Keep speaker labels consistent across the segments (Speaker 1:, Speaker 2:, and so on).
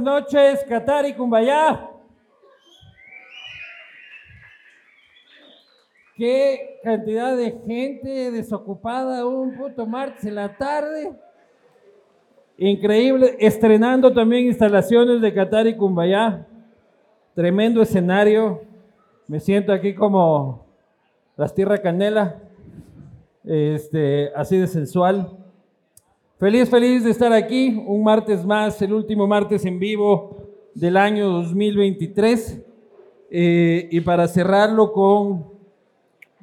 Speaker 1: noches, Qatar y Cumbayá. Qué cantidad de gente desocupada un puto martes en la tarde. Increíble, estrenando también instalaciones de Qatar y Cumbayá. Tremendo escenario. Me siento aquí como las tierra canela, este, así de sensual. Feliz, feliz de estar aquí, un martes más, el último martes en vivo del año 2023. Eh, y para cerrarlo con,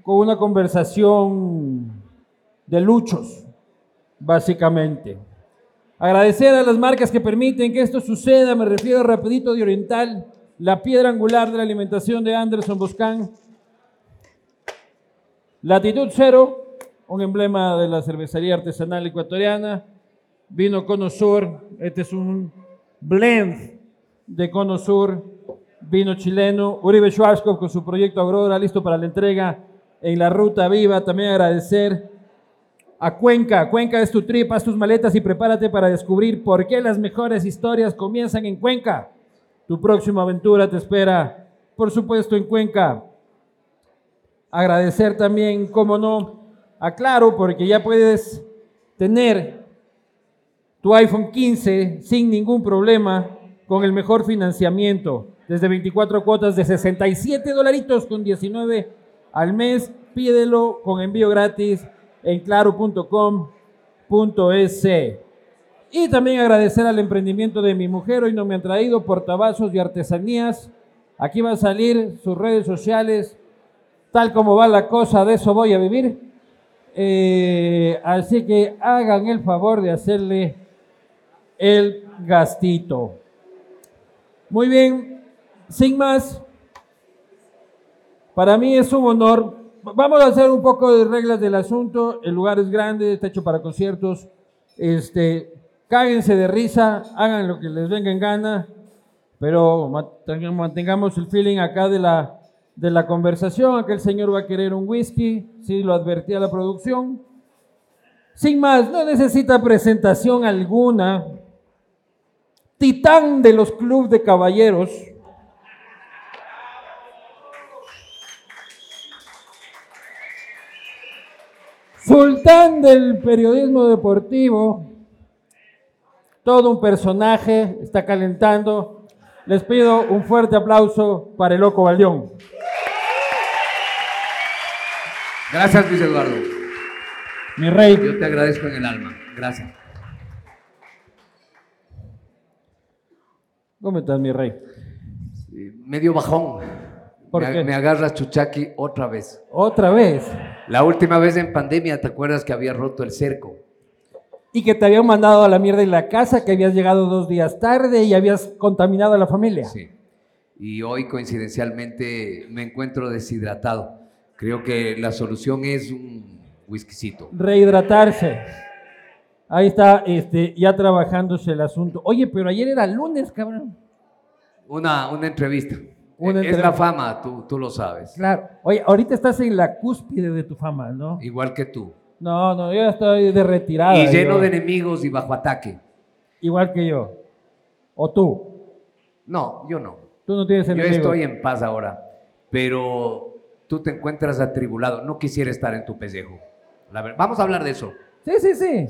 Speaker 1: con una conversación de luchos, básicamente. Agradecer a las marcas que permiten que esto suceda, me refiero a Rapidito de Oriental, la piedra angular de la alimentación de Anderson Boscán, Latitud Cero, un emblema de la cervecería artesanal ecuatoriana. Vino Cono Sur, este es un blend de Cono Sur, vino chileno. Uribe Schwarzkopf con su proyecto Aurora, listo para la entrega en la ruta viva. También agradecer a Cuenca. Cuenca es tu trip, haz tus maletas y prepárate para descubrir por qué las mejores historias comienzan en Cuenca. Tu próxima aventura te espera, por supuesto, en Cuenca. Agradecer también, como no, a Claro, porque ya puedes tener tu iPhone 15 sin ningún problema con el mejor financiamiento. Desde 24 cuotas de 67 dolaritos con 19 al mes. Pídelo con envío gratis en claro.com.es. Y también agradecer al emprendimiento de mi mujer. Hoy no me han traído portavasos y artesanías. Aquí van a salir sus redes sociales tal como va la cosa, de eso voy a vivir. Eh, así que hagan el favor de hacerle el gastito. Muy bien, sin más, para mí es un honor. Vamos a hacer un poco de reglas del asunto. El lugar es grande, está hecho para conciertos. Este, cáguense de risa, hagan lo que les venga en gana, pero mantengamos el feeling acá de la, de la conversación. Aquel señor va a querer un whisky, sí, lo advertí a la producción. Sin más, no necesita presentación alguna. Titán de los clubes de caballeros. Sultán del periodismo deportivo. Todo un personaje, está calentando. Les pido un fuerte aplauso para el Loco Baldión.
Speaker 2: Gracias, Luis Eduardo.
Speaker 1: Mi rey.
Speaker 2: Yo te agradezco en el alma. Gracias.
Speaker 1: ¿Cómo estás, mi rey?
Speaker 2: Sí, Medio bajón.
Speaker 1: ¿Por
Speaker 2: me,
Speaker 1: qué?
Speaker 2: me agarras Chuchaki otra vez.
Speaker 1: Otra vez.
Speaker 2: La última vez en pandemia, ¿te acuerdas que había roto el cerco?
Speaker 1: Y que te habían mandado a la mierda en la casa, que habías llegado dos días tarde y habías contaminado a la familia.
Speaker 2: Sí. Y hoy coincidencialmente me encuentro deshidratado. Creo que la solución es un whiskycito.
Speaker 1: Rehidratarse. Ahí está, este, ya trabajándose el asunto. Oye, pero ayer era lunes, cabrón.
Speaker 2: Una, una entrevista.
Speaker 1: Una
Speaker 2: Eh, es
Speaker 1: entrevista.
Speaker 2: la fama, tú, tú lo sabes.
Speaker 1: Claro. Oye, ahorita estás en la cúspide de tu fama, ¿no?
Speaker 2: Igual que tú.
Speaker 1: No, no, yo ya estoy de retirada.
Speaker 2: y lleno
Speaker 1: yo.
Speaker 2: de enemigos y bajo ataque.
Speaker 1: Igual que yo. O tú.
Speaker 2: No, yo no.
Speaker 1: Tú no tienes
Speaker 2: Yo
Speaker 1: enemigos.
Speaker 2: estoy en paz ahora, pero tú te encuentras atribulado. No quisiera estar en tu pellejo. La ver- Vamos a hablar de eso.
Speaker 1: Sí, sí, sí.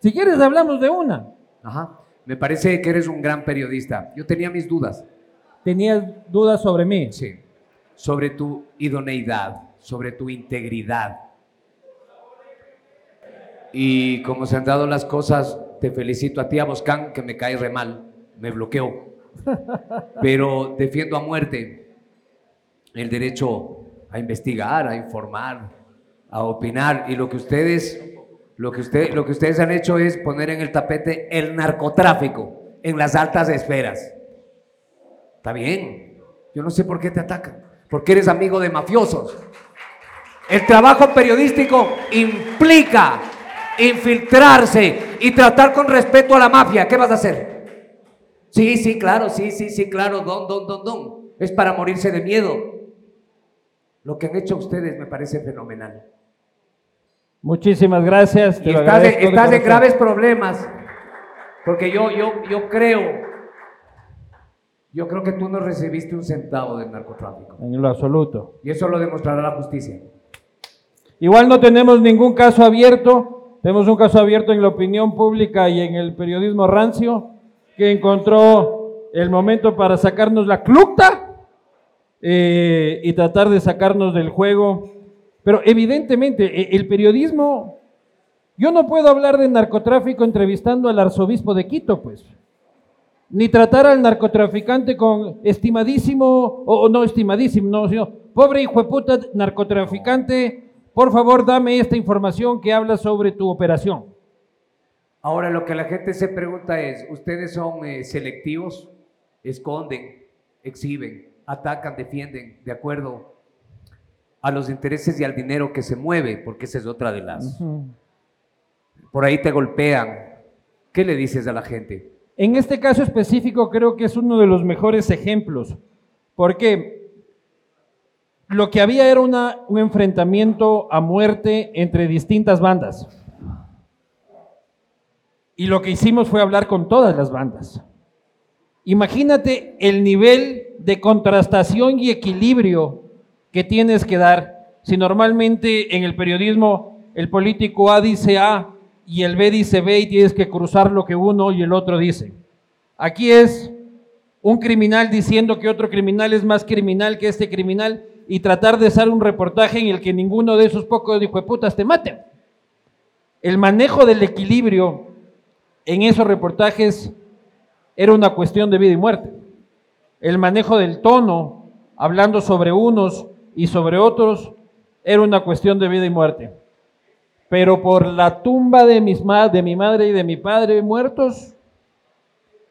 Speaker 1: Si quieres hablamos de una.
Speaker 2: Ajá. Me parece que eres un gran periodista. Yo tenía mis dudas.
Speaker 1: Tenías dudas sobre mí.
Speaker 2: Sí. Sobre tu idoneidad, sobre tu integridad. Y como se han dado las cosas, te felicito a ti, a Boscán, que me cae re mal, me bloqueó. Pero defiendo a muerte el derecho a investigar, a informar, a opinar. Y lo que ustedes, lo que usted, lo que ustedes han hecho es poner en el tapete el narcotráfico en las altas esferas. Está bien. Yo no sé por qué te atacan. Porque eres amigo de mafiosos. El trabajo periodístico implica infiltrarse y tratar con respeto a la mafia. ¿Qué vas a hacer? Sí, sí, claro, sí, sí, sí, claro, don, don, don, don. Es para morirse de miedo. Lo que han hecho ustedes me parece fenomenal.
Speaker 1: Muchísimas gracias. te
Speaker 2: Y
Speaker 1: lo
Speaker 2: estás, en,
Speaker 1: agradezco de
Speaker 2: estás en
Speaker 1: corazón.
Speaker 2: graves problemas, porque yo, yo, yo creo Yo creo que tú no recibiste un centavo del narcotráfico.
Speaker 1: en lo absoluto.
Speaker 2: Y eso lo demostrará la justicia.
Speaker 1: Igual no tenemos ningún caso abierto, tenemos un caso abierto en la opinión pública y en el periodismo rancio, que encontró el momento para sacarnos la clucta eh, y tratar de sacarnos del juego. Pero evidentemente, e- el periodismo, yo no puedo hablar de narcotráfico entrevistando al arzobispo de Quito, pues. Ni tratar al narcotraficante con estimadísimo, o, o no estimadísimo, no, sino pobre hijo de puta narcotraficante, por favor dame esta información que habla sobre tu operación.
Speaker 2: Ahora lo que la gente se pregunta es, ¿ustedes son eh, selectivos? ¿Esconden? ¿Exhiben? ¿Atacan? ¿Defienden? ¿De acuerdo? A los intereses y al dinero que se mueve, porque esa es otra de las... Por ahí te golpean. ¿Qué le dices a la gente?
Speaker 1: En este caso específico creo que es uno de los mejores ejemplos, porque lo que había era una- un enfrentamiento a muerte entre distintas bandas. Y lo que hicimos fue hablar con todas las bandas. Imagínate el nivel de contrastación y equilibrio que tienes que dar si normalmente en el periodismo el político A dice A y el B dice B y tienes que cruzar lo que uno y el otro dice. Aquí es un criminal diciendo que otro criminal es más criminal que este criminal y tratar de hacer un reportaje en el que ninguno de esos pocos putas te mate. El manejo del equilibrio en esos reportajes era una cuestión de vida y muerte. El manejo del tono, hablando sobre unos y sobre otros, era una cuestión de vida y muerte. Pero por la tumba de, mis ma- de mi madre y de mi padre muertos,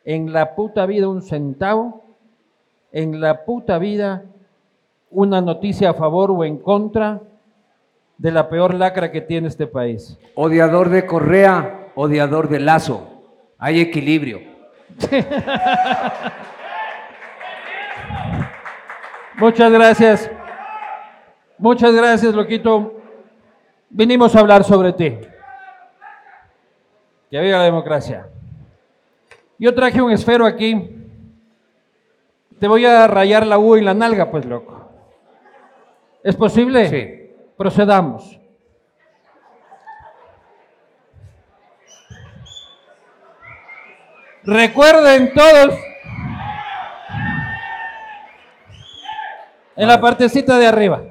Speaker 1: en la puta vida un centavo, en la puta vida una noticia a favor o en contra de la peor lacra que tiene este país.
Speaker 2: Odiador de correa, odiador de lazo. Hay equilibrio.
Speaker 1: Muchas gracias. Muchas gracias, Loquito. Venimos a hablar sobre ti. Que viva la democracia. Yo traje un esfero aquí. Te voy a rayar la U en la nalga, pues, loco. ¿Es posible?
Speaker 2: Sí.
Speaker 1: Procedamos. Recuerden todos. En la partecita de arriba.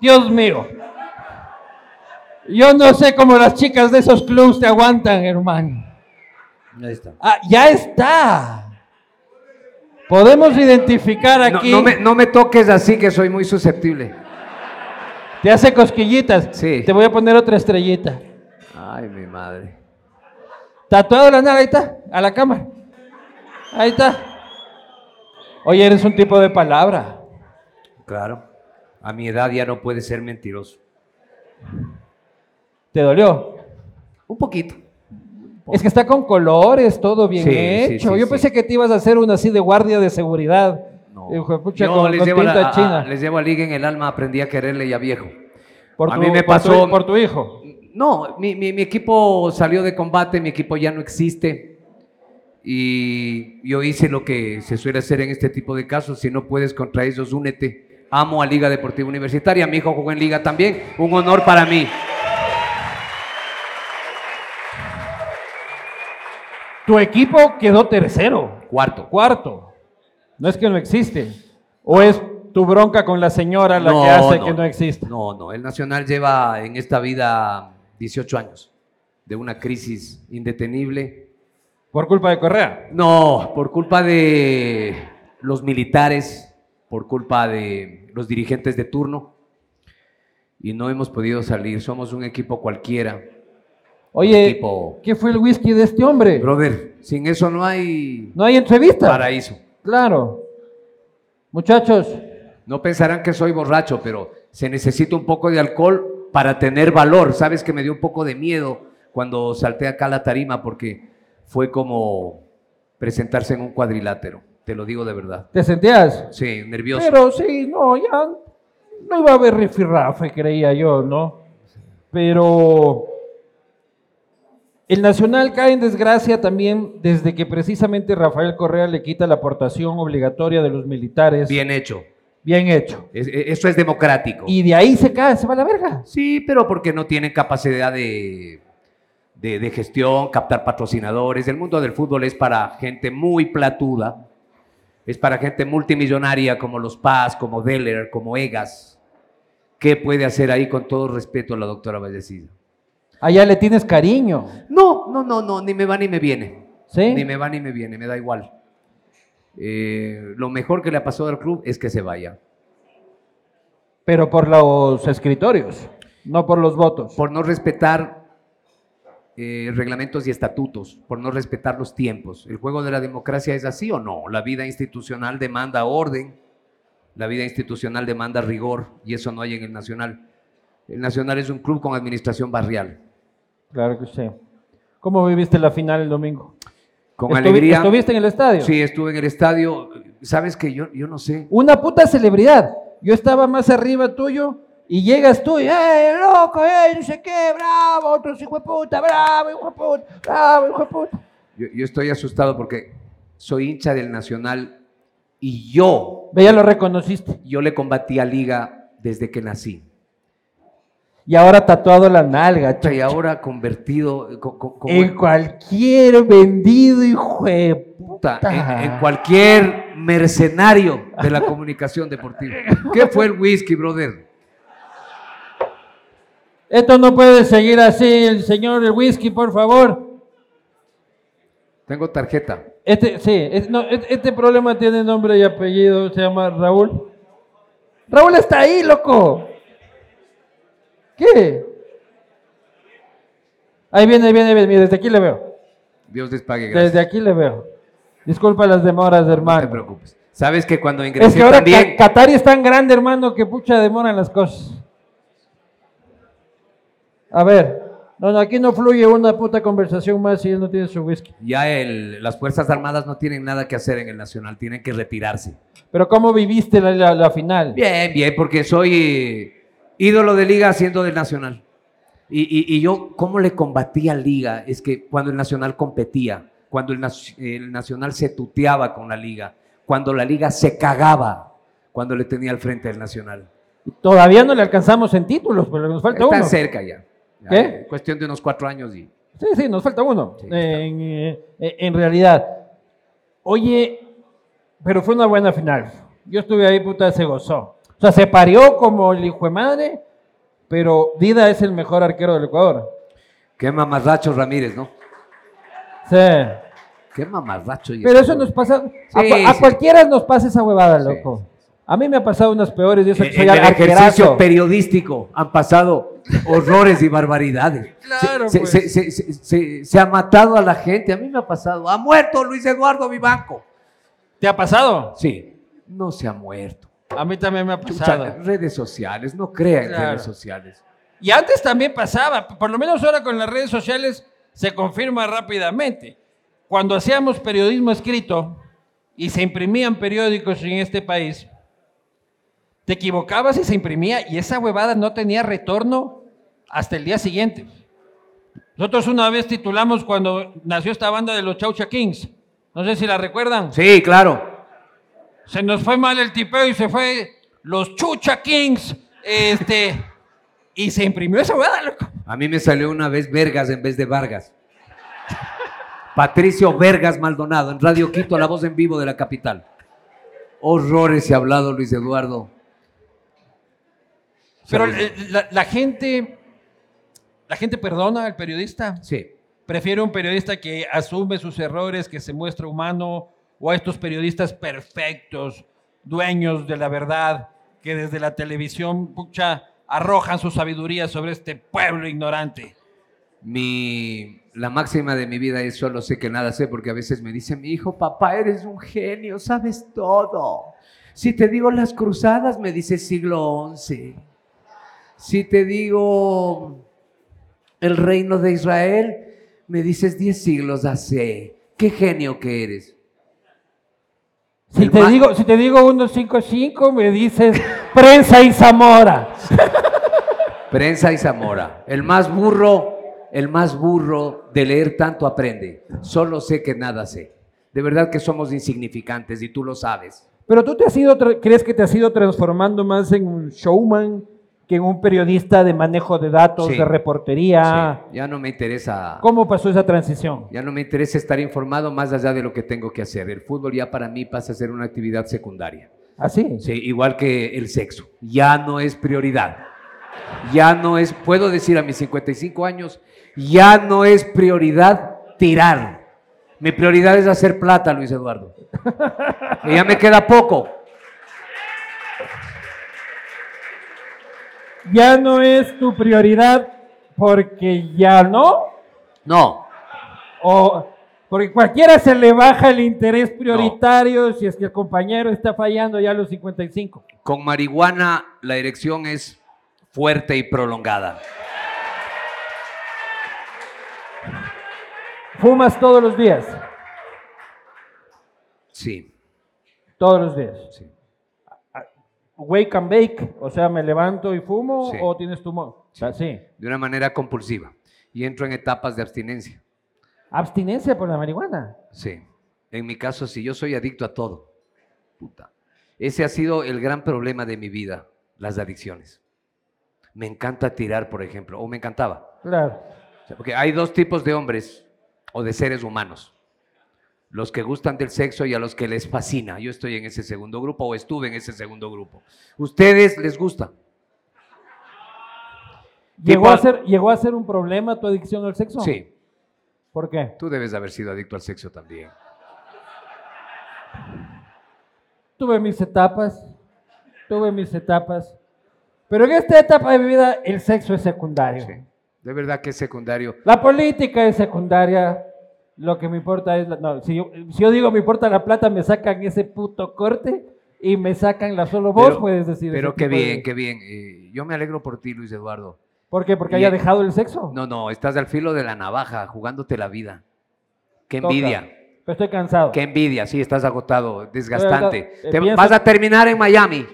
Speaker 1: Dios mío. Yo no sé cómo las chicas de esos clubs te aguantan, hermano.
Speaker 2: Ahí está.
Speaker 1: Ah, ya está. Podemos identificar
Speaker 2: No,
Speaker 1: aquí.
Speaker 2: no me, no me toques así que soy muy susceptible.
Speaker 1: Te hace cosquillitas.
Speaker 2: Sí.
Speaker 1: Te voy a poner otra estrellita.
Speaker 2: Ay, mi madre.
Speaker 1: Tatuado la nada, ahí está, a la cámara. Ahí está. Oye, eres un tipo de palabra.
Speaker 2: Claro. A mi edad ya no puede ser mentiroso.
Speaker 1: ¿Te dolió?
Speaker 2: Un poquito.
Speaker 1: Es que está con colores, todo bien
Speaker 2: Sí, sí,
Speaker 1: hecho.
Speaker 2: sí,
Speaker 1: Yo
Speaker 2: sí.
Speaker 1: pensé que te ibas a hacer una así de guardia de seguridad. Eh, Hijo de pucha,
Speaker 2: Yo
Speaker 1: con,
Speaker 2: les,
Speaker 1: con
Speaker 2: llevo a la-
Speaker 1: tinta
Speaker 2: a-
Speaker 1: china.
Speaker 2: a- les llevo a liga en el alma, aprendí a quererle ya viejo.
Speaker 1: por
Speaker 2: a
Speaker 1: tu-
Speaker 2: mí me
Speaker 1: por tu-
Speaker 2: pasó-
Speaker 1: por tu hijo.
Speaker 2: No, mi, mi- mi equipo salió de combate, mi equipo ya no existe. Y yo hice lo que se suele hacer en este tipo de casos. Si no puedes contra ellos, únete. Amo a Liga Deportiva Universitaria. Mi hijo jugó en Liga también. Un honor para mí.
Speaker 1: Tu equipo quedó tercero,
Speaker 2: Cuarto.
Speaker 1: cuarto. No es que no existe. O es tu bronca con la señora la que hace que no exista.
Speaker 2: No, no, el Nacional lleva en esta vida 18 años de una crisis indetenible.
Speaker 1: Por culpa de Correa.
Speaker 2: No, por culpa de los militares, por culpa de los dirigentes de turno. Y no hemos podido salir, somos un equipo cualquiera.
Speaker 1: Oye,
Speaker 2: equipo.
Speaker 1: ¿qué fue el whisky de este hombre?
Speaker 2: Brother, sin eso no hay
Speaker 1: No hay entrevista.
Speaker 2: paraíso.
Speaker 1: Claro. Muchachos,
Speaker 2: No pensarán que soy borracho, pero se necesita un poco de alcohol para tener valor. Sabes que me dio un poco de miedo cuando salté acá a la tarima porque fue como presentarse en un cuadrilátero. Te lo digo de verdad.
Speaker 1: ¿te sentías?
Speaker 2: Sí, nervioso.
Speaker 1: Pero sí, no, ya no iba a haber rifirrafe, creía yo, ¿no? Pero El Nacional cae en desgracia también desde que precisamente Rafael Correa le quita la aportación obligatoria de los militares.
Speaker 2: Bien hecho.
Speaker 1: Bien hecho.
Speaker 2: Es- e- eso es democrático.
Speaker 1: Y de ahí se cae, se va a la verga.
Speaker 2: Sí, pero porque no tienen capacidad de, de- de gestión, captar patrocinadores. El mundo del fútbol es para gente muy platuda, es para gente multimillonaria como los Paz, como Deller, como Egas. ¿Qué puede hacer ahí con todo respeto la doctora Vallecida?
Speaker 1: Allá le tienes cariño.
Speaker 2: No, no, no, no, ni me va ni me viene.
Speaker 1: ¿Sí?
Speaker 2: Ni me va ni me viene, me da igual. Eh, lo mejor que le ha pasado al club es que se vaya.
Speaker 1: Pero por los escritorios, no por los votos.
Speaker 2: por no respetar eh, reglamentos y estatutos, por no respetar los tiempos. ¿El juego de la democracia es así o no? La vida institucional demanda orden, la vida institucional demanda rigor, y eso no hay en el Nacional. El Nacional es un club con administración barrial.
Speaker 1: Claro que sí. ¿Cómo viviste la final el domingo?
Speaker 2: Con
Speaker 1: Estuvi-
Speaker 2: alegría.
Speaker 1: ¿Estuviste en el estadio?
Speaker 2: Sí, estuve en el estadio. Sabes que yo, yo no sé.
Speaker 1: Una puta celebridad. Yo estaba más arriba tuyo y llegas tú y, ¡eh, loco, eh, no sé qué, bravo, otros hijo de puta, bravo, hijo de puta, bravo, hijo de puta!
Speaker 2: Yo, yo estoy asustado porque soy hincha del Nacional y yo
Speaker 1: Ve, ya lo reconociste.
Speaker 2: yo le combatí a Liga desde que nací.
Speaker 1: Y ahora tatuado la nalga,
Speaker 2: Puta,
Speaker 1: chaval.
Speaker 2: y ahora convertido eh, co- co- como
Speaker 1: En cualquier vendido, hijo de
Speaker 2: puta,
Speaker 1: puta.
Speaker 2: en- en cualquier mercenario de la comunicación deportiva. ¿Qué fue el whisky, brother?
Speaker 1: Esto no puede seguir así, el señor el whisky, por favor.
Speaker 2: Tengo tarjeta.
Speaker 1: Este, sí, es- no, es- este problema tiene nombre y apellido, se llama Raúl. Raúl está ahí, loco. ¿Qué? Ahí viene, ahí viene, ahí viene, mira, desde aquí le veo.
Speaker 2: Dios les pague, gracias.
Speaker 1: Desde aquí le veo. Disculpa las demoras,
Speaker 2: No te
Speaker 1: hermano.
Speaker 2: preocupes. Sabes que cuando ingresé
Speaker 1: es que ahora
Speaker 2: también,
Speaker 1: Ca- Qatar es tan grande, hermano, que pucha demoran las cosas. A ver, no, no, aquí no fluye una puta conversación más si él no tiene su whisky.
Speaker 2: ya el- las Fuerzas Armadas no tienen nada que hacer en el Nacional, tienen que retirarse.
Speaker 1: Pero ¿cómo viviste la, la- la final?
Speaker 2: Bien, bien, porque soy eh, ídolo de Liga siendo del Nacional. Y, y- y yo, ¿cómo le combatía a Liga? Es que cuando el Nacional competía, cuando el, nas- el Nacional se tuteaba con la Liga, cuando la Liga se cagaba, cuando le tenía al frente del Nacional.
Speaker 1: Todavía no le alcanzamos en títulos, pero nos falta
Speaker 2: Está
Speaker 1: uno.
Speaker 2: cerca ya. Ya,
Speaker 1: ¿Qué?
Speaker 2: eh, Cuestión de unos cuatro años y
Speaker 1: Sí, sí, nos falta uno.
Speaker 2: Sí, está.
Speaker 1: en, eh, en realidad. Oye, pero fue una buena final. Yo estuve ahí, puta, se gozó. O sea, se parió como el hijo de madre, pero Dida es el mejor arquero del Ecuador.
Speaker 2: qué mamarracho Ramírez, ¿no?
Speaker 1: Sí.
Speaker 2: Qué mamarracho. y
Speaker 1: Pero
Speaker 2: este
Speaker 1: eso
Speaker 2: gol.
Speaker 1: nos pasa. a,
Speaker 2: Sí,
Speaker 1: cua- a
Speaker 2: sí.
Speaker 1: cualquiera nos pasa esa huevada,
Speaker 2: Sí,
Speaker 1: loco. A mí me ha pasado unas peores. Yo soy
Speaker 2: En en el ejercicio periodístico han pasado horrores y barbaridades.
Speaker 1: Claro,
Speaker 2: se,
Speaker 1: pues.
Speaker 2: se- se- se- se- se ha matado a la gente. A mí me ha pasado. Ha muerto Luis Eduardo Vivanco.
Speaker 1: ¿Te ha pasado?
Speaker 2: Sí, no se ha muerto.
Speaker 1: A mí también me ha
Speaker 2: Chucha, redes sociales, no crean
Speaker 1: Claro.
Speaker 2: redes sociales.
Speaker 1: Y antes también pasaba, por lo menos ahora con las redes sociales se confirma rápidamente. Cuando hacíamos periodismo escrito y se imprimían periódicos en este país, te equivocabas y se imprimía y esa huevada no tenía retorno hasta el día siguiente. Nosotros una vez titulamos cuando nació esta banda de los Chaucha Kings, no sé si la recuerdan.
Speaker 2: Sí, claro.
Speaker 1: Se nos fue mal el tipeo y se fue los Chucha Kings, este, y se imprimió esa huevada, loco.
Speaker 2: A mí me salió una vez Vergas en vez de Vargas. Patricio Vergas Maldonado, en Radio Quito, la voz en vivo de la capital. Horrores se ha hablado Luis Eduardo.
Speaker 1: Pero
Speaker 2: Sí.
Speaker 1: eh, la, la gente, la gente perdona al periodista.
Speaker 2: Sí.
Speaker 1: Prefiere un periodista que asume sus errores, que se muestra humano, o a estos periodistas perfectos, dueños de la verdad, que desde la televisión pucha, arrojan su sabiduría sobre este pueblo ignorante.
Speaker 2: Mi, la máxima de mi vida es solo sé que nada sé, porque a veces me dice mi hijo, papá, eres un genio, sabes todo. Si te digo las cruzadas, me dice siglo XI. Si te digo el reino de Israel, me dices 10 siglos hace. Qué genio que eres.
Speaker 1: Si
Speaker 2: El
Speaker 1: te,
Speaker 2: ma-
Speaker 1: digo, si te digo 155, me dices prensa y Zamora.
Speaker 2: Prensa y Zamora, el más burro el más burro de leer tanto aprende. Solo sé que nada sé. De verdad que somos insignificantes y tú lo sabes.
Speaker 3: Pero tú te has ido, tra- crees que te has ido transformando más en un showman que en un periodista de manejo de datos,
Speaker 2: Sí.
Speaker 3: de reportería.
Speaker 2: Sí, ya no me interesa.
Speaker 3: ¿Cómo pasó esa transición?
Speaker 2: Ya no me interesa estar informado más allá de lo que tengo que hacer. El fútbol ya para mí pasa a ser una actividad secundaria.
Speaker 3: Así.
Speaker 2: Sí, igual que el sexo. Ya no es prioridad. Ya no es, puedo decir a mis 55 años, ya no es prioridad tirar. Mi prioridad es hacer plata, Luis Eduardo. Y ya me queda poco.
Speaker 3: Ya no es tu prioridad porque ya no.
Speaker 2: No,
Speaker 3: O porque cualquiera se le baja el interés prioritario si es que el compañero está fallando ya a los 55.
Speaker 2: con marihuana la erección es fuerte y prolongada.
Speaker 3: Fumas todos los días.
Speaker 2: Sí,
Speaker 3: Todos los días.
Speaker 2: sí.
Speaker 3: Wake and bake. O sea, me levanto y fumo
Speaker 2: Sí.
Speaker 3: o tienes tumor. Sí.
Speaker 2: De una manera compulsiva. Y entro en etapas de abstinencia.
Speaker 3: Abstinencia por la marihuana.
Speaker 2: Sí. En mi caso, sí, yo soy adicto a todo. Puta. Ese ha sido el gran problema de mi vida, las adicciones. Me encanta tirar, por ejemplo, o me encantaba.
Speaker 3: Claro.
Speaker 2: O sea, Porque hay dos tipos de hombres o de seres humanos. Los que gustan del sexo y a los que les fascina. Yo estoy en ese segundo grupo o estuve en ese segundo grupo. ¿Ustedes les gusta?
Speaker 3: ¿Llegó
Speaker 2: Tipo-
Speaker 3: a, ser, ¿Llegó a ser un problema tu adicción al sexo?
Speaker 2: Sí.
Speaker 3: ¿Por qué?
Speaker 2: Tú debes haber sido adicto al sexo también.
Speaker 3: Tuve mis etapas, tuve mis etapas, pero en esta etapa de mi vida el sexo es secundario.
Speaker 2: Sí. De verdad que es secundario.
Speaker 3: La política es secundaria, lo que me importa es, la- no, si, yo, si yo digo me importa la plata, me sacan ese puto corte y me sacan la solo vos,
Speaker 2: Pero-
Speaker 3: puedes decir.
Speaker 2: Pero
Speaker 3: ese
Speaker 2: qué
Speaker 3: tipo de-
Speaker 2: bien, qué bien. Eh, yo me alegro por ti, Luis Eduardo.
Speaker 3: ¿Por qué? ¿Porque haya
Speaker 2: Bien.
Speaker 3: dejado el sexo?
Speaker 2: No, no, estás al filo de la navaja, jugándote la vida. Qué
Speaker 3: Toca.
Speaker 2: envidia,
Speaker 3: Pero estoy cansado.
Speaker 2: qué envidia. Sí, estás agotado, desgastante.
Speaker 3: Eh,
Speaker 2: Te-
Speaker 3: piensa-
Speaker 2: vas a terminar en Miami.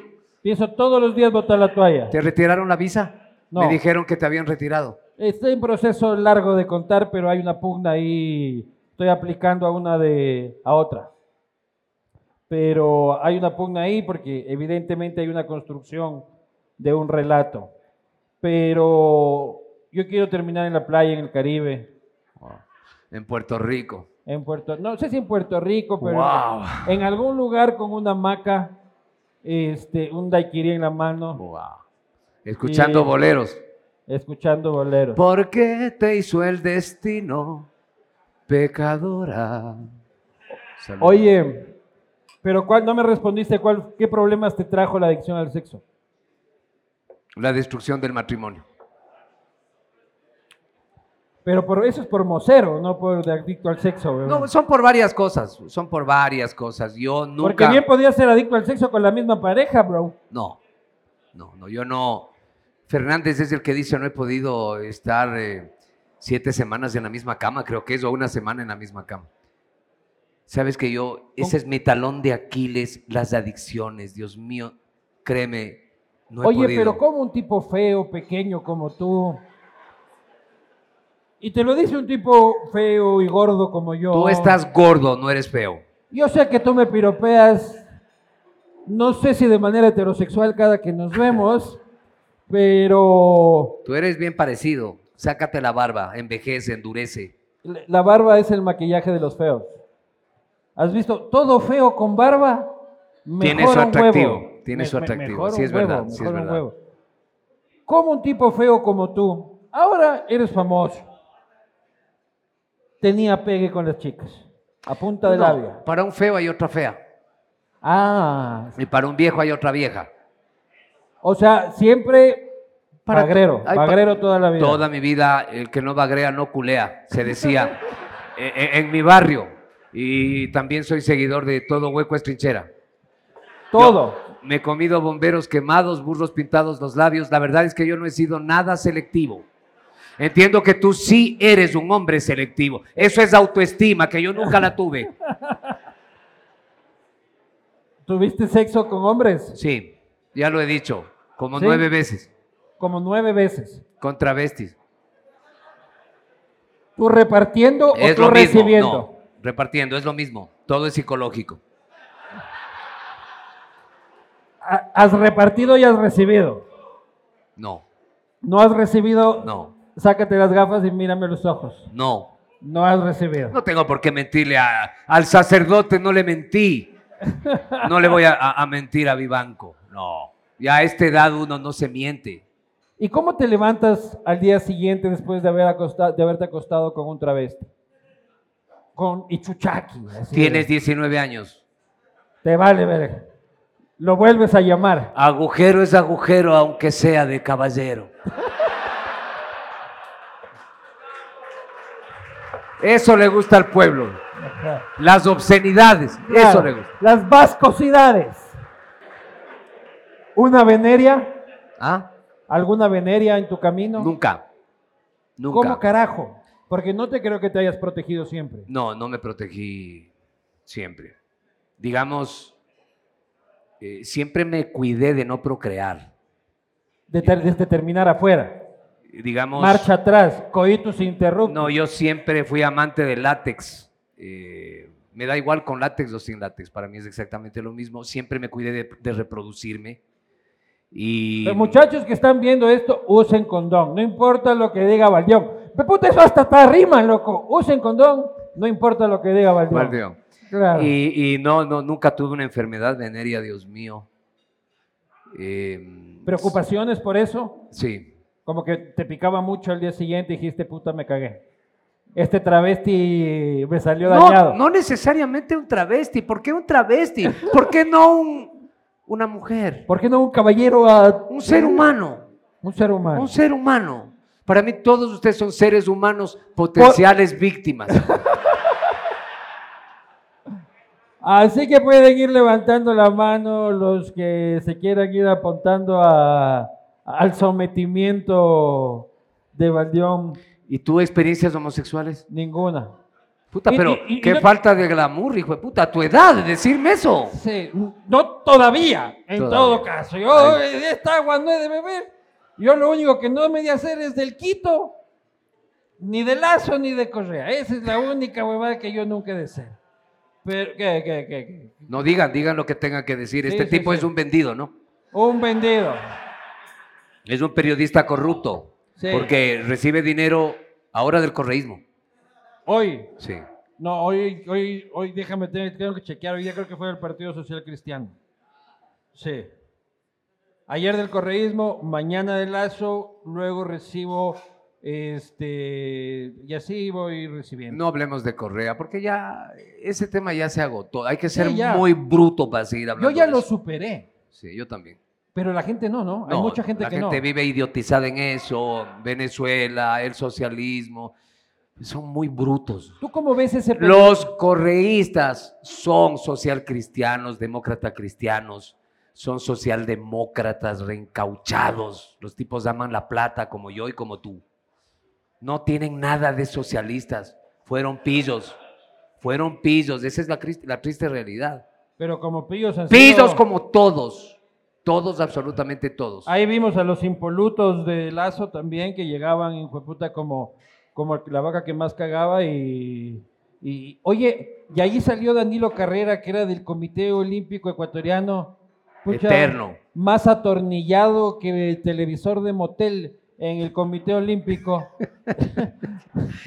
Speaker 3: Pienso todos los días botar la toalla.
Speaker 2: ¿Te retiraron la visa?
Speaker 3: No.
Speaker 2: Me dijeron que te habían retirado.
Speaker 3: Está en proceso largo de contar, pero hay una pugna ahí. Estoy aplicando a una de a otra. Pero hay una pugna ahí porque evidentemente hay una construcción de un relato. Pero yo quiero terminar en la playa en el Caribe,
Speaker 2: Oh, En Puerto Rico.
Speaker 3: en Puerto, no sé si en Puerto Rico, pero
Speaker 2: Wow.
Speaker 3: en algún lugar con una hamaca, este, un daiquiri en la mano,
Speaker 2: Wow. Escuchando
Speaker 3: Y-
Speaker 2: boleros.
Speaker 3: escuchando boleros.
Speaker 2: ¿Por qué te hizo el destino, pecadora? Saludos.
Speaker 3: Oye, pero cuál, no me respondiste cuál, qué problemas te trajo la adicción al sexo.
Speaker 2: La destrucción del matrimonio.
Speaker 3: Pero por eso es por mocero, no por de adicto al sexo. weón.
Speaker 2: No, son por varias cosas, son por varias cosas. Yo
Speaker 3: Porque
Speaker 2: nunca...
Speaker 3: bien podías ser adicto al sexo con la misma pareja, bro.
Speaker 2: No, no, no, yo no. Fernández es el que dice no he podido estar eh, siete semanas en la misma cama, creo que es, o una semana en la misma cama. Sabes que yo, ese es mi talón de Aquiles, las adicciones, Dios mío, créeme, no he
Speaker 3: Oye,
Speaker 2: podido.
Speaker 3: pero como un tipo feo, pequeño como tú. Y te lo dice un tipo feo y gordo como yo.
Speaker 2: Tú estás gordo, no eres feo.
Speaker 3: Yo sé que tú me piropeas, no sé si de manera heterosexual cada que nos vemos, pero
Speaker 2: Tú eres bien parecido. Sácate la barba, envejece, endurece.
Speaker 3: La la barba es el maquillaje de los feos. ¿Has visto? Todo feo con barba.
Speaker 2: Tiene
Speaker 3: mejora
Speaker 2: su
Speaker 3: un
Speaker 2: atractivo,
Speaker 3: huevo.
Speaker 2: tiene su atractivo,
Speaker 3: mejora
Speaker 2: sí
Speaker 3: un
Speaker 2: es
Speaker 3: huevo,
Speaker 2: verdad, sí es
Speaker 3: mejora un
Speaker 2: verdad.
Speaker 3: huevo. Como un tipo feo como tú, ahora eres famoso. Tenía pegue con las chicas. A punta de
Speaker 2: No,
Speaker 3: labia.
Speaker 2: para un feo hay otra fea.
Speaker 3: Ah,
Speaker 2: Y para un viejo hay otra vieja.
Speaker 3: o sea, siempre
Speaker 2: Para-
Speaker 3: bagrero.
Speaker 2: hay pa-
Speaker 3: bagrero toda la vida.
Speaker 2: Toda mi vida, el que no bagrea no culea, se decía e- e- en, mi barrio. Y también soy seguidor de todo hueco es trinchera.
Speaker 3: Todo.
Speaker 2: Me he comido bomberos quemados, burros pintados los labios. La verdad es que yo no he sido nada selectivo. Entiendo que tú sí eres un hombre selectivo. Eso es autoestima, que yo nunca la tuve.
Speaker 3: ¿Tuviste sexo con hombres?
Speaker 2: Sí, ya lo he dicho, como
Speaker 3: ¿Sí?
Speaker 2: nueve veces,
Speaker 3: Como nueve veces.
Speaker 2: con travestis.
Speaker 3: ¿Tú repartiendo o
Speaker 2: Es
Speaker 3: tú
Speaker 2: lo mismo,
Speaker 3: recibiendo?
Speaker 2: no, repartiendo, es lo mismo. Todo es psicológico.
Speaker 3: Ha- Has repartido y has recibido.
Speaker 2: No,
Speaker 3: No has recibido.
Speaker 2: no,
Speaker 3: Sácate las gafas y mírame los ojos.
Speaker 2: no.
Speaker 3: No has recibido.
Speaker 2: No tengo por qué mentirle a- al sacerdote, no le mentí. No le voy a, a- a mentir a Vivanco, no. Ya a esta edad uno no se miente.
Speaker 3: ¿Y cómo te levantas al día siguiente después de, haber acosta- de haberte acostado con un travesti? Con Ichuchaki. así
Speaker 2: Tienes
Speaker 3: de-
Speaker 2: 19 años.
Speaker 3: Te vale verga. Lo vuelves a llamar.
Speaker 2: Agujero es agujero, aunque sea de caballero. Eso le gusta al pueblo. Las obscenidades, eso
Speaker 3: Claro,
Speaker 2: le gusta.
Speaker 3: Las vascosidades. ¿Una veneria?
Speaker 2: ¿Ah?
Speaker 3: ¿Alguna veneria en tu camino?
Speaker 2: Nunca. Nunca.
Speaker 3: ¿Cómo carajo? Porque no te creo que te hayas protegido siempre.
Speaker 2: No, no me protegí siempre. Digamos, eh, siempre me cuidé de no procrear.
Speaker 3: De, ter- desde terminar afuera.
Speaker 2: Digamos,
Speaker 3: Marcha atrás. Coitus interruptus.
Speaker 2: no, yo siempre fui amante del látex. Eh, me da igual con látex o sin látex, para mí es exactamente lo mismo. Siempre me cuidé de, de reproducirme. Y
Speaker 3: Los muchachos que están viendo esto, usen condón. No importa lo que diga Valdión. Pero puta, eso hasta está rima, loco. Usen condón, no importa lo que diga Valdión.
Speaker 2: Guardián.
Speaker 3: Claro.
Speaker 2: Y, y no, no, nunca tuve una enfermedad venérea, Dios mío. Eh,
Speaker 3: Preocupaciones por eso.
Speaker 2: Sí,
Speaker 3: Como que te picaba mucho al día siguiente y dijiste, puta, me cagué. Este travesti me salió dañado.
Speaker 2: No, no necesariamente un travesti. ¿Por qué un travesti? ¿Por qué no un- una mujer?
Speaker 3: ¿Por qué no un caballero a
Speaker 2: Un ser humano.
Speaker 3: un ser humano?
Speaker 2: Un ser humano. Para mí todos ustedes son seres humanos potenciales víctimas.
Speaker 3: Así que pueden ir levantando la mano los que se quieran ir apuntando a- al sometimiento de Valdión.
Speaker 2: ¿Y tú experiencias homosexuales?
Speaker 3: Ninguna.
Speaker 2: Puta,
Speaker 3: Y-
Speaker 2: pero
Speaker 3: y- y- y
Speaker 2: qué
Speaker 3: no-
Speaker 2: falta de glamour, hijo de puta, a tu edad, decirme eso.
Speaker 3: Sí, no todavía, en
Speaker 2: Todavía.
Speaker 3: todo caso. Yo, eh, esta agua no es de beber. Yo lo único que no me de hacer es del Quito, ni de lazo, ni de correa. Esa es la única huevada que yo nunca he de ser. Pero, ¿qué, qué, qué, qué?
Speaker 2: No digan, digan lo que tengan que decir.
Speaker 3: Sí,
Speaker 2: Este
Speaker 3: sí,
Speaker 2: tipo
Speaker 3: sí.
Speaker 2: es un vendido, ¿no?
Speaker 3: Un vendido.
Speaker 2: Es un periodista corrupto.
Speaker 3: Sí.
Speaker 2: Porque recibe dinero ahora del correísmo.
Speaker 3: Hoy,
Speaker 2: Sí.
Speaker 3: no, hoy, hoy, hoy, déjame, tengo tengo que chequear. Hoy día creo que fue del Partido Social Cristiano. Sí. Ayer del correísmo, mañana del lazo, luego recibo este y así voy recibiendo.
Speaker 2: No hablemos de Correa, porque ya ese tema ya se agotó. Hay que ser
Speaker 3: Sí, ya.
Speaker 2: muy bruto para seguir hablando.
Speaker 3: Yo ya
Speaker 2: de
Speaker 3: lo
Speaker 2: eso.
Speaker 3: superé,
Speaker 2: Sí, yo también.
Speaker 3: pero la gente no, ¿no? Hay
Speaker 2: No,
Speaker 3: mucha gente
Speaker 2: la
Speaker 3: que
Speaker 2: gente
Speaker 3: no.
Speaker 2: vive idiotizada en eso. Venezuela, el socialismo. Son muy brutos.
Speaker 3: ¿Tú cómo ves ese peligro?
Speaker 2: Los correístas son social cristianos, demócrata cristianos, son socialdemócratas reencauchados. Los tipos aman la plata como yo y como tú. No tienen nada de socialistas. Fueron pillos. Fueron pillos. Esa es la, cris- la triste realidad.
Speaker 3: Pero como pillos han sido-
Speaker 2: Pillos como todos. Todos, absolutamente todos.
Speaker 3: Ahí vimos a los impolutos de Lazo también que llegaban, hijo de puta, como, como la vaca que más cagaba y... y- oye, y ahí salió Danilo Carrera, que era del Comité Olímpico Ecuatoriano.
Speaker 2: Eterno.
Speaker 3: Más atornillado que el televisor de motel en el Comité Olímpico.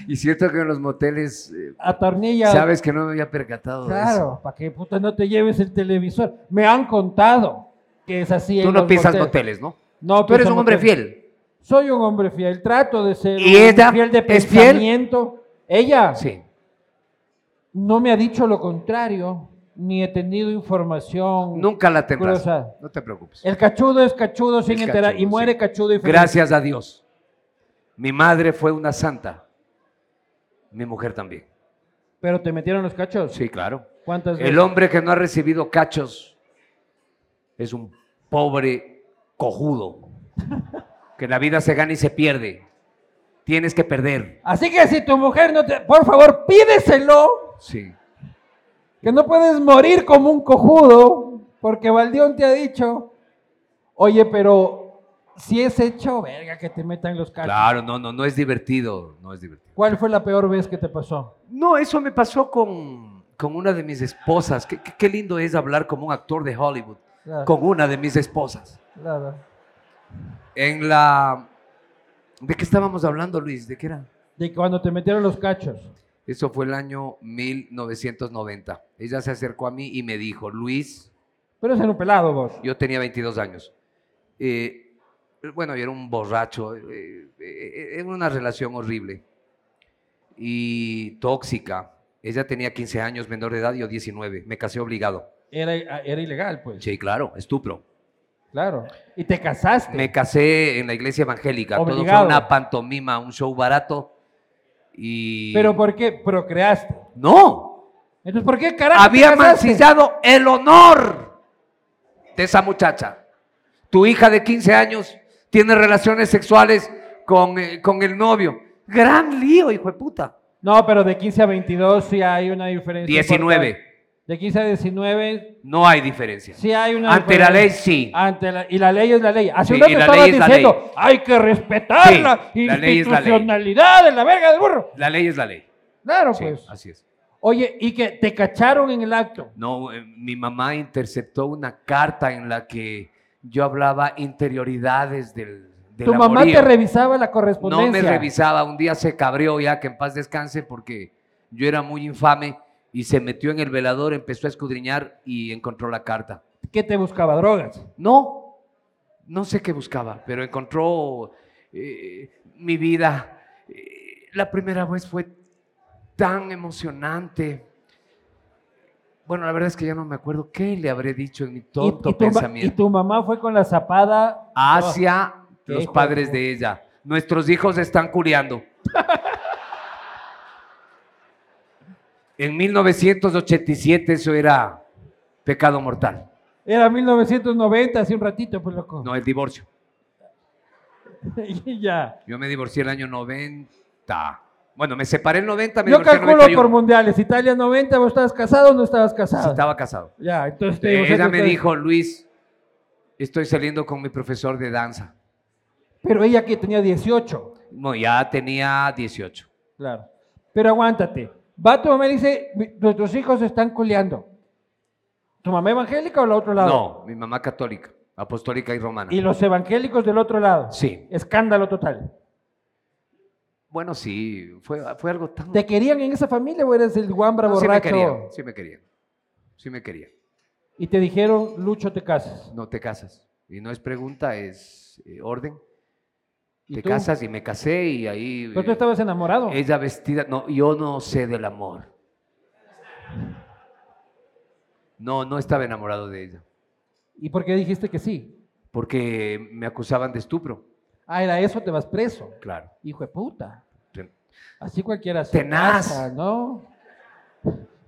Speaker 2: Y cierto que en los moteles, eh,
Speaker 3: Atornilla.
Speaker 2: sabes que no me había percatado de eso.
Speaker 3: Claro, para que puta no te lleves el televisor. Me han contado que es así.
Speaker 2: Tú
Speaker 3: en
Speaker 2: no
Speaker 3: los
Speaker 2: pisas
Speaker 3: moteles.
Speaker 2: moteles, ¿no?
Speaker 3: No,
Speaker 2: Tú eres
Speaker 3: piso
Speaker 2: un hombre
Speaker 3: motel.
Speaker 2: fiel.
Speaker 3: Soy un hombre fiel. Trato de ser
Speaker 2: ¿Y
Speaker 3: un
Speaker 2: ella
Speaker 3: fiel de
Speaker 2: es fiel?
Speaker 3: pensamiento. Ella
Speaker 2: Sí.
Speaker 3: no me ha dicho lo contrario, ni he tenido información.
Speaker 2: Nunca la tendrás.
Speaker 3: Cruzada.
Speaker 2: No te preocupes.
Speaker 3: El cachudo es cachudo sin
Speaker 2: Es
Speaker 3: enterar y
Speaker 2: cachudo,
Speaker 3: muere
Speaker 2: sí.
Speaker 3: cachudo y feliz.
Speaker 2: Gracias a Dios. Mi madre fue una santa. Mi mujer también.
Speaker 3: Pero te metieron los cachos.
Speaker 2: Sí, claro.
Speaker 3: ¿Cuántas
Speaker 2: El hombre que no ha recibido cachos es un pobre cojudo. Que la vida se gana y se pierde. Tienes que perder.
Speaker 3: Así que si tu mujer no te. Por favor, pídeselo.
Speaker 2: Sí.
Speaker 3: que no puedes morir como un cojudo, porque Valdión te ha dicho, oye, pero si es hecho, verga, que te metan los cachos.
Speaker 2: Claro, no, no, no es divertido, no es divertido.
Speaker 3: ¿Cuál fue la peor vez que te pasó?
Speaker 2: No, eso me pasó con, con una de mis esposas. Qué, qué- qué lindo es hablar como un actor de Hollywood,
Speaker 3: Claro.
Speaker 2: con una de mis esposas.
Speaker 3: Claro.
Speaker 2: En la... ¿De qué estábamos hablando, Luis? ¿De qué era?
Speaker 3: De cuando te metieron los cachos.
Speaker 2: Eso fue el año 1990. Ella se acercó a mí y me dijo, Luis,
Speaker 3: Pero es en un pelado vos.
Speaker 2: yo tenía 22 años. Eh, bueno, yo era un borracho, eh, eh, era una relación horrible y tóxica. Ella tenía 15 años, menor de edad, yo 19. Me casé obligado.
Speaker 3: Era, era ilegal, pues.
Speaker 2: Sí, claro, estupro.
Speaker 3: Claro. Y te casaste.
Speaker 2: Me casé en la iglesia evangélica. Todo
Speaker 3: Obligado.
Speaker 2: fue una pantomima, un show barato. Y...
Speaker 3: Pero ¿por qué procreaste?
Speaker 2: No,
Speaker 3: Entonces, ¿por qué carajo? te
Speaker 2: había
Speaker 3: casaste?
Speaker 2: mancillado el honor de esa muchacha. Tu hija de 15 años tiene relaciones sexuales con, eh, con el novio. Gran lío, hijo de puta.
Speaker 3: No, pero de 15 a 22 sí hay una diferencia.
Speaker 2: 19.
Speaker 3: importante. De 15 a 19
Speaker 2: No hay diferencia.
Speaker 3: sí hay una
Speaker 2: Ante la ley,
Speaker 3: diferencia.
Speaker 2: sí.
Speaker 3: Ante la- y la ley es la ley.
Speaker 2: Sí,
Speaker 3: Hace un rato
Speaker 2: y la
Speaker 3: estabas
Speaker 2: ley es la
Speaker 3: diciendo,
Speaker 2: ley.
Speaker 3: hay que respetarla.
Speaker 2: Sí, la ley es la ley.
Speaker 3: institucionalidad de la verga del burro.
Speaker 2: La ley es la ley.
Speaker 3: Claro,
Speaker 2: Sí,
Speaker 3: Ah. pues.
Speaker 2: así es.
Speaker 3: Oye, y que te cacharon en el acto.
Speaker 2: No, eh, mi mamá interceptó una carta en la que yo hablaba interioridades del, del
Speaker 3: Tu mamá
Speaker 2: amorío.
Speaker 3: te revisaba la
Speaker 2: No me
Speaker 3: correspondencia.
Speaker 2: revisaba, un día se cabreó ya, que en paz descanse, porque yo era muy infame y se metió en el velador, empezó a escudriñar y encontró la carta.
Speaker 3: ¿Qué te buscaba? Drogas.
Speaker 2: No, no sé qué buscaba, pero encontró eh, mi vida. Eh, la primera vez fue tan emocionante. Bueno, la verdad es que ya no me acuerdo qué le habré dicho en mi tonto
Speaker 3: y, tu ma-
Speaker 2: pensamiento.
Speaker 3: y tu mamá fue con la zapada.
Speaker 2: hacia
Speaker 3: qué
Speaker 2: los
Speaker 3: hijo de
Speaker 2: padres
Speaker 3: puta.
Speaker 2: de ella. Nuestros hijos están culeando. en 1987 eso era pecado mortal,
Speaker 3: Era 1990, hace un ratito, pues loco.
Speaker 2: no el divorcio.
Speaker 3: y ya.
Speaker 2: Yo me divorcié el año 90. Bueno, me separé el 90, me
Speaker 3: Yo
Speaker 2: divorcié el
Speaker 3: calculo
Speaker 2: 91.
Speaker 3: por mundiales. Italia 90, ¿vos estabas casado o no estabas
Speaker 2: Sí,
Speaker 3: casado?
Speaker 2: estaba casado.
Speaker 3: Ya, entonces te divorciaste
Speaker 2: Ella me
Speaker 3: ustedes.
Speaker 2: dijo, Luis, estoy saliendo con mi profesor de danza.
Speaker 3: Pero ella que tenía 18.
Speaker 2: No, ya tenía 18.
Speaker 3: Claro. Pero aguántate. Va tu mamá y dice, "Mi- nuestros hijos están culeando. ¿Tu mamá evangélica o el otro lado?
Speaker 2: No, mi mamá católica, apostólica y romana.
Speaker 3: Y los evangélicos del otro lado.
Speaker 2: Sí.
Speaker 3: Escándalo total.
Speaker 2: Bueno, sí, fue, fue algo tan...
Speaker 3: ¿Te querían en esa familia o eres el guambra
Speaker 2: No, sí me
Speaker 3: borracho?
Speaker 2: querían, sí me querían, sí me querían.
Speaker 3: Y te dijeron, Lucho, te casas.
Speaker 2: No te casas. Y no es pregunta, es eh, orden.
Speaker 3: ¿Y
Speaker 2: Te
Speaker 3: tú?
Speaker 2: casas y me casé y ahí...
Speaker 3: Pero tú
Speaker 2: eh,
Speaker 3: estabas enamorado.
Speaker 2: Ella vestida... No, yo no sé del amor. No, no estaba enamorado de ella.
Speaker 3: ¿Y por qué dijiste que sí?
Speaker 2: Porque me acusaban de estupro.
Speaker 3: Ah, era eso, te vas preso.
Speaker 2: Claro.
Speaker 3: Hijo de puta.
Speaker 2: Te-
Speaker 3: Así cualquiera se
Speaker 2: Tenaz.
Speaker 3: casa, ¿no?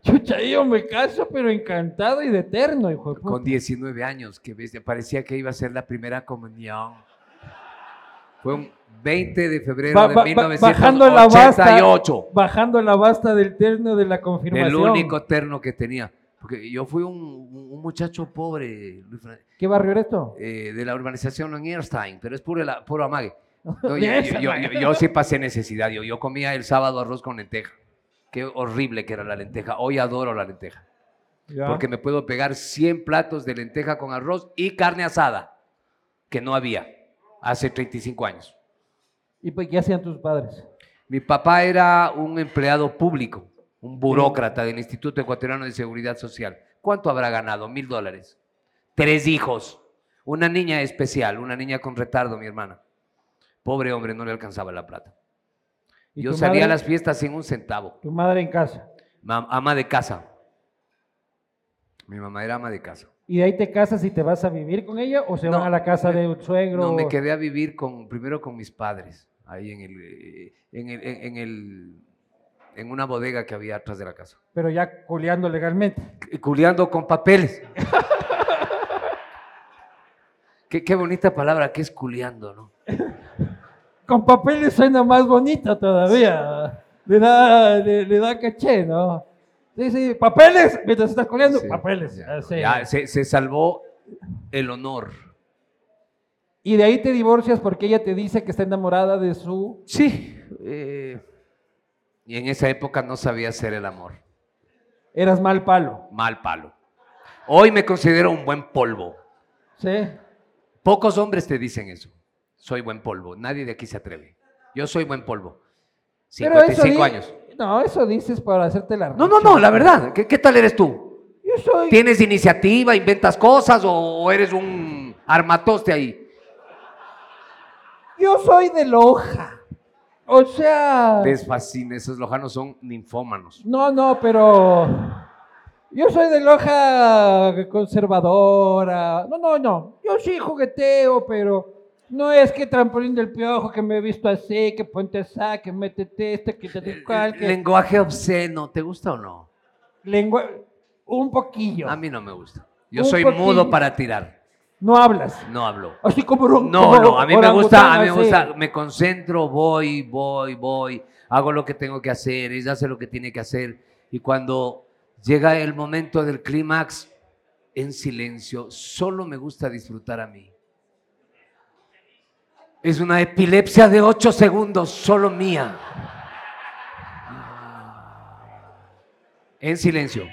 Speaker 3: Chucha, yo me caso, pero encantado y de eterno, hijo de
Speaker 2: Con
Speaker 3: puta.
Speaker 2: 19 años, que bestia, parecía que iba a ser la primera comunión. Fue un 20 de febrero
Speaker 3: Ba-
Speaker 2: de
Speaker 3: ba- ba- bajando la basta,
Speaker 2: 1988.
Speaker 3: bajando la basta del terno de la confirmación.
Speaker 2: El único terno que tenía. Porque yo fui un, un muchacho pobre Luis Fran-
Speaker 3: ¿Qué barrio era esto?
Speaker 2: eh, de la urbanización en Erstein, pero es puro, la- puro amague. No,
Speaker 3: De
Speaker 2: yo, yo-
Speaker 3: esa
Speaker 2: yo-
Speaker 3: manera.
Speaker 2: yo- yo sí pasé necesidad. Yo, yo comía el sábado arroz con lenteja. Qué horrible que era la lenteja. Hoy adoro la lenteja.
Speaker 3: Ya.
Speaker 2: Porque me puedo pegar 100 platos de lenteja con arroz y carne asada, que no había hace 35 años.
Speaker 3: ¿Y pues, qué hacían tus padres?
Speaker 2: Mi papá era un empleado público, un burócrata del Instituto Ecuatoriano de Seguridad Social. ¿Cuánto habrá ganado? Mil dólares. Tres hijos. Una niña especial, una niña con retardo, mi hermana. Pobre hombre, no le alcanzaba la plata.
Speaker 3: ¿Y
Speaker 2: Yo
Speaker 3: tu
Speaker 2: salía a
Speaker 3: madre?
Speaker 2: las fiestas sin un centavo.
Speaker 3: Tu madre en casa.
Speaker 2: Ma- ama de casa. Mi mamá era ama de casa.
Speaker 3: ¿Y de ahí te casas y te vas a vivir con ella o se
Speaker 2: No,
Speaker 3: van a la casa de un suegro?
Speaker 2: No, me
Speaker 3: o-
Speaker 2: quedé a vivir con, primero con mis padres, ahí en el, eh, en el, en el- en una bodega que había atrás de la casa.
Speaker 3: Pero ya coleando legalmente.
Speaker 2: C- Culeando con papeles. qué, qué bonita palabra que es culeando, ¿no?
Speaker 3: Con papeles suena más bonito todavía. Le da, le, le da caché, ¿no? Sí, sí, papeles, mientras estás coleando,
Speaker 2: Sí,
Speaker 3: papeles.
Speaker 2: ya,
Speaker 3: así.
Speaker 2: ya, se, se salvó el honor.
Speaker 3: Y de ahí te divorcias porque ella te dice que está enamorada de su...
Speaker 2: Sí. eh, y en esa época no sabía hacer el amor.
Speaker 3: Eras mal palo.
Speaker 2: Mal palo. Hoy me considero un buen polvo.
Speaker 3: ¿Sí?
Speaker 2: Pocos hombres te dicen eso. Soy buen polvo. Nadie de aquí se atreve. Yo soy buen polvo.
Speaker 3: Pero eso
Speaker 2: 55
Speaker 3: di-
Speaker 2: años.
Speaker 3: No, eso dices para hacerte la
Speaker 2: No, no,
Speaker 3: recha.
Speaker 2: no, la verdad. ¿Qué, qué tal eres tú?
Speaker 3: Yo soy...
Speaker 2: ¿Tienes iniciativa, inventas cosas o, o eres un armatoste ahí?
Speaker 3: Yo soy de Loja. O sea...
Speaker 2: Les fascina, esos lojanos son ninfómanos.
Speaker 3: No, no, pero... Yo soy de Loja conservadora. No, no, no. Yo sí jugueteo, pero... No es que trampolín del piojo, que me he visto así, que ponte así, que métete este, que
Speaker 2: Eh,
Speaker 3: te cual, que...
Speaker 2: Lenguaje obsceno, ¿te gusta o no?
Speaker 3: Lengua... Un poquillo.
Speaker 2: A mí no me gusta. Yo
Speaker 3: Un
Speaker 2: soy
Speaker 3: poquillo.
Speaker 2: mudo para tirar.
Speaker 3: No hablas.
Speaker 2: No hablo.
Speaker 3: Así como... un-
Speaker 2: No,
Speaker 3: como
Speaker 2: no, a mí me
Speaker 3: orangután,
Speaker 2: gusta, a mí me
Speaker 3: así.
Speaker 2: gusta, me concentro, voy, voy, voy, hago lo que tengo que hacer, ella hace lo que tiene que hacer y cuando llega el momento del clímax, en silencio, solo me gusta disfrutar a mí. Es una epilepsia de 8 segundos, solo mía. En silencio.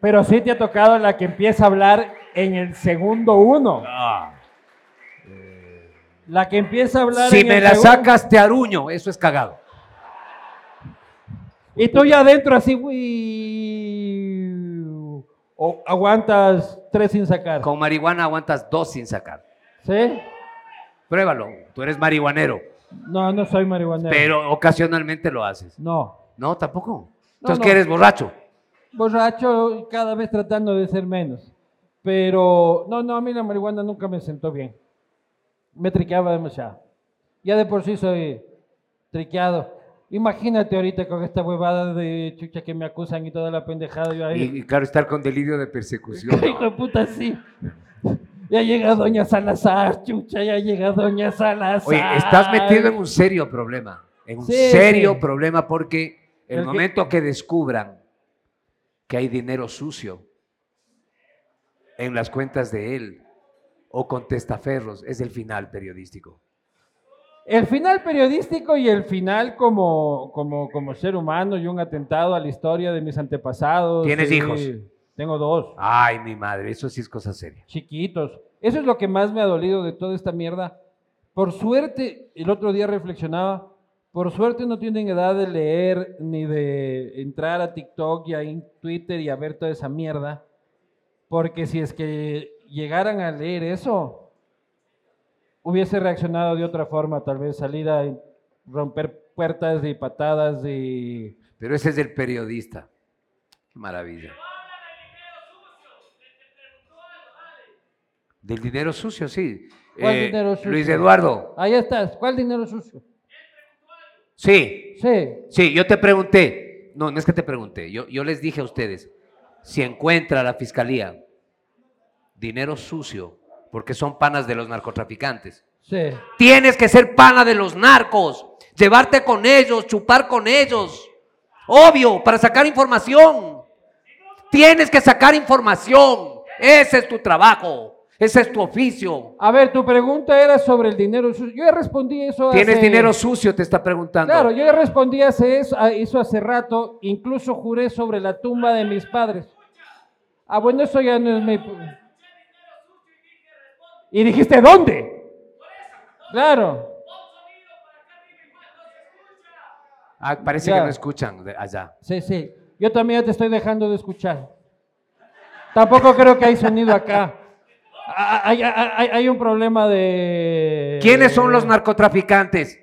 Speaker 3: Pero sí te ha tocado la que empieza a hablar en el segundo uno. La que empieza a hablar
Speaker 2: Si
Speaker 3: en
Speaker 2: me
Speaker 3: el
Speaker 2: la
Speaker 3: segundo-
Speaker 2: sacas, te aruño, eso es cagado.
Speaker 3: Y tú ya adentro así, güey. O aguantas tres sin sacar.
Speaker 2: Con marihuana aguantas dos sin sacar.
Speaker 3: ¿Sí?
Speaker 2: Pruébalo, tú eres marihuanero,
Speaker 3: No, no soy marihuanero.
Speaker 2: pero ocasionalmente lo haces.
Speaker 3: No.
Speaker 2: No, tampoco. Entonces,
Speaker 3: no.
Speaker 2: que eres borracho?
Speaker 3: Borracho y cada vez tratando de ser menos. Pero, no, no, a mí la marihuana nunca me sentó bien. Me triqueaba demasiado. Ya de por sí soy triqueado. Imagínate ahorita con esta huevada de chucha que me acusan y toda la pendejada. Yo ahí.
Speaker 2: Y, y claro, estar con delirio de persecución.
Speaker 3: Hijo de puta, sí. Ya llega Doña Salazar, chucha, ya llega Doña Salazar.
Speaker 2: Oye, estás metido en un serio problema. En un
Speaker 3: Sí,
Speaker 2: serio
Speaker 3: sí.
Speaker 2: problema porque el,
Speaker 3: El que-
Speaker 2: momento que... descubran que hay dinero sucio en las cuentas de él o con testaferros, es el final periodístico.
Speaker 3: El final periodístico y el final como, como, como ser humano y un atentado a la historia de mis antepasados.
Speaker 2: ¿Tienes
Speaker 3: Sí,
Speaker 2: hijos?
Speaker 3: Tengo dos,
Speaker 2: Ay, mi madre, eso sí es cosa seria.
Speaker 3: chiquitos. Eso es lo que más me ha dolido de toda esta mierda. Por suerte, el otro día reflexionaba, por suerte no tienen edad de leer ni de entrar a TikTok y a in- Twitter y a ver toda esa mierda. Porque si es que llegaran a leer eso, hubiese reaccionado de otra forma, tal vez salir a romper puertas y patadas y...
Speaker 2: Pero ese es el periodista. Qué maravilla. Del dinero sucio, sí. Eh,
Speaker 3: ¿Cuál dinero
Speaker 2: Luis
Speaker 3: sucio?
Speaker 2: Eduardo.
Speaker 3: Ahí estás, ¿cuál dinero sucio?
Speaker 2: Sí,
Speaker 3: Sí,
Speaker 2: sí, yo te pregunté. No, no es que te pregunté. Yo, yo les dije a ustedes, si encuentra la fiscalía dinero sucio, porque son panas de los narcotraficantes,
Speaker 3: sí.
Speaker 2: tienes que ser pana de los narcos, llevarte con ellos, chupar con ellos. Obvio, para sacar información. Tienes que sacar información. Ese es tu trabajo, ese es tu oficio.
Speaker 3: A ver, tu pregunta era sobre el dinero sucio. Yo ya respondí eso
Speaker 2: Tienes
Speaker 3: hace-
Speaker 2: dinero sucio, te está preguntando.
Speaker 3: Claro, yo ya respondí hace eso, a eso hace rato, incluso juré sobre la tumba de mis padres. Ah, bueno, eso ya no es mi... Y dijiste, ¿dónde? Claro.
Speaker 2: Ah, parece
Speaker 3: Ya.
Speaker 2: que no escuchan de allá.
Speaker 3: Sí, sí. Yo también ya te estoy dejando de escuchar. Tampoco creo que hay sonido acá. Ah, Hay, hay- hay- hay un problema de...
Speaker 2: ¿Quiénes son los narcotraficantes?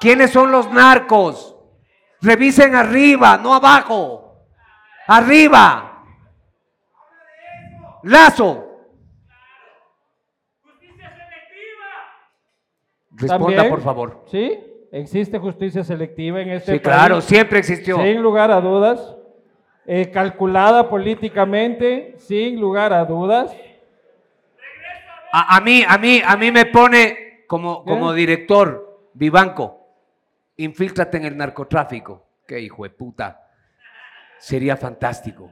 Speaker 2: ¿Quiénes son los narcos? Revisen arriba, no abajo. Arriba. Lazo. Responda,
Speaker 3: ¿También?
Speaker 2: por favor.
Speaker 3: ¿Sí? ¿Existe justicia selectiva en este
Speaker 2: Sí,
Speaker 3: país?
Speaker 2: claro, siempre existió.
Speaker 3: Sin lugar a dudas. eh, calculada políticamente, sin lugar a dudas.
Speaker 2: A, a mí, a mí, a mí me pone como, como
Speaker 3: ¿Eh?
Speaker 2: director Vivanco. Infíltrate en el narcotráfico. Qué hijo de puta. Sería fantástico.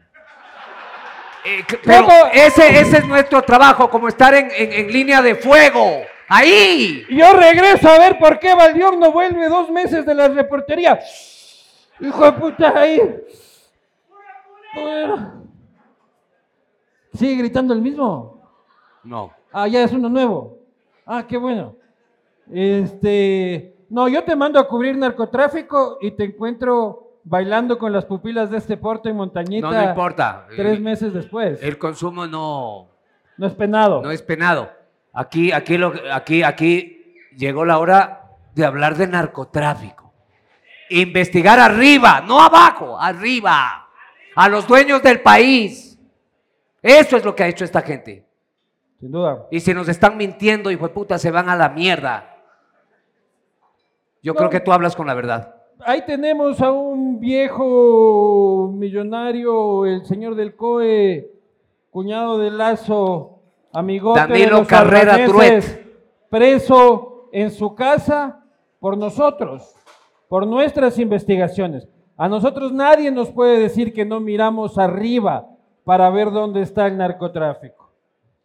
Speaker 2: Eh, que- pero
Speaker 3: Loco.
Speaker 2: ese, ese es nuestro trabajo, como estar en, en- en línea de fuego. Ahí.
Speaker 3: Y Yo regreso a ver por qué Valdión no vuelve dos meses de la reportería. Hijo de puta, ahí. Bueno. Sigue gritando el mismo.
Speaker 2: No.
Speaker 3: Ah, ya es uno nuevo. Ah, qué bueno. Este, no, yo te mando a cubrir narcotráfico y te encuentro bailando con las pupilas de este porte en Montañita.
Speaker 2: No, no importa.
Speaker 3: Tres
Speaker 2: El-
Speaker 3: meses después.
Speaker 2: El consumo no,
Speaker 3: no es penado.
Speaker 2: no es penado. Aquí, aquí, lo, aquí, aquí llegó la hora de hablar de narcotráfico. Investigar arriba, no abajo, arriba. A los dueños del país. Eso es lo que ha hecho esta gente.
Speaker 3: Sin duda.
Speaker 2: Y si nos están mintiendo, hijo de puta, se van a la mierda. Yo
Speaker 3: No.
Speaker 2: creo que tú hablas con la verdad.
Speaker 3: Ahí tenemos a un viejo millonario, el señor del COE, cuñado de Lazo, amigote
Speaker 2: Danilo
Speaker 3: de los
Speaker 2: Carrera
Speaker 3: albaneses, preso en su casa por nosotros, por nuestras investigaciones. A nosotros nadie nos puede decir que no miramos arriba para ver dónde está el narcotráfico,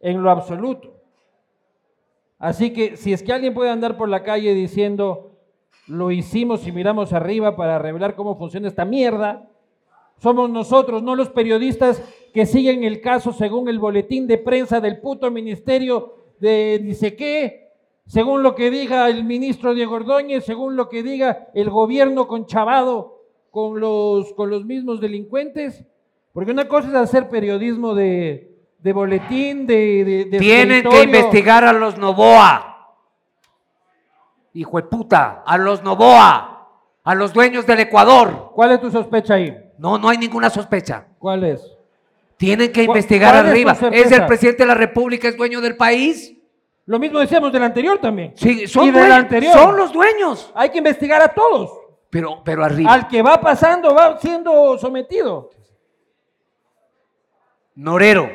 Speaker 3: en lo absoluto. Así que si es que alguien puede andar por la calle diciendo, lo hicimos y miramos arriba para revelar cómo funciona esta mierda, somos nosotros, no los periodistas que siguen el caso según el boletín de prensa del puto ministerio de dice qué, según lo que diga el ministro Diego Ordóñez, según lo que diga el gobierno conchavado con los, con los mismos delincuentes. Porque una cosa es hacer periodismo de, de boletín, de... de- de
Speaker 2: Tienen que
Speaker 3: escritorio.
Speaker 2: investigar a los Novoa. Hijo de puta, a los Novoa, a los dueños del Ecuador.
Speaker 3: ¿Cuál es tu sospecha ahí?
Speaker 2: No, no hay ninguna sospecha.
Speaker 3: ¿Cuál es?
Speaker 2: Tienen que
Speaker 3: ¿Cu-
Speaker 2: investigar
Speaker 3: cuál es tu
Speaker 2: arriba. Es,
Speaker 3: certeza?
Speaker 2: el presidente de la República, es dueño del país.
Speaker 3: Lo mismo decíamos del anterior también.
Speaker 2: Sí, son,
Speaker 3: Y del
Speaker 2: dueños,
Speaker 3: anterior.
Speaker 2: son los dueños.
Speaker 3: Hay que investigar a todos.
Speaker 2: Pero, pero arriba.
Speaker 3: Al que va pasando va siendo sometido.
Speaker 2: Norero.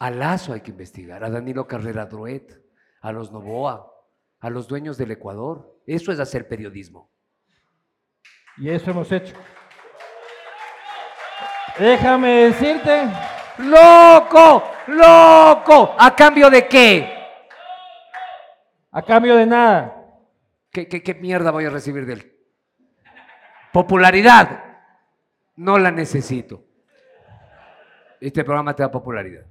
Speaker 2: A Lazo hay que investigar, a Danilo Carrera Druet, a los Novoa, a los dueños del Ecuador. Eso es hacer periodismo.
Speaker 3: Y eso hemos hecho. Déjame decirte,
Speaker 2: ¡Loco! ¡Loco! ¿A cambio de qué?
Speaker 3: a cambio de nada,
Speaker 2: ¿Qué, qué, qué mierda voy a recibir de él? Popularidad. No la necesito. Este programa te da popularidad.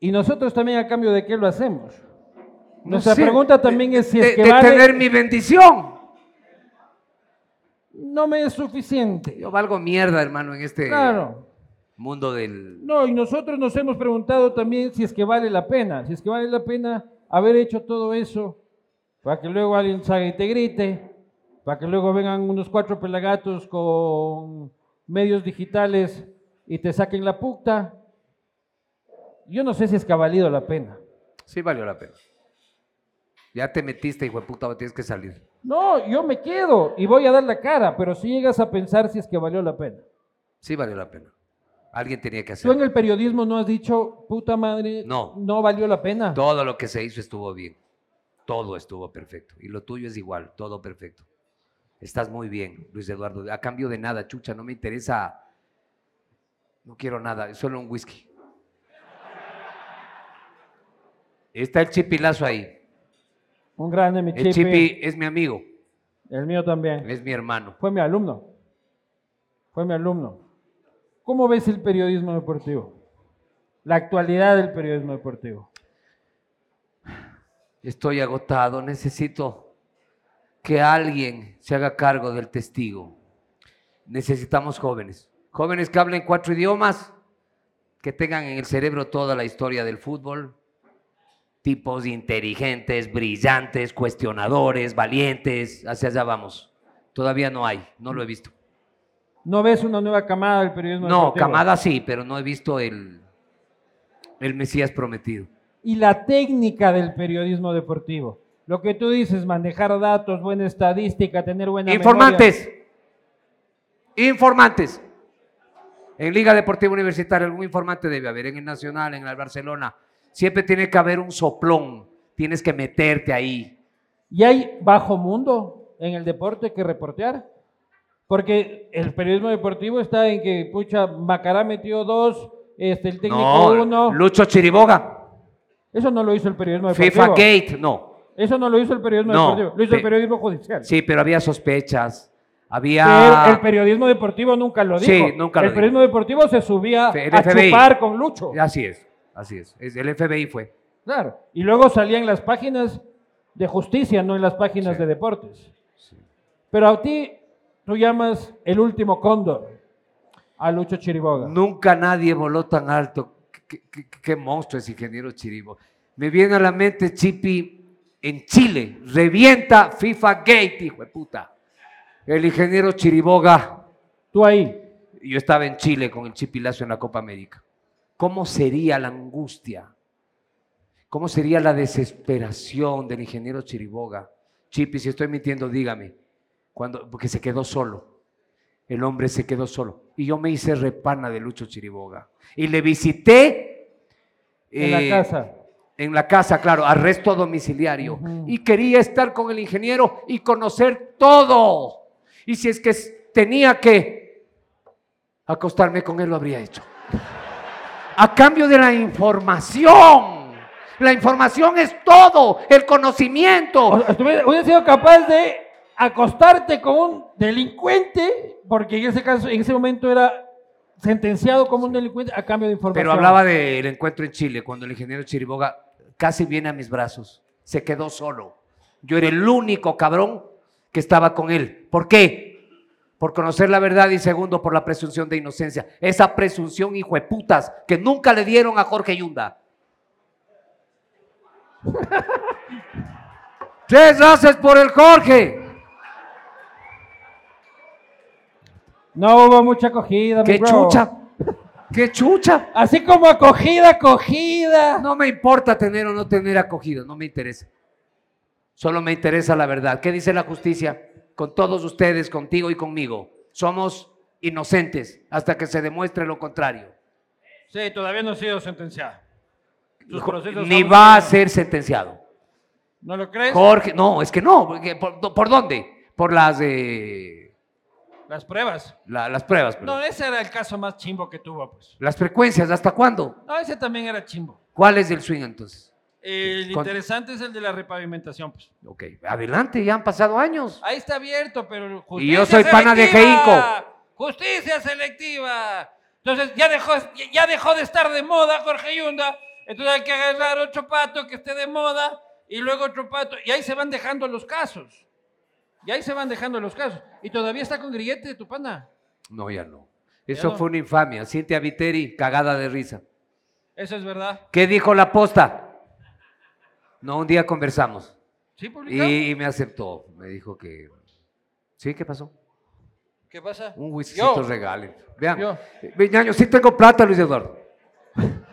Speaker 3: y nosotros también a cambio de qué lo hacemos.
Speaker 2: No
Speaker 3: Nuestra
Speaker 2: sé,
Speaker 3: pregunta también es si
Speaker 2: de,
Speaker 3: es que
Speaker 2: de
Speaker 3: vale-
Speaker 2: tener mi bendición.
Speaker 3: No me es suficiente.
Speaker 2: Yo valgo mierda, hermano, en este
Speaker 3: Claro.
Speaker 2: mundo del...
Speaker 3: No, y nosotros nos hemos preguntado también si es que vale la pena, si es que vale la pena haber hecho todo eso para que luego alguien salga y te grite, para que luego vengan unos cuatro pelagatos con medios digitales y te saquen la puta. Yo no sé si es que ha valido la pena.
Speaker 2: Sí valió la pena. Ya te metiste, hijo de puta, tienes que salir.
Speaker 3: No, yo me quedo y voy a dar la cara, pero si llegas a pensar si es que valió la pena.
Speaker 2: Sí valió la pena. Alguien tenía que
Speaker 3: Tú en
Speaker 2: hacerlo.
Speaker 3: el periodismo no has dicho, puta madre,
Speaker 2: No.
Speaker 3: no valió la pena.
Speaker 2: Todo lo que se hizo estuvo bien. Todo estuvo perfecto. Y lo tuyo es igual, todo perfecto. Estás muy bien, Luis Eduardo. A cambio de nada, chucha, no me interesa. No quiero nada, solo un whisky. Está el chipilazo ahí.
Speaker 3: Un grande, mi
Speaker 2: El chipi es mi amigo,
Speaker 3: El mío también.
Speaker 2: es mi hermano.
Speaker 3: Fue mi alumno. Fue mi alumno. ¿Cómo ves el periodismo deportivo? La actualidad del periodismo deportivo.
Speaker 2: Estoy agotado, necesito que alguien se haga cargo del testigo. Necesitamos jóvenes, jóvenes que hablen cuatro idiomas, que tengan en el cerebro toda la historia del fútbol, tipos inteligentes, brillantes, cuestionadores, valientes, hacia allá vamos. Todavía no hay, no lo he visto.
Speaker 3: ¿No ves una nueva camada del periodismo
Speaker 2: No,
Speaker 3: deportivo?
Speaker 2: Camada sí, pero no he visto el, el Mesías prometido.
Speaker 3: Y la técnica del periodismo deportivo. Lo que tú dices, manejar datos, buena estadística, tener buena memoria.
Speaker 2: Informantes. Informantes. En Liga Deportiva Universitaria algún informante debe haber, en el Nacional, en el Barcelona. Siempre tiene que haber un soplón. Tienes que meterte ahí.
Speaker 3: ¿Y hay bajo mundo en el deporte que reportear? Porque el periodismo deportivo está en que, pucha, Macará metió dos, este, el técnico uno.
Speaker 2: Lucho Chiriboga,
Speaker 3: Eso no lo hizo el periodismo deportivo.
Speaker 2: FIFA Gate, no.
Speaker 3: Eso no lo hizo el periodismo
Speaker 2: No,
Speaker 3: deportivo, lo hizo el
Speaker 2: pe-
Speaker 3: periodismo judicial.
Speaker 2: Sí, pero había sospechas,
Speaker 3: Pero
Speaker 2: había...
Speaker 3: el periodismo deportivo nunca lo dijo.
Speaker 2: Sí, nunca lo
Speaker 3: el
Speaker 2: dijo.
Speaker 3: periodismo deportivo se subía
Speaker 2: El
Speaker 3: a
Speaker 2: FBI.
Speaker 3: chupar con Lucho.
Speaker 2: Así es, así es. Es- El FBI fue.
Speaker 3: Claro. Y luego salían las páginas de justicia, no en las páginas
Speaker 2: Sí.
Speaker 3: de deportes. Pero a ti tú llamas el último cóndor a Lucho Chiriboga.
Speaker 2: Nunca nadie voló tan alto. Qué, qué- qué- qué monstruo es ingeniero Chiriboga. Me viene a la mente Chipi en Chile. Revienta FIFA Gate, hijo de puta. El ingeniero Chiriboga.
Speaker 3: Tú ahí.
Speaker 2: Yo estaba en Chile con el Chipilazo en la Copa América. ¿Cómo sería la angustia? ¿Cómo sería la desesperación del ingeniero Chiriboga? Chipi, si estoy mintiendo, dígame. Cuando, porque se quedó solo. El hombre se quedó solo. Y yo me hice repana de Lucho Chiriboga. Y le visité.
Speaker 3: En la
Speaker 2: eh,
Speaker 3: casa.
Speaker 2: En la casa, claro, arresto domiciliario.
Speaker 3: Ujú.
Speaker 2: Y quería estar con el ingeniero y conocer todo. Y si es que s- tenía que acostarme con él, lo habría hecho. A cambio de la información. La información es todo, el conocimiento.
Speaker 3: O- estuve- Hubiera sido capaz de acostarte con un delincuente, porque en ese caso, en ese momento era sentenciado como un delincuente a cambio de información.
Speaker 2: Pero hablaba del encuentro en Chile, cuando el ingeniero Chiriboga casi viene a mis brazos. Se quedó solo. Yo era el único cabrón que estaba con él. ¿Por qué? Por conocer la verdad y segundo, por la presunción de inocencia. Esa presunción, hijo de putas, que nunca le dieron a Jorge Yunda. ¡Tres gracias por el Jorge!
Speaker 3: No hubo mucha acogida. mi
Speaker 2: ¡Qué
Speaker 3: bro.
Speaker 2: chucha! ¡Qué chucha!
Speaker 3: Así como acogida, acogida.
Speaker 2: No me importa tener o no tener acogido, no me interesa. Solo me interesa la verdad. ¿Qué dice la justicia? Con todos ustedes, contigo y conmigo. Somos inocentes hasta que se demuestre lo contrario.
Speaker 3: Sí, todavía no ha sido sentenciado. Sus procesos
Speaker 2: Ni
Speaker 3: aún
Speaker 2: va a
Speaker 3: no-
Speaker 2: ser sentenciado.
Speaker 3: ¿No lo crees?
Speaker 2: Jorge, no, es que no. porque ¿Por, por dónde? Por las, eh,
Speaker 3: Las pruebas.
Speaker 2: la- las pruebas. perdón.
Speaker 3: No, ese era el caso más chimbo que tuvo, pues.
Speaker 2: Las frecuencias, ¿hasta cuándo?
Speaker 3: No, ese también era chimbo.
Speaker 2: ¿Cuál es el swing entonces?
Speaker 3: El
Speaker 2: Con-
Speaker 3: interesante es el de la repavimentación, pues.
Speaker 2: Ok, adelante, ya han pasado años.
Speaker 3: Ahí está abierto, pero justicia
Speaker 2: Y yo soy pana de
Speaker 3: selectiva. Justicia selectiva. Entonces ya dejó, ya dejó de estar de moda Jorge Yunda. Entonces hay que agarrar otro pato que esté de moda y luego otro pato. Y ahí se van dejando los casos. Y ahí se van dejando los casos. Y todavía está con grillete tu pana.
Speaker 2: No, ya no. Eso
Speaker 3: no.
Speaker 2: fue una infamia. Cintia Viteri, cagada de risa.
Speaker 3: Eso es verdad.
Speaker 2: ¿Qué dijo la posta? No, un día conversamos
Speaker 3: ¿Sí, publicado?
Speaker 2: y, y me aceptó. Me dijo que. ¿Sí? ¿Qué pasó?
Speaker 3: ¿Qué pasa?
Speaker 2: Un whiskycito
Speaker 3: Yo.
Speaker 2: regalen. Vean.
Speaker 3: Yo.
Speaker 2: Eh, ve, ñaño, sí tengo plata, Luis Eduardo.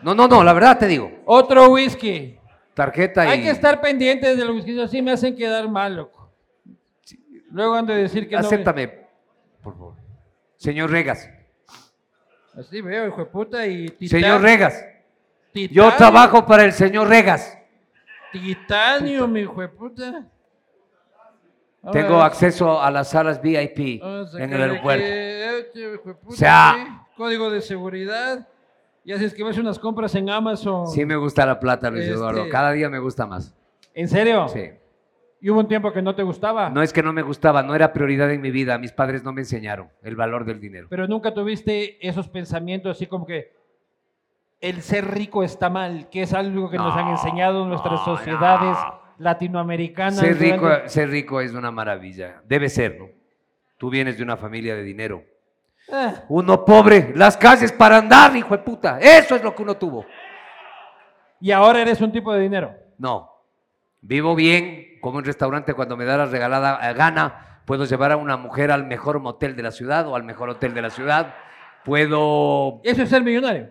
Speaker 2: No, no, no, la verdad te digo.
Speaker 3: Otro whisky.
Speaker 2: Tarjeta y.
Speaker 3: Hay que estar pendientes de los whiskies. Así me hacen quedar mal, loco. Luego han de decir que no-
Speaker 2: Acéptame, por favor. Señor Regas.
Speaker 3: Así veo, hijo de puta, y Titan-
Speaker 2: Señor Regas.
Speaker 3: Titanio-
Speaker 2: Yo trabajo para el señor Regas.
Speaker 3: Titanio, mi hijo de puta. Ahora
Speaker 2: Tengo
Speaker 3: es-
Speaker 2: acceso a las salas VIP
Speaker 3: ahora es
Speaker 2: en
Speaker 3: aquel
Speaker 2: el
Speaker 3: de
Speaker 2: aeropuerto.
Speaker 3: Ah, que, eh, tío, hijo de puta,
Speaker 2: sea-
Speaker 3: sí, Código de seguridad. Y así es que vas a hacer unas compras en Amazon.
Speaker 2: Sí me gusta la plata, Luis
Speaker 3: Este-
Speaker 2: Eduardo. Cada día me gusta más.
Speaker 3: ¿En serio?
Speaker 2: Sí.
Speaker 3: Y hubo un tiempo que no te gustaba.
Speaker 2: No es que no me gustaba, no era prioridad en mi vida. Mis padres no me enseñaron el valor del dinero.
Speaker 3: Pero nunca tuviste esos pensamientos así como que el ser rico está mal, que es algo que nos han
Speaker 2: No,
Speaker 3: enseñado nuestras
Speaker 2: no,
Speaker 3: sociedades
Speaker 2: no.
Speaker 3: latinoamericanas.
Speaker 2: Ser rico,
Speaker 3: durante-
Speaker 2: ser rico es una maravilla. Debe serlo. Tú vienes de una familia de dinero.
Speaker 3: Ah,
Speaker 2: Uno pobre, las calles para andar, hijo de puta. Eso es lo que uno tuvo.
Speaker 3: y ahora eres un tipo de dinero.
Speaker 2: No. Vivo bien, como un restaurante cuando me da la regalada eh, gana. Puedo llevar a una mujer al mejor motel de la ciudad o al mejor hotel de la ciudad. Puedo.
Speaker 3: Eso es ser millonario.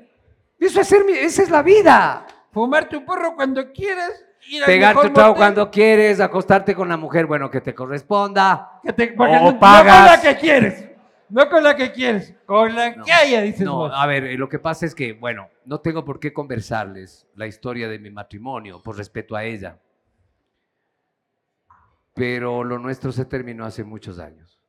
Speaker 2: Eso es ser mi- Esa es la vida.
Speaker 3: Fumarte un porro cuando quieras. Ir al
Speaker 2: Pegar
Speaker 3: mejor
Speaker 2: tu trago
Speaker 3: motel,
Speaker 2: cuando quieres, acostarte con la mujer, bueno, que te corresponda.
Speaker 3: que te- porque
Speaker 2: o
Speaker 3: no, no con
Speaker 2: pagas.
Speaker 3: la que quieres. No con la que quieres. Con la
Speaker 2: No,
Speaker 3: que haya, dices
Speaker 2: no,
Speaker 3: vos.
Speaker 2: a ver, eh, lo que pasa es que, bueno, no tengo por qué conversarles la historia de mi matrimonio por respeto a ella. Pero lo nuestro se terminó hace muchos años.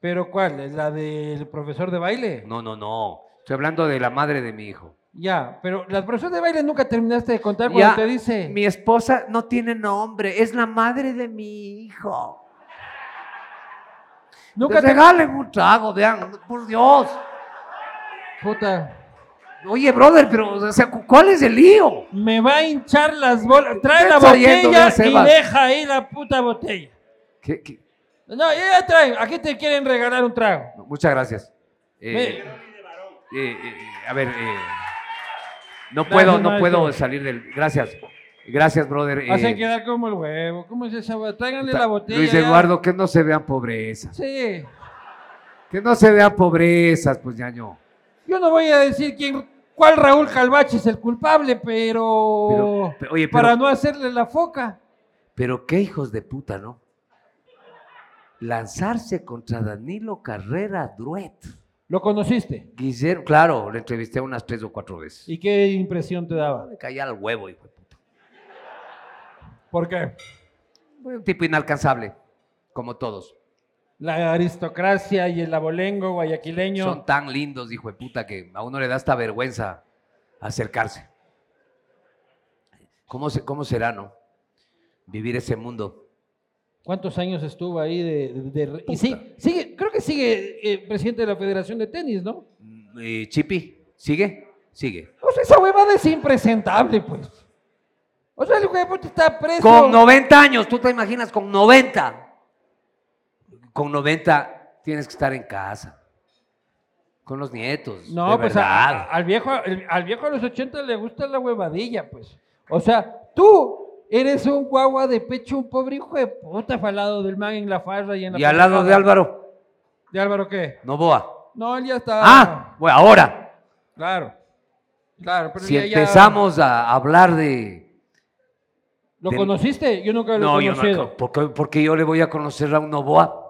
Speaker 3: ¿Pero cuál? ¿La del profesor de baile?
Speaker 2: No, no, no. Estoy hablando de la madre de mi hijo.
Speaker 3: Ya, pero la profesor de baile nunca terminaste de contar cuando
Speaker 2: Ya,
Speaker 3: te dice.
Speaker 2: Mi esposa no tiene nombre, es la madre de mi hijo.
Speaker 3: Nunca
Speaker 2: Les
Speaker 3: te.
Speaker 2: regalen un trago, vean, por Dios.
Speaker 3: Puta.
Speaker 2: Oye, brother, pero o sea, cu- ¿cuál es el lío?
Speaker 3: Me va a hinchar las bolas. Trae
Speaker 2: Te
Speaker 3: la
Speaker 2: está yendo,
Speaker 3: botella
Speaker 2: ya, Sebas.
Speaker 3: y deja ahí la puta botella.
Speaker 2: ¿Qué- qué?
Speaker 3: No, ya trae. Aquí te quieren regalar un trago.
Speaker 2: No, Muchas gracias.
Speaker 3: Ve.
Speaker 2: Eh, eh, eh, a ver, eh, no puedo,
Speaker 3: Gracias,
Speaker 2: no
Speaker 3: maestro.
Speaker 2: puedo salir del. Gracias, gracias, brother. eh,
Speaker 3: Hacen quedar como el huevo. ¿Cómo es esa? bo- Tráiganle
Speaker 2: ta-
Speaker 3: la botella.
Speaker 2: Luis
Speaker 3: ya.
Speaker 2: Eduardo, que no se vean pobrezas,
Speaker 3: Sí.
Speaker 2: que no se vean pobrezas, pues ñaño.
Speaker 3: Yo no voy a decir quién, cuál Raúl Calvache es el culpable, pero,
Speaker 2: Pero- pero- oye, pero-
Speaker 3: Oh, para no hacerle la foca.
Speaker 2: Pero qué hijos de puta, ¿no? Lanzarse contra Danilo Carrera Druet.
Speaker 3: Lo conociste.
Speaker 2: Guillermo, claro, le entrevisté unas tres o cuatro veces.
Speaker 3: ¿Y qué impresión te daba?
Speaker 2: Me caía al huevo, hijo de puta.
Speaker 3: ¿Por qué?
Speaker 2: Un tipo inalcanzable, como todos.
Speaker 3: La aristocracia y el abolengo guayaquileño.
Speaker 2: Son tan lindos, hijo de puta, que a uno le da hasta vergüenza acercarse. ¿Cómo, se- cómo será, no? Vivir ese mundo.
Speaker 3: ¿Cuántos años estuvo ahí de... de- de- y
Speaker 2: Puta.
Speaker 3: sí, sigue, creo que sigue eh, presidente de la Federación de Tenis, ¿no?
Speaker 2: Mm, eh, Chipi, ¿sigue? Sigue.
Speaker 3: O sea, esa huevada es impresentable, pues. O sea, el hijo de puta está preso.
Speaker 2: Con 90 años, tú te imaginas, con 90. Con 90 tienes que estar en casa. Con los nietos.
Speaker 3: No,
Speaker 2: de
Speaker 3: pues a-
Speaker 2: verdad.
Speaker 3: a- al viejo, el- al viejo de los 80 le gusta la huevadilla, pues. O sea, tú eres un guagua de pecho, un pobre hijo de puta falado del man en la farra y en la
Speaker 2: y al lado de
Speaker 3: pendejada.
Speaker 2: Álvaro,
Speaker 3: ¿De Álvaro qué?
Speaker 2: Novoa.
Speaker 3: No, él ya está.
Speaker 2: Ah, bueno, ahora.
Speaker 3: Claro. Claro, pero
Speaker 2: Si
Speaker 3: ya- ya-
Speaker 2: empezamos a hablar de
Speaker 3: ¿Lo
Speaker 2: del-
Speaker 3: conociste? Yo nunca lo
Speaker 2: No,
Speaker 3: he
Speaker 2: yo
Speaker 3: conocido.
Speaker 2: no. ¿Por qué, por qué yo le voy a conocer a un Novoa?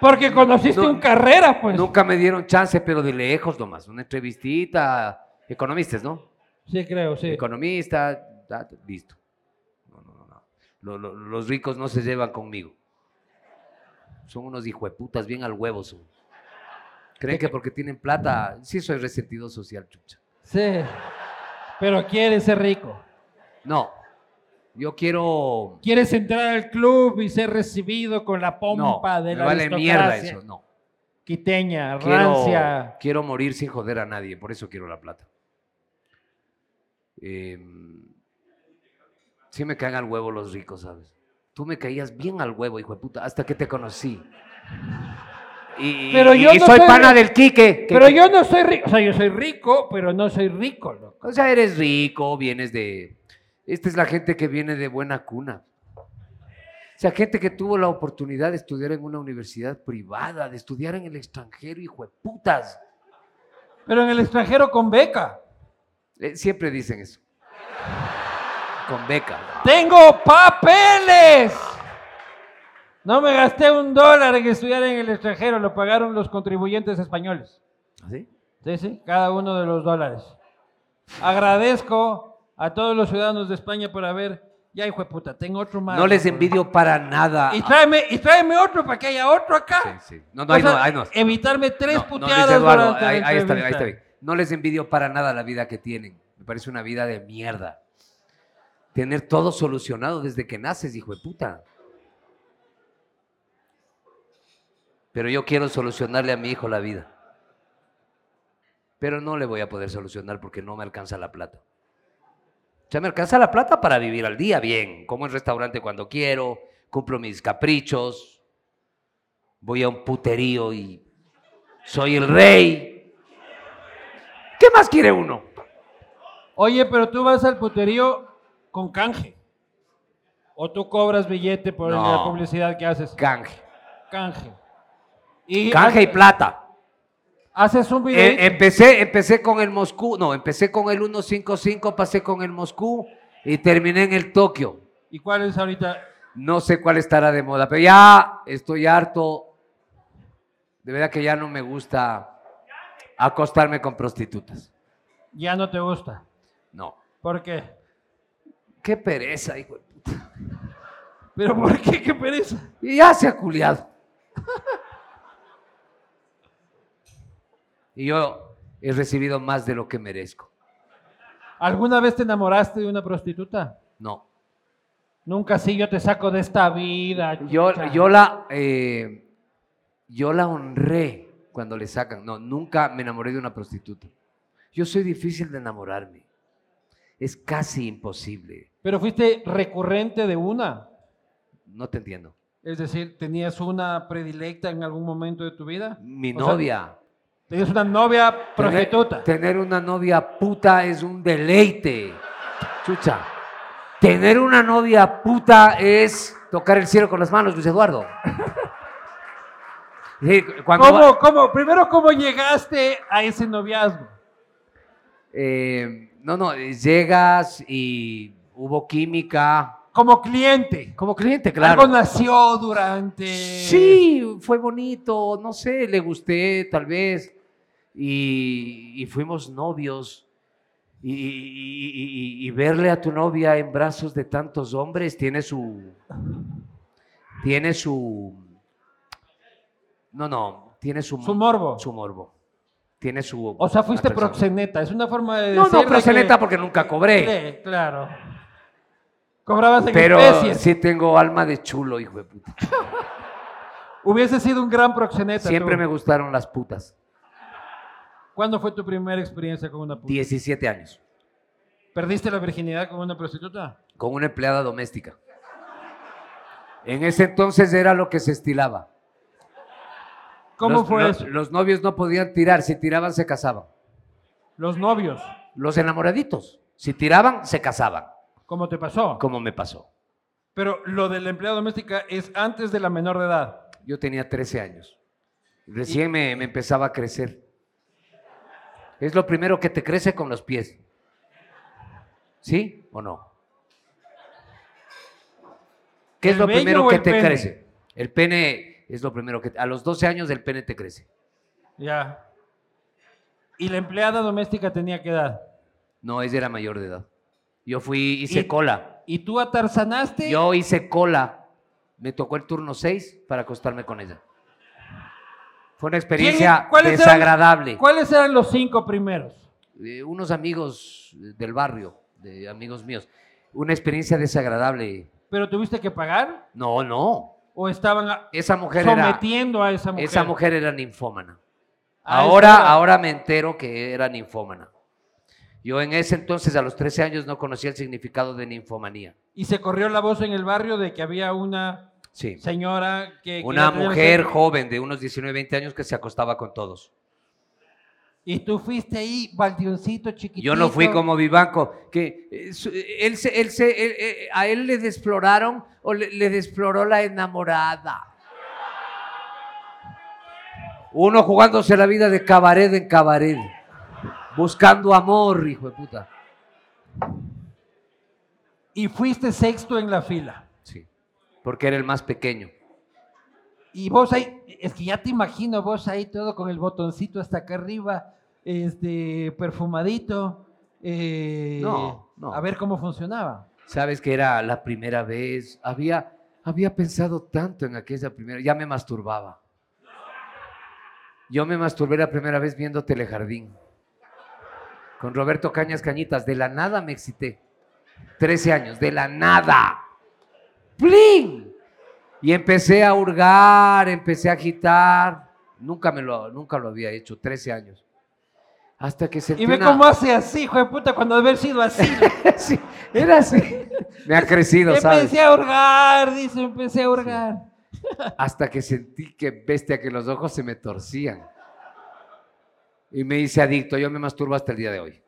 Speaker 3: Porque conociste
Speaker 2: No.
Speaker 3: un carrera, pues.
Speaker 2: Nunca me dieron chance, pero de lejos nomás. Una entrevistita. Economistas, ¿no?
Speaker 3: Sí, creo, sí.
Speaker 2: Economista, ta, ta, listo. No, no, no. no. Lo- lo- los ricos no se llevan conmigo. Son unos hijueputas, bien al huevo son. Creen que porque tienen plata. Sí, soy resentido social, chucha.
Speaker 3: Sí. Pero quieres ser rico.
Speaker 2: No. Yo quiero.
Speaker 3: Quieres entrar al club y ser recibido con la
Speaker 2: No,
Speaker 3: pompa de
Speaker 2: me
Speaker 3: la
Speaker 2: vale mierda
Speaker 3: aristocracia.
Speaker 2: eso. No.
Speaker 3: quiteña,
Speaker 2: Quiero,
Speaker 3: rancia.
Speaker 2: quiero morir sin joder a nadie, por eso quiero la plata. Em, sí me caen al huevo los ricos, ¿sabes? Tú me caías bien al huevo, hijo de puta, hasta que te conocí. Y,
Speaker 3: Pero
Speaker 2: y-
Speaker 3: yo
Speaker 2: y
Speaker 3: no
Speaker 2: soy
Speaker 3: soy
Speaker 2: pana
Speaker 3: ri-
Speaker 2: del Quique. que-
Speaker 3: Pero yo no soy rico, o sea, yo soy rico, pero no soy rico, loco.
Speaker 2: O sea, eres rico, vienes de... Esta es la gente que viene de buena cuna. O sea, gente que tuvo la oportunidad de estudiar en una universidad privada, de estudiar en el extranjero, hijo de putas.
Speaker 3: Pero en el extranjero con beca.
Speaker 2: Eh, siempre dicen eso. Con beca.
Speaker 3: ¡Tengo papeles! No me gasté un dólar en estudiar en el extranjero, lo pagaron los contribuyentes españoles.
Speaker 2: ¿Así?
Speaker 3: Sí, sí, cada uno de los dólares. Agradezco a todos los ciudadanos de España por haber. Ya, hijo de puta, tengo otro más.
Speaker 2: No les
Speaker 3: loco.
Speaker 2: envidio para nada. Ah,
Speaker 3: Y tráeme, y tráeme otro para que haya otro acá.
Speaker 2: Sí, sí. No, no, ahí
Speaker 3: O sea,
Speaker 2: no, ahí no. No,
Speaker 3: Evitarme tres
Speaker 2: no, Luis
Speaker 3: puteadas
Speaker 2: Eduardo,
Speaker 3: durante la
Speaker 2: ahí, ahí está bien, ahí
Speaker 3: entrevista.
Speaker 2: está bien. No les envidio para nada la vida que tienen. Me parece una vida de mierda. Tener todo solucionado desde que naces, hijo de puta. Pero yo quiero solucionarle a mi hijo la vida. Pero no le voy a poder solucionar porque no me alcanza la plata. O sea, me alcanza la plata para vivir al día bien. Como en restaurante cuando quiero, cumplo mis caprichos, voy a un puterío y soy el rey. ¿Qué más quiere uno?
Speaker 3: Oye, pero tú vas al puterío con canje. O tú cobras billete por
Speaker 2: No.
Speaker 3: la publicidad que haces.
Speaker 2: Canje.
Speaker 3: Canje. Y
Speaker 2: Canje y eh,
Speaker 3: ha-
Speaker 2: plata.
Speaker 3: Haces un video.
Speaker 2: Eh, empecé, empecé con el Moscú, no, empecé con el 155, pasé con el Moscú y terminé en el Tokio.
Speaker 3: ¿Y cuál es ahorita?
Speaker 2: No sé cuál estará de moda, pero ya estoy harto. De verdad que ya no me gusta acostarme con prostitutas.
Speaker 3: Ya no te gusta.
Speaker 2: No.
Speaker 3: ¿Por qué?
Speaker 2: Qué pereza, hijo de puta.
Speaker 3: ¿Pero por qué? ¿Qué pereza?
Speaker 2: Y ya se ha culiado. Y yo he recibido más de lo que merezco.
Speaker 3: ¿Alguna vez te enamoraste de una prostituta?
Speaker 2: No.
Speaker 3: Nunca sí, yo te saco de esta vida.
Speaker 2: Yo,
Speaker 3: chucha.
Speaker 2: yo, la, eh, yo la honré cuando le sacan. No, nunca me enamoré de una prostituta. Yo soy difícil de enamorarme. Es casi imposible.
Speaker 3: Pero fuiste recurrente de una.
Speaker 2: No te entiendo.
Speaker 3: Es decir, ¿tenías una predilecta en algún momento de tu vida?
Speaker 2: Mi
Speaker 3: O sea,
Speaker 2: novia.
Speaker 3: ¿Tenías una novia
Speaker 2: tener-
Speaker 3: prostituta?
Speaker 2: Tener una novia puta es un deleite. Chucha. Tener una novia puta es tocar el cielo con las manos, Luis Eduardo. Sí, cuando va-
Speaker 3: ¿Cómo, cómo? Primero, ¿cómo llegaste a ese noviazgo?
Speaker 2: Eh, no, no, eh, llegas y hubo química.
Speaker 3: Como cliente.
Speaker 2: Como cliente, claro.
Speaker 3: Algo nació durante...
Speaker 2: Sí, Eh, fue bonito, no sé, le gusté tal vez. Y, y fuimos novios. Y, y- y- y verle a tu novia en brazos de tantos hombres tiene su... Tiene su... No, no, tiene su...
Speaker 3: Su morbo.
Speaker 2: Su morbo. Tiene su...
Speaker 3: O sea, fuiste
Speaker 2: atracción.
Speaker 3: proxeneta. Es una forma de
Speaker 2: No,
Speaker 3: decirle
Speaker 2: no,
Speaker 3: que-
Speaker 2: proxeneta porque nunca cobré.
Speaker 3: Sí, claro. Cobrabas en
Speaker 2: Pero
Speaker 3: especies.
Speaker 2: sí tengo alma de chulo, hijo de puta.
Speaker 3: Hubiese sido un gran proxeneta.
Speaker 2: Siempre
Speaker 3: tú.
Speaker 2: me gustaron las putas.
Speaker 3: ¿Cuándo fue tu primera experiencia con una puta?
Speaker 2: 17 años,
Speaker 3: ¿Perdiste la virginidad con una prostituta?
Speaker 2: con una empleada doméstica. En ese entonces era lo que se estilaba.
Speaker 3: ¿Cómo
Speaker 2: Los-
Speaker 3: fue
Speaker 2: lo-
Speaker 3: eso?
Speaker 2: Los novios no podían tirar, si tiraban se casaban.
Speaker 3: Los novios,
Speaker 2: Los enamoraditos, si tiraban se casaban,
Speaker 3: ¿cómo te pasó?
Speaker 2: como me pasó.
Speaker 3: Pero lo de la empleada doméstica es antes de la menor de edad.
Speaker 2: Yo tenía 13 años. Recién me, me empezaba a crecer. Es lo primero que te crece con los pies. ¿Sí o no? ¿Qué es
Speaker 3: ¿El
Speaker 2: lo
Speaker 3: vello
Speaker 2: primero
Speaker 3: o
Speaker 2: que
Speaker 3: el
Speaker 2: te
Speaker 3: pene?
Speaker 2: crece? El pene es lo primero que... A los 12 años el pene te crece.
Speaker 3: Ya. ¿Y la empleada doméstica tenía qué edad?
Speaker 2: No, ella era mayor de edad. Yo fui, hice
Speaker 3: ¿Y-
Speaker 2: cola.
Speaker 3: ¿Y tú atarzanaste?
Speaker 2: Yo hice cola. Me tocó el turno 6 para acostarme con ella. Fue una
Speaker 3: ¿Quién-
Speaker 2: experiencia
Speaker 3: cuáles eran-
Speaker 2: desagradable.
Speaker 3: ¿Cuáles eran los cinco primeros?
Speaker 2: eh, unos amigos eh, del barrio, de amigos míos, una experiencia desagradable.
Speaker 3: ¿Pero tuviste que pagar?
Speaker 2: No, no.
Speaker 3: ¿O estaban a-
Speaker 2: Esa mujer era
Speaker 3: sometiendo a esa mujer?
Speaker 2: esa mujer era ninfómana.
Speaker 3: Ah, esa
Speaker 2: Ahora
Speaker 3: era-
Speaker 2: ahora me entero que era ninfómana. Yo en ese entonces a los 13 años no conocía el significado de ninfomanía.
Speaker 3: Y se corrió la voz en el barrio de que había una
Speaker 2: Sí.
Speaker 3: señora que... que
Speaker 2: Una
Speaker 3: ya tenía-
Speaker 2: mujer joven de unos 19, 20 años que se acostaba con todos.
Speaker 3: Y tú fuiste ahí, baldioncito, chiquitito.
Speaker 2: Yo no fui como Vivanco, que eh, su- él, se- él se- él- eh, a él le desploraron o le, le desploró la enamorada. Uno jugándose la vida de cabaret en cabaret, buscando amor, hijo de puta.
Speaker 3: Y fuiste sexto en la fila.
Speaker 2: Sí, porque era el más pequeño.
Speaker 3: Y vos ahí, es que ya te imagino vos ahí todo con el botoncito hasta acá arriba, este, perfumadito. eh,
Speaker 2: No, no.
Speaker 3: A ver cómo funcionaba.
Speaker 2: Sabes que era la primera vez, había, había pensado tanto en aquella primera, ya me masturbaba. Yo me masturbé la primera vez viendo Telejardín. Con Roberto Cañas Cañitas, de la nada me excité. 13 años, de la nada. ¡Plin! Y empecé a hurgar, empecé a agitar. Nunca me lo, nunca lo había hecho, 13 años. Hasta que sentí
Speaker 3: Y ve
Speaker 2: una-
Speaker 3: cómo hace así, hijo de puta, cuando haber sido así.
Speaker 2: Sí, era así. Me ha crecido, ¿sabes?
Speaker 3: empecé a hurgar, dice, empecé a hurgar.
Speaker 2: hasta que sentí que bestia que los ojos se me torcían. Y me hice adicto, yo me masturbo hasta el día de hoy.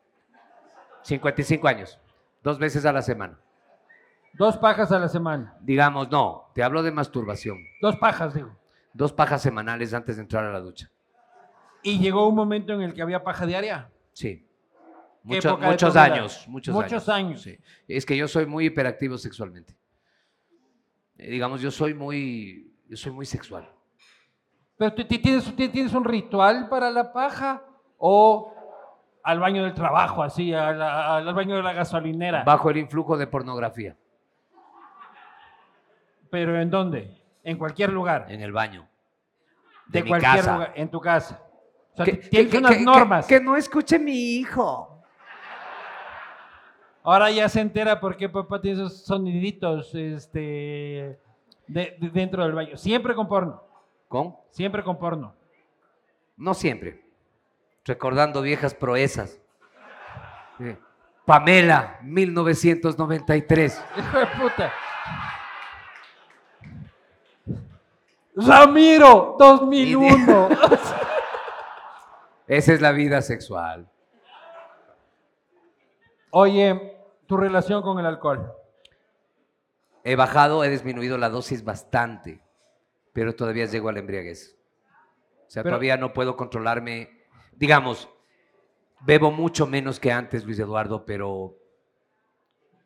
Speaker 2: 55 años, dos veces a la semana.
Speaker 3: Dos pajas a la semana.
Speaker 2: Digamos, no, te hablo de masturbación.
Speaker 3: Dos pajas, digo.
Speaker 2: Dos pajas semanales antes de entrar a la ducha.
Speaker 3: Y llegó un momento en el que había paja diaria.
Speaker 2: Sí.
Speaker 3: ¿Qué
Speaker 2: Mucho-
Speaker 3: época de
Speaker 2: muchos
Speaker 3: tu vida?
Speaker 2: años, muchos,
Speaker 3: Muchos años.
Speaker 2: Sí. Es que yo soy muy hiperactivo sexualmente. Eh, digamos, yo soy muy, yo soy muy sexual.
Speaker 3: Pero tú- tú tienes, tú tienes un ritual para la paja o al baño del trabajo, así, a la- al, baño de la gasolinera.
Speaker 2: Bajo el influjo de pornografía,
Speaker 3: Pero ¿en dónde? En cualquier lugar.
Speaker 2: en el baño, de,
Speaker 3: de
Speaker 2: mi
Speaker 3: cualquier
Speaker 2: casa.
Speaker 3: lugar, en tu casa. O sea,
Speaker 2: Que-
Speaker 3: tienes
Speaker 2: que-
Speaker 3: unas
Speaker 2: que- que-
Speaker 3: normas.
Speaker 2: Que, no escuche mi hijo.
Speaker 3: Ahora ya se entera por qué papá tiene esos soniditos este, de- de dentro del baño. Siempre con porno.
Speaker 2: ¿Con?
Speaker 3: Siempre con porno.
Speaker 2: No siempre. Recordando viejas proezas. Sí. Pamela, 1993.
Speaker 3: Hijo de puta. Ramiro 2001.
Speaker 2: Esa es la vida sexual.
Speaker 3: Oye, tu relación con el alcohol.
Speaker 2: He bajado, he disminuido la dosis bastante, pero todavía llego a la embriaguez. O sea,
Speaker 3: Pero-
Speaker 2: todavía no puedo controlarme. Digamos, bebo mucho menos que antes, Luis Eduardo, pero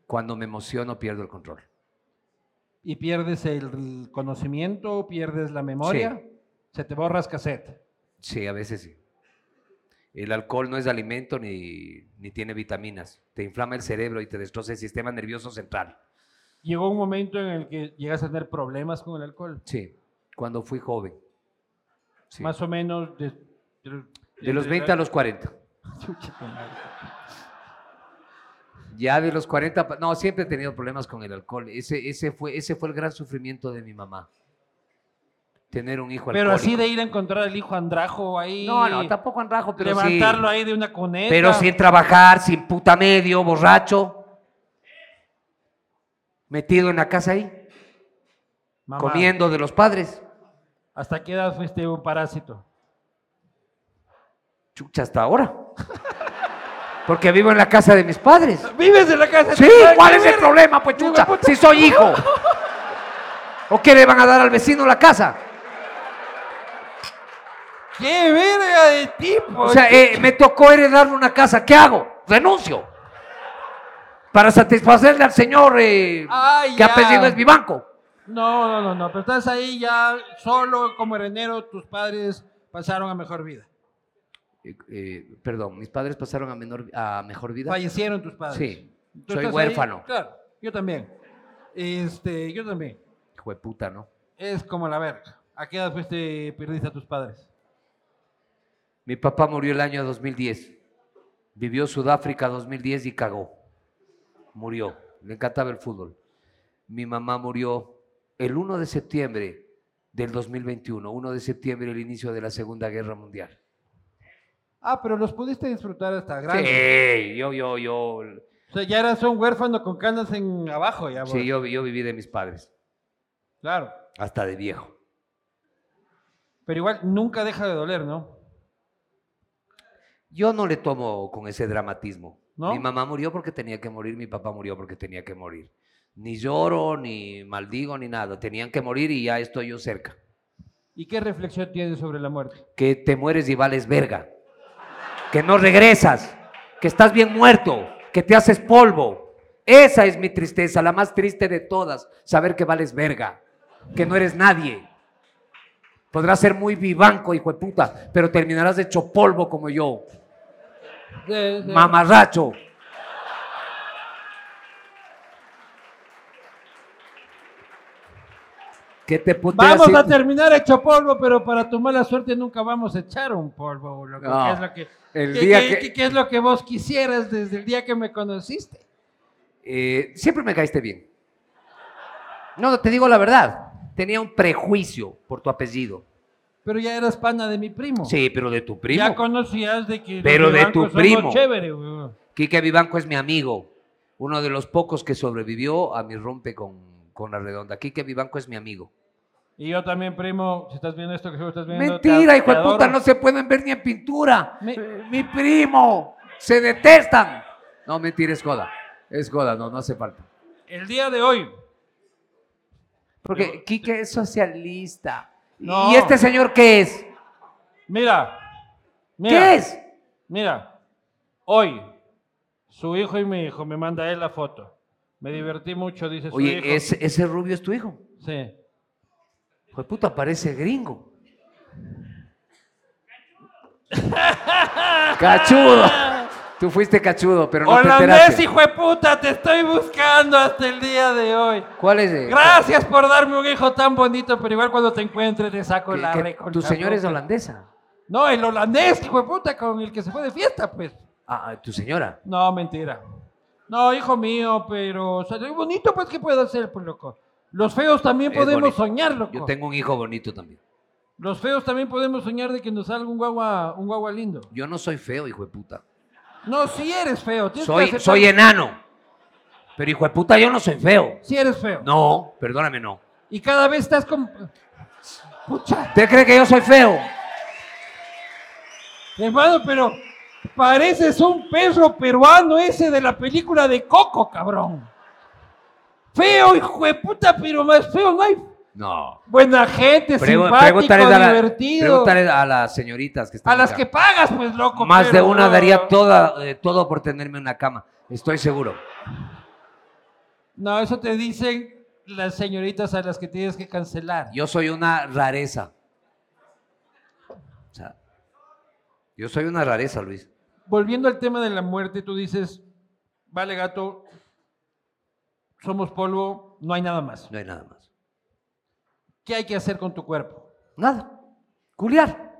Speaker 2: cuando me emociono pierdo el control.
Speaker 3: ¿Y pierdes el conocimiento? ¿Pierdes la memoria? ¿Se te borras cassette?
Speaker 2: Sí, a veces sí. El alcohol no es alimento ni, ni tiene vitaminas. Te inflama el cerebro y te destroza el sistema nervioso central.
Speaker 3: Llegó un momento en el que llegas a tener problemas con el alcohol.
Speaker 2: Sí, cuando fui joven. Sí.
Speaker 3: Más o menos de, de-
Speaker 2: de los 20 a los 40.
Speaker 3: Chucha, tu madre.
Speaker 2: Ya de los 40, pa- no, siempre he tenido problemas con el alcohol. Ese, ese, fue, ese fue el gran sufrimiento de mi mamá. Tener un hijo
Speaker 3: Pero así
Speaker 2: alcohólico.
Speaker 3: de ir a encontrar al hijo Andrajo ahí.
Speaker 2: No, no, tampoco andrajo, pero sí.
Speaker 3: levantarlo ahí de una cuneta.
Speaker 2: Pero sin trabajar, sin puta medio, borracho. Metido en la casa ahí,
Speaker 3: Mamá,
Speaker 2: comiendo de los padres.
Speaker 3: ¿Hasta qué edad fuiste un parásito?
Speaker 2: Chucha, hasta ahora. Porque vivo en la casa de mis padres.
Speaker 3: ¿Vives en la casa? de
Speaker 2: Sí,
Speaker 3: tu padre?
Speaker 2: ¿cuál es el problema, pues chucha? Si soy hijo. ¿O qué le van a dar al vecino la casa?
Speaker 3: ¡Qué verga de tipo!
Speaker 2: O sea, eh, me tocó heredarle una casa. ¿Qué hago? Renuncio. Para satisfacerle al señor eh,
Speaker 3: Ay,
Speaker 2: que
Speaker 3: ya.
Speaker 2: apellido es mi banco.
Speaker 3: No, no, no, no, pero estás ahí ya solo como herenero, tus padres pasaron a mejor vida.
Speaker 2: Eh, eh, perdón, mis padres pasaron a, menor, a mejor vida.
Speaker 3: Fallecieron tus padres.
Speaker 2: Sí,
Speaker 3: Tú
Speaker 2: soy
Speaker 3: estás ahí,
Speaker 2: huérfano.
Speaker 3: claro, yo también. Este, yo también.
Speaker 2: Hijo de puta, ¿no?
Speaker 3: Es como la verga. ¿A qué edad fuiste, perdiste a tus padres?
Speaker 2: Mi papá murió el año 2010. Vivió Sudáfrica 2010 y cagó. Murió. Le encantaba el fútbol. Mi mamá murió el 1 de septiembre del 2021. 1 de septiembre, el inicio de la Segunda Guerra Mundial.
Speaker 3: Ah, pero los pudiste disfrutar hasta grande.
Speaker 2: Sí, yo, yo, yo.
Speaker 3: O sea, ya eras un huérfano con canas en abajo, ya. vos.
Speaker 2: Sí, yo, yo viví de mis padres,
Speaker 3: Claro.
Speaker 2: hasta de viejo.
Speaker 3: Pero igual nunca deja de doler, ¿no?
Speaker 2: Yo no le tomo con ese dramatismo.
Speaker 3: ¿No?
Speaker 2: Mi mamá murió porque tenía que morir, mi papá murió porque tenía que morir. Ni lloro, ni maldigo, ni nada. Tenían que morir y ya estoy yo cerca.
Speaker 3: ¿Y qué reflexión tienes sobre la muerte?
Speaker 2: Que te mueres y vales verga. Que no regresas. Que estás bien muerto. Que te haces polvo. Esa es mi tristeza, la más triste de todas. Saber que vales verga. Que no eres nadie. Podrás ser muy vivanco, hijo de puta, pero terminarás hecho polvo como yo.
Speaker 3: Mamá.
Speaker 2: Mamarracho. ¿Qué te puteas?
Speaker 3: Vamos
Speaker 2: si-
Speaker 3: a terminar hecho polvo, pero para tu mala suerte nunca vamos a echar un polvo. loco,
Speaker 2: No,
Speaker 3: que es lo que,
Speaker 2: el
Speaker 3: que-
Speaker 2: día
Speaker 3: que-
Speaker 2: que-
Speaker 3: que- que es lo que vos quisieras desde el día que me conociste?
Speaker 2: Eh, siempre me caíste bien. No, no, te digo la verdad. Tenía un prejuicio por tu apellido.
Speaker 3: Pero ya eras pana de mi primo.
Speaker 2: Sí, pero de tu primo.
Speaker 3: Ya conocías de que. los
Speaker 2: Pero de
Speaker 3: Vivanco
Speaker 2: tu
Speaker 3: somos
Speaker 2: primo.
Speaker 3: Chévere, weón.
Speaker 2: Quique Vivanco es mi amigo, uno de los pocos que sobrevivió a mi rompe con, con la redonda. Quique Vivanco es mi amigo.
Speaker 3: Y yo también, primo, si estás viendo esto que seguro estás viendo.
Speaker 2: Mentira, hijo de puta, no
Speaker 3: sé.
Speaker 2: se pueden ver ni en pintura.
Speaker 3: Me-
Speaker 2: Eh, Mi primo, se detestan. No, mentira, es joda. Es joda, no, no hace falta.
Speaker 3: El día de hoy.
Speaker 2: Porque Quique es socialista.
Speaker 3: No.
Speaker 2: ¿Y este señor qué es?
Speaker 3: Mira. mira
Speaker 2: ¿Qué es?
Speaker 3: Mira, hoy su hijo y mi hijo me manda él la foto. Me divertí mucho, dice su hijo.
Speaker 2: Oye, ese, ese rubio es tu hijo.
Speaker 3: Sí.
Speaker 2: Hijo de puta, parece gringo. Cachudo. Tú fuiste cachudo, pero no te
Speaker 3: Holandés,
Speaker 2: enteraste.
Speaker 3: hijo de puta, te estoy buscando hasta el día de hoy.
Speaker 2: ¿Cuál es? eh?
Speaker 3: Gracias por darme un hijo tan bonito, pero igual cuando te encuentre te saco
Speaker 2: Que-
Speaker 3: la
Speaker 2: que
Speaker 3: reconcha.
Speaker 2: Tu señora es
Speaker 3: loca.
Speaker 2: holandesa.
Speaker 3: No, el holandés, hijo de puta, con el que se fue de fiesta, pues.
Speaker 2: Ah, tu señora.
Speaker 3: No, mentira. No, hijo mío, pero o sea, es bonito, pues, ¿qué puedo hacer, pues, loco? Los feos también
Speaker 2: Es
Speaker 3: podemos
Speaker 2: bonito.
Speaker 3: soñar, loco.
Speaker 2: Yo tengo un hijo bonito también.
Speaker 3: Los feos también podemos soñar de que nos salga un guagua, un guagua lindo.
Speaker 2: Yo no soy feo, hijo de puta.
Speaker 3: No, si eres feo. Tienes que
Speaker 2: Soy,
Speaker 3: aceptar-
Speaker 2: soy enano. Pero hijo de puta, yo no soy feo.
Speaker 3: Si eres feo.
Speaker 2: No, perdóname, no.
Speaker 3: Y cada vez estás con... Pucha,
Speaker 2: ¿Usted cree que yo soy feo?
Speaker 3: hermano, pero pareces un perro peruano ese de la película de Coco, cabrón. Feo, hijo de puta, pero más feo no hay.
Speaker 2: No.
Speaker 3: Buena gente,
Speaker 2: Pregu-
Speaker 3: simpático,
Speaker 2: pregúntales a, la-
Speaker 3: divertido.
Speaker 2: pregúntales a las señoritas que están
Speaker 3: a las
Speaker 2: acá.
Speaker 3: que pagas, pues, loco.
Speaker 2: Más de
Speaker 3: pero-
Speaker 2: una daría toda, eh, todo por tenerme una cama. Estoy seguro.
Speaker 3: No, eso te dicen las señoritas a las que tienes que cancelar.
Speaker 2: Yo soy una rareza. O sea, yo soy una rareza, Luis.
Speaker 3: Volviendo al tema de la muerte, tú dices, vale gato, somos polvo, no hay nada más.
Speaker 2: No hay nada más.
Speaker 3: ¿Qué hay que hacer con tu cuerpo?
Speaker 2: Nada. Culiar.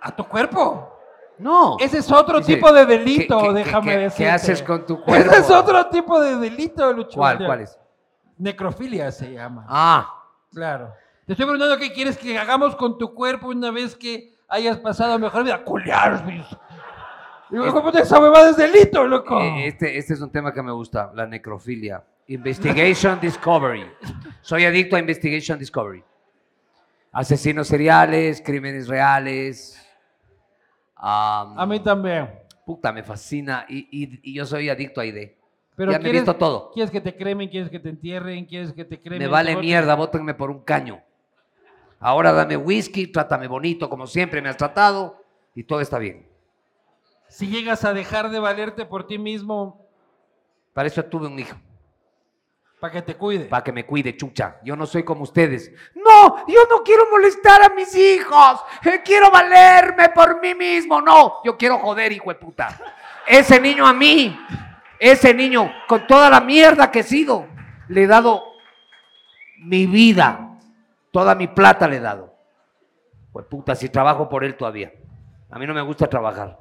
Speaker 3: ¿A tu cuerpo?
Speaker 2: No.
Speaker 3: Ese es otro
Speaker 2: Dice,
Speaker 3: tipo de
Speaker 2: ¿qué-
Speaker 3: delito,
Speaker 2: qué- qué-
Speaker 3: déjame
Speaker 2: qué- qué
Speaker 3: decirte.
Speaker 2: haces con tu cuerpo?
Speaker 3: Ese es otro tipo de delito, Lucho.
Speaker 2: ¿Cuál?
Speaker 3: Mira,
Speaker 2: ¿Cuál es?
Speaker 3: Necrofilia se llama.
Speaker 2: Ah.
Speaker 3: Claro. Te estoy preguntando qué quieres que hagamos con tu cuerpo una vez que hayas pasado a mejor vida. ¡Culear! mis! Digo,
Speaker 2: Es-
Speaker 3: ¿cómo te esa huevada es delito, loco?
Speaker 2: Eh, Este, este es un tema que me gusta, la necrofilia. Investigation Discovery. Soy adicto a Investigation Discovery. Asesinos seriales, crímenes reales. am,
Speaker 3: A mí también.
Speaker 2: Puta, me fascina. Y, y- y yo soy adicto a ID.
Speaker 3: Pero
Speaker 2: ya me he
Speaker 3: quieres-
Speaker 2: visto todo.
Speaker 3: ¿Quieres que te cremen? ¿Quieres que te entierren? ¿Quieres que te cremen?
Speaker 2: Me vale
Speaker 3: Luego te-
Speaker 2: mierda, bótenme por un caño. Ahora dame whisky, trátame bonito como siempre me has tratado y todo está bien.
Speaker 3: Si llegas a dejar de valerte por ti mismo,
Speaker 2: Para eso tuve un hijo.
Speaker 3: para que te cuide.
Speaker 2: para que me cuide, chucha. Yo no soy como ustedes. No, yo no quiero molestar a mis hijos. Eh, Quiero valerme por mí mismo. No, yo quiero joder, hijo de puta. Ese niño a mí, ese niño, con toda la mierda que he sido, le he dado mi vida. Toda mi plata le he dado. Pues puta, si trabajo por él todavía. A mí no me gusta trabajar.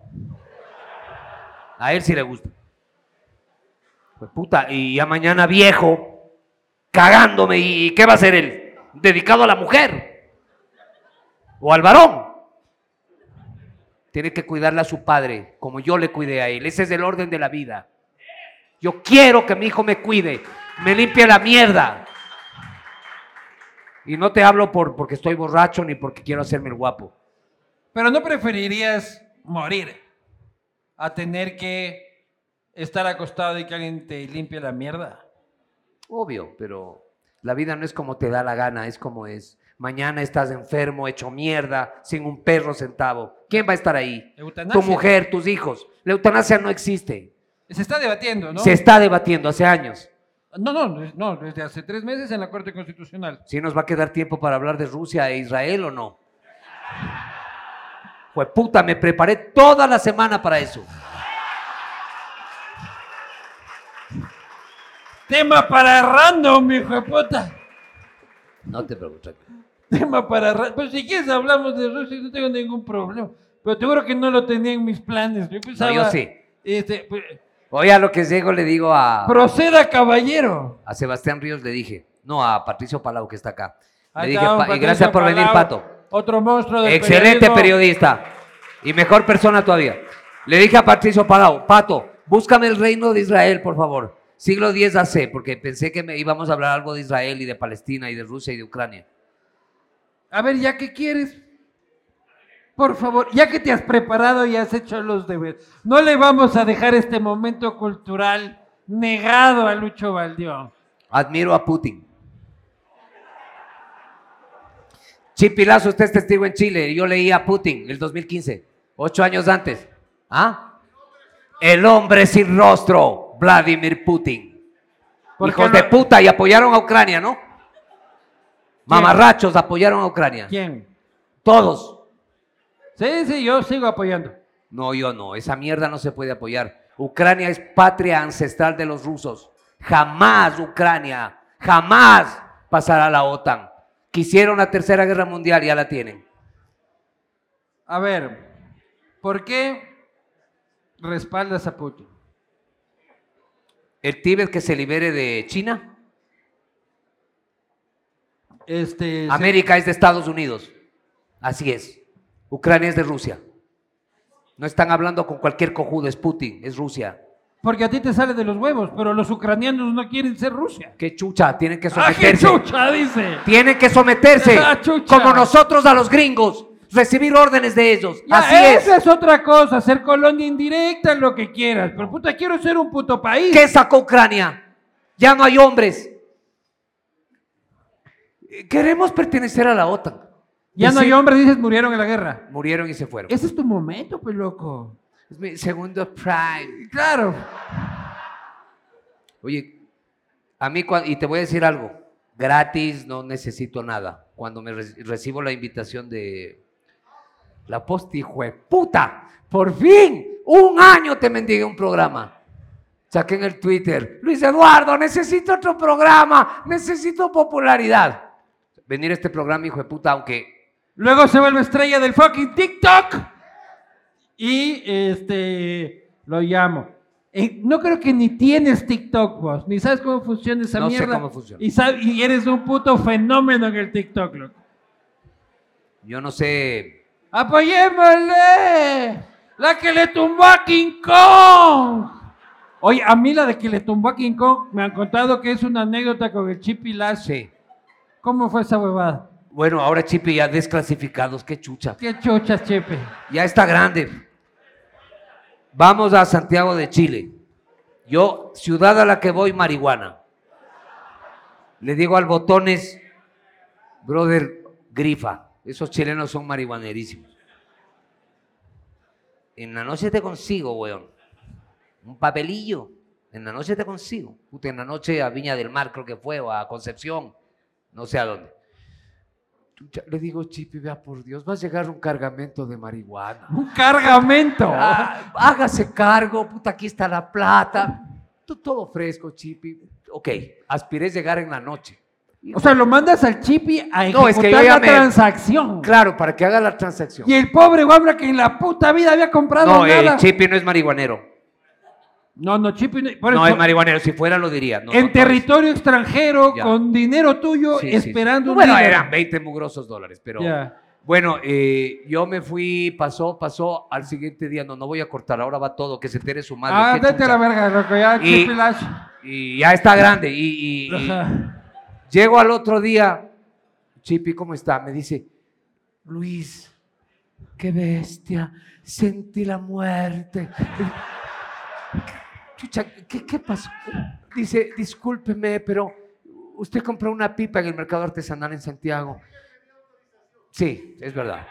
Speaker 2: A él sí le gusta. Pues puta, y ya mañana viejo, cagándome. ¿Y qué va a ser él? ¿Dedicado a la mujer? ¿O al varón? Tiene que cuidarle a su padre, como yo le cuidé a él. Ese es el orden de la vida. Yo quiero que mi hijo me cuide, me limpie la mierda. Y no te hablo por, porque estoy borracho ni porque quiero hacerme el guapo.
Speaker 3: Pero no preferirías morir a tener que estar acostado y que alguien te limpie la mierda.
Speaker 2: Obvio, pero la vida no es como te da la gana, es como es. Mañana estás enfermo, hecho mierda, sin un perro centavo. ¿Quién va a estar ahí?
Speaker 3: Eutanasia.
Speaker 2: Tu mujer, tus hijos. La eutanasia no existe.
Speaker 3: Se está debatiendo, ¿no?
Speaker 2: Se está debatiendo hace años.
Speaker 3: No, no, no, desde hace tres meses en la Corte Constitucional.
Speaker 2: ¿Sí nos va a quedar tiempo para hablar de Rusia e Israel o no? Pues puta, me preparé toda la semana para eso.
Speaker 3: Tema para random, hijo de puta.
Speaker 2: No te preocupes. tranquilo.
Speaker 3: Tema para random. Pues si quieres hablamos de Rusia, no tengo ningún problema. Pero te juro que no lo tenía en mis planes. Yo pensaba,
Speaker 2: yo sí.
Speaker 3: Este, pues,
Speaker 2: Hoy a lo que llego le digo a,
Speaker 3: proceda, caballero.
Speaker 2: a Sebastián Ríos, le dije, no, a Patricio Palau que está acá. Le
Speaker 3: Acá
Speaker 2: dije,
Speaker 3: un
Speaker 2: "Pa- y
Speaker 3: Patricio
Speaker 2: gracias por venir,
Speaker 3: Palau,
Speaker 2: Pato.
Speaker 3: Otro monstruo del
Speaker 2: Excelente
Speaker 3: periodismo.
Speaker 2: periodista y mejor persona todavía. Le dije a Patricio Palau, Pato, búscame el reino de Israel, por favor. Siglo X AC, porque pensé que me íbamos a hablar algo de Israel y de Palestina y de Rusia y de Ucrania.
Speaker 3: A ver, ya que quieres. Por favor, ya que te has preparado y has hecho los deberes, no le vamos a dejar este momento cultural negado a Lucho Valdión.
Speaker 2: Admiro a Putin. Chipilazo, usted es testigo en Chile. Yo leí a Putin el 2015, ocho años antes. ¿Ah? El hombre sin rostro, Vladimir Putin.
Speaker 3: ¿Por qué
Speaker 2: Hijos
Speaker 3: no-
Speaker 2: de puta, y apoyaron a Ucrania, ¿no? Mamarrachos apoyaron a Ucrania.
Speaker 3: ¿Quién?
Speaker 2: Todos.
Speaker 3: Sí, sí, yo sigo apoyando.
Speaker 2: No, yo no. Esa mierda no se puede apoyar. Ucrania es patria ancestral de los rusos. Jamás Ucrania, jamás pasará a la OTAN. Quisieron la tercera guerra mundial, ya la tienen.
Speaker 3: A ver, ¿por qué respaldas a Putin?
Speaker 2: El Tíbet que se libere de China.
Speaker 3: Este, se-
Speaker 2: América es de Estados Unidos. Así es. Ucrania es de Rusia. No están hablando con cualquier cojudo, es Putin, es Rusia.
Speaker 3: porque a ti te sale de los huevos, pero los ucranianos no quieren ser Rusia.
Speaker 2: Qué chucha, tienen que
Speaker 3: ¡Ah, qué
Speaker 2: someterse.
Speaker 3: chucha! Dice.
Speaker 2: Tienen que someterse
Speaker 3: Ah, chucha.
Speaker 2: como nosotros a los gringos, recibir órdenes de ellos.
Speaker 3: Ya,
Speaker 2: Así es.
Speaker 3: esa es. otra cosa, ser colonia indirecta, lo que quieras. Pero puta, quiero ser un puto país.
Speaker 2: ¿Qué sacó Ucrania? Ya no hay hombres. Eh, Queremos pertenecer a la OTAN.
Speaker 3: Ya no
Speaker 2: Decir-
Speaker 3: hay hombres, dices, murieron en la guerra.
Speaker 2: Murieron y se fueron.
Speaker 3: Ese es tu momento, pues loco.
Speaker 2: Es mi segundo prime.
Speaker 3: Claro.
Speaker 2: Oye, a mí, cua- y te voy a decir algo, gratis, no necesito nada. Cuando me re- recibo la invitación de la post, hijo de puta, por fin, un año te mendigué un programa. Saqué en el Twitter, Luis Eduardo, necesito otro programa, necesito popularidad. Venir a este programa, hijo de puta, aunque
Speaker 3: Luego se vuelve estrella del fucking TikTok. Y este lo llamo. Eh, no creo que ni tienes TikTok vos, ni sabes cómo funciona esa
Speaker 2: No sé
Speaker 3: mierda.
Speaker 2: cómo funciona.
Speaker 3: Y, sab- y eres un puto fenómeno en el TikTok, loco.
Speaker 2: yo no sé,
Speaker 3: ¡Apoyémosle! ¡La que le tumbó a King Kong! Oye, a mí la de que le tumbó a King Kong me han contado que es una anécdota con el Chip y Lash.
Speaker 2: sí.
Speaker 3: ¿Cómo fue esa huevada?
Speaker 2: Bueno, ahora Chipi ya desclasificados, qué chucha.
Speaker 3: ¡Qué chuchas, Chepe!
Speaker 2: Ya está grande. Vamos a Santiago de Chile. Yo, ciudad a la que voy, marihuana. Le digo al Botones, brother, grifa. Esos chilenos son marihuanerísimos. En la noche te consigo, weón. Un papelillo. En la noche te consigo. Puta, en la noche a Viña del Mar creo que fue, o a Concepción. No sé a dónde. Chucha, Le digo, Chipi, vea por Dios, va a llegar un cargamento de marihuana.
Speaker 3: ¡Un cargamento!
Speaker 2: Ah, hágase cargo, puta, aquí está la plata. Tú Todo fresco, Chipi. Ok, aspiré llegar en la noche.
Speaker 3: O sea, lo mandas al Chipi a ejecutar
Speaker 2: No, es que yo ya
Speaker 3: la
Speaker 2: me-
Speaker 3: transacción.
Speaker 2: Claro, para que haga la transacción.
Speaker 3: Y el pobre guabra que en la puta vida había comprado
Speaker 2: No, eh,
Speaker 3: nada.
Speaker 2: Chipi no es marihuanero.
Speaker 3: No, no, Chipi... No, por
Speaker 2: No
Speaker 3: eso,
Speaker 2: es marihuanero, si fuera lo diría. No,
Speaker 3: en
Speaker 2: no, no
Speaker 3: territorio extranjero,
Speaker 2: Ya.
Speaker 3: con dinero tuyo,
Speaker 2: es. Sí, sí, sí.
Speaker 3: esperando un
Speaker 2: Bueno,
Speaker 3: dealer.
Speaker 2: eran 20 mugrosos dólares, pero...
Speaker 3: Ya.
Speaker 2: Bueno, eh, yo me fui, pasó, pasó, al siguiente día, no, no voy a cortar, ahora va todo, que se entere su madre.
Speaker 3: Ah,
Speaker 2: qué
Speaker 3: date a la
Speaker 2: chucha.
Speaker 3: verga, loco, ya,
Speaker 2: Y-
Speaker 3: Chip y Lash.
Speaker 2: Y ya está grande, y- y- y,
Speaker 3: Ajá.
Speaker 2: Llego al otro día, Chipi, ¿cómo está? Me dice, Luis, qué bestia, sentí la muerte. Chucha, ¿qué, qué pasó? Dice, discúlpeme, pero usted compró una pipa en el mercado artesanal en Santiago. Sí, es verdad.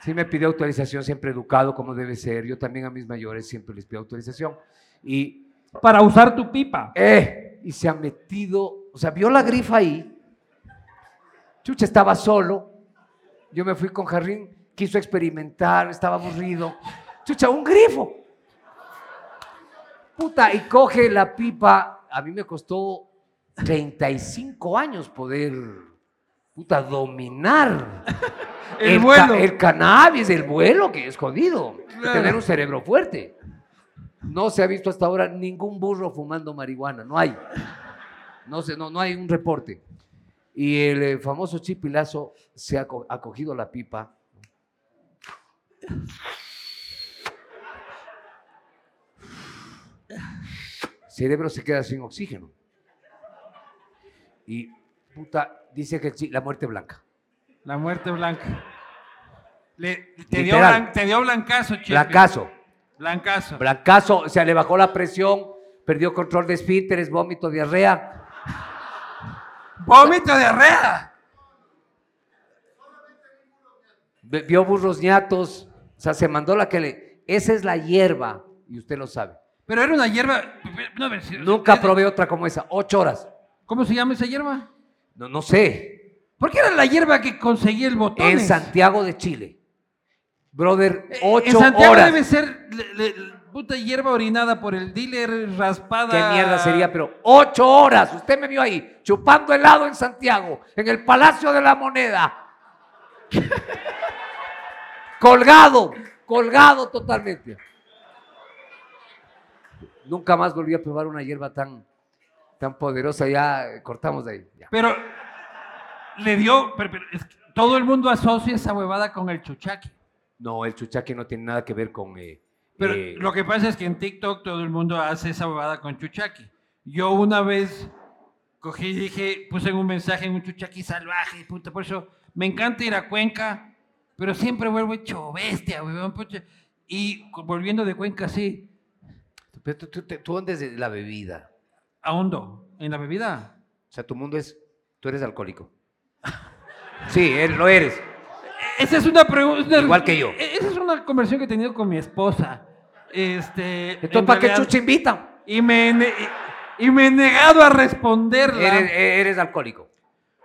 Speaker 2: Sí me pidió autorización, siempre educado como debe ser. Yo también a mis mayores siempre les pido autorización. Y
Speaker 3: Para usar tu pipa.
Speaker 2: eh, y se ha metido, o sea, vio la grifa ahí. Chucha estaba solo. Yo me fui con Jarrín, quiso experimentar, estaba aburrido. Chucha, un grifo. Puta, y coge la pipa. A mí me costó 35 años poder, puta, dominar
Speaker 3: El
Speaker 2: ca-
Speaker 3: vuelo.
Speaker 2: el cannabis, el vuelo, que es jodido. Hay que
Speaker 3: Claro.
Speaker 2: Tener un cerebro fuerte. No se ha visto hasta ahora ningún burro fumando marihuana, no hay. No, se, no, no hay un reporte. Y el eh, famoso chipilazo se ha, co- ha cogido la pipa. Cerebro se queda sin oxígeno. Y puta, dice que el chi- la muerte blanca.
Speaker 3: La muerte blanca. Le- te, dio
Speaker 2: Literal.
Speaker 3: blan- te dio blancazo, Chipi.
Speaker 2: Blancazo.
Speaker 3: Blancazo.
Speaker 2: Blancazo, o sea, le bajó la presión, perdió control de esfínteres, vómito, diarrea.
Speaker 3: Vómito de arrea.
Speaker 2: Ve- Vio burros ñatos, o sea, se mandó la que le... Esa es la hierba, y usted lo sabe.
Speaker 3: Pero era una hierba. no, pero si-
Speaker 2: Nunca probé otra como esa, ocho horas.
Speaker 3: ¿Cómo se llama esa hierba?
Speaker 2: No, no sé.
Speaker 3: ¿Por qué era la hierba que conseguí el botón?
Speaker 2: En Santiago de Chile. Brother,
Speaker 3: Eh,
Speaker 2: ocho
Speaker 3: en Santiago
Speaker 2: horas.
Speaker 3: debe ser le- le- Puta hierba orinada por el dealer, raspada.
Speaker 1: Ah.
Speaker 2: ¿Qué mierda sería? Pero ocho horas, usted me vio ahí, chupando helado en Santiago, en el Palacio de la Moneda. colgado, colgado totalmente. Nunca más volví a probar una hierba tan, tan poderosa, ya eh, cortamos de ahí. ya.
Speaker 3: Pero le dio. pero- pero es que todo el mundo asocia esa huevada con el chuchaqui.
Speaker 2: No, el chuchaque no tiene nada que ver con... eh,
Speaker 3: Pero
Speaker 2: eh,
Speaker 3: lo que pasa es que en TikTok todo el mundo hace esa bobada con chuchaqui. Yo una vez cogí y dije, puse en un mensaje en un chuchaqui salvaje, puta, por eso me encanta ir a Cuenca, pero siempre vuelvo hecho bestia, weón, pucha. Y co- volviendo de Cuenca así,
Speaker 2: Pero tú, tú, te- tú andas de la bebida.
Speaker 3: ahondo en la bebida.
Speaker 2: O sea, tu mundo es. Tú eres alcohólico. Sí, él, lo eres.
Speaker 3: E- Esa es una pregunta.
Speaker 2: Igual que yo.
Speaker 3: e- Esa es una conversión que he tenido con mi esposa. Este, en
Speaker 2: Entonces, ¿para qué
Speaker 3: realidad-
Speaker 2: chucha invita?
Speaker 3: Y me, he ne- y, y me he negado a responderla.
Speaker 2: Eres, e- eres alcohólico.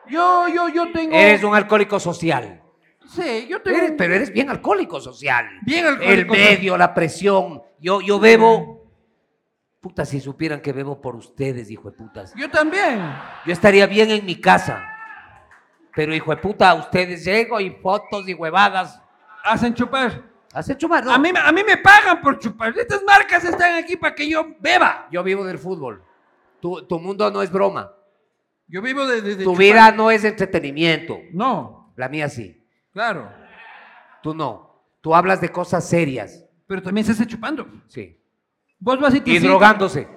Speaker 3: Yo, yo, yo tengo.
Speaker 2: Eres un alcohólico social.
Speaker 3: Sí, yo tengo.
Speaker 2: Eres-
Speaker 3: un-
Speaker 2: pero eres bien alcohólico social.
Speaker 3: Bien alcohólico.
Speaker 2: El medio, la presión. Yo, yo bebo. Puta, si supieran que bebo por ustedes, hijo de putas.
Speaker 3: Yo también.
Speaker 2: Yo estaría bien en mi casa. Pero, hijo de puta, ustedes llego y fotos y huevadas.
Speaker 3: Hacen chupar.
Speaker 2: Hacen chumar, ¿no?
Speaker 3: A, mí, a mí me pagan por chupar. Estas marcas están aquí para que yo beba.
Speaker 2: Yo vivo del fútbol. Tu, tu mundo no es broma.
Speaker 3: Yo vivo de. de- de
Speaker 2: tu
Speaker 3: chupar.
Speaker 2: vida no es entretenimiento.
Speaker 3: No,
Speaker 2: La mía sí.
Speaker 3: claro.
Speaker 2: Tú no. Tú hablas de cosas serias.
Speaker 3: Pero también se hace chupando.
Speaker 2: Sí.
Speaker 3: Vos vas y te.
Speaker 2: Y
Speaker 3: sientas-
Speaker 2: drogándose. Co-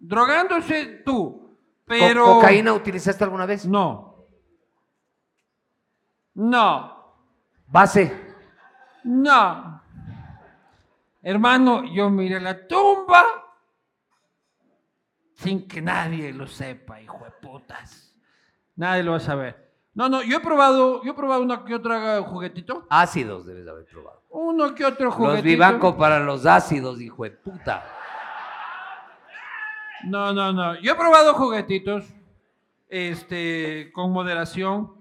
Speaker 3: Drogándose tú. Pero.
Speaker 2: ¿Cocaína utilizaste alguna vez?
Speaker 3: No. No.
Speaker 2: Base.
Speaker 3: No. Hermano, yo miré la tumba sin que nadie lo sepa, hijo de putas. Nadie lo va a saber. No, no, yo he probado, yo he probado uno que otro juguetito.
Speaker 2: Ácidos debes haber probado.
Speaker 3: Uno que otro juguetito.
Speaker 2: Los vivancos para los ácidos, hijo de puta.
Speaker 3: No, no, no. Yo he probado juguetitos. Este, con moderación.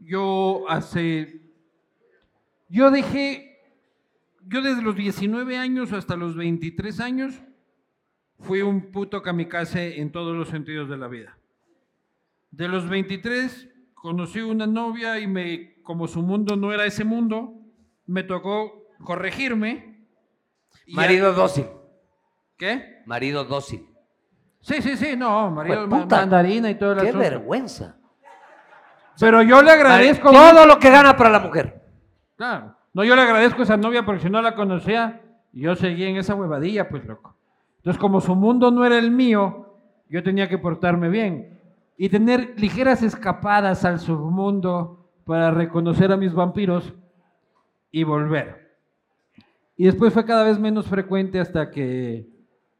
Speaker 3: Yo hace. Yo dejé. Yo desde los 19 años hasta los 23 años. Fui un puto kamikaze en todos los sentidos de la vida. De los 23 conocí una novia y me, como su mundo no era ese mundo, me tocó corregirme. Y-
Speaker 2: Marido dócil.
Speaker 3: ¿Qué?
Speaker 2: Marido dócil.
Speaker 3: Sí, sí, sí, no, marido,
Speaker 2: Pues,
Speaker 3: ma-
Speaker 2: puta,
Speaker 3: mandarina y todo el
Speaker 2: Qué
Speaker 3: asunto.
Speaker 2: vergüenza.
Speaker 3: Pero yo le agradezco.
Speaker 2: Mari- Todo lo que gana para la mujer.
Speaker 3: Claro. No, yo le agradezco a esa novia porque si no la conocía, yo seguía en esa huevadilla, pues loco. Entonces, como su mundo no era el mío, yo tenía que portarme bien y tener ligeras escapadas al submundo para reconocer a mis vampiros y volver. Y después fue cada vez menos frecuente hasta que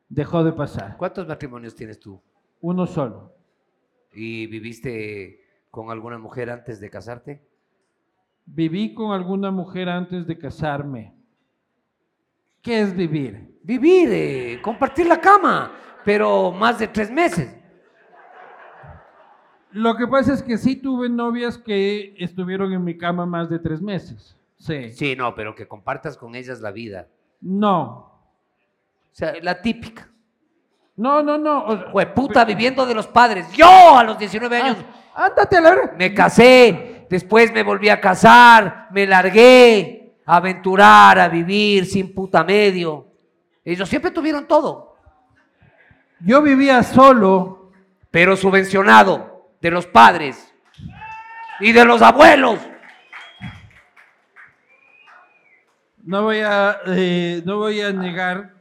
Speaker 3: dejó de pasar.
Speaker 2: ¿Cuántos matrimonios tienes tú?
Speaker 3: Uno solo.
Speaker 2: ¿Y viviste con alguna mujer antes de casarte?
Speaker 3: Viví con alguna mujer antes de casarme. ¿Qué es vivir?
Speaker 2: Vivir, eh, compartir la cama, pero más de tres meses.
Speaker 3: Lo que pasa es que sí tuve novias que estuvieron en mi cama más de tres meses. Sí.
Speaker 2: Sí, no, pero que compartas con ellas la vida.
Speaker 3: No.
Speaker 2: O sea, la típica.
Speaker 3: No, no, no. o sea,
Speaker 2: Jueputa viviendo de los padres. Yo a los 19 años
Speaker 3: ah, ándate a la verga.
Speaker 2: me casé, después me volví a casar, me largué, a aventurar, a vivir sin puta medio. Ellos siempre tuvieron todo,
Speaker 3: Yo vivía solo.
Speaker 2: pero subvencionado de los padres y de los abuelos.
Speaker 3: No voy a, eh, no voy a negar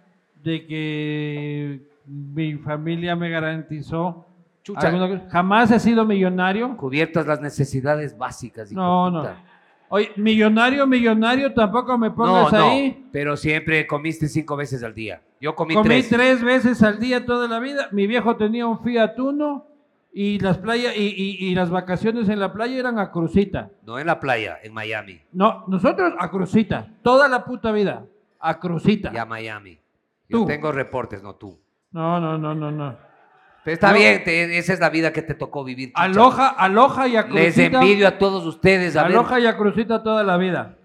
Speaker 3: de que mi familia me garantizó.
Speaker 2: Chucha.
Speaker 3: alguna cosa. Jamás he sido millonario.
Speaker 2: Cubiertas las necesidades básicas. hijo
Speaker 3: No,
Speaker 2: de
Speaker 3: no.
Speaker 2: puta.
Speaker 3: Oye, millonario, millonario, tampoco me
Speaker 2: No,
Speaker 3: pongas
Speaker 2: no,
Speaker 3: ahí.
Speaker 2: pero siempre comiste cinco veces al día. Yo comí,
Speaker 3: Comí
Speaker 2: tres.
Speaker 3: tres. veces al día toda la vida. Mi viejo tenía un Fiat Uno y las playas y, y- y las vacaciones en la playa eran a crucita.
Speaker 2: No en la playa, en Miami.
Speaker 3: No, nosotros a crucita, toda la puta vida a crucita.
Speaker 2: Ya Miami. Yo
Speaker 3: Tú.
Speaker 2: tengo reportes, no tú.
Speaker 3: No, no, no, no, no.
Speaker 2: Pero está
Speaker 3: No.
Speaker 2: bien, te- esa es la vida que te tocó vivir. chucha.
Speaker 3: Aloja, aloja y a crucita.
Speaker 2: Les envidio a todos ustedes. A ver,
Speaker 3: Aloja y a crucita toda la vida.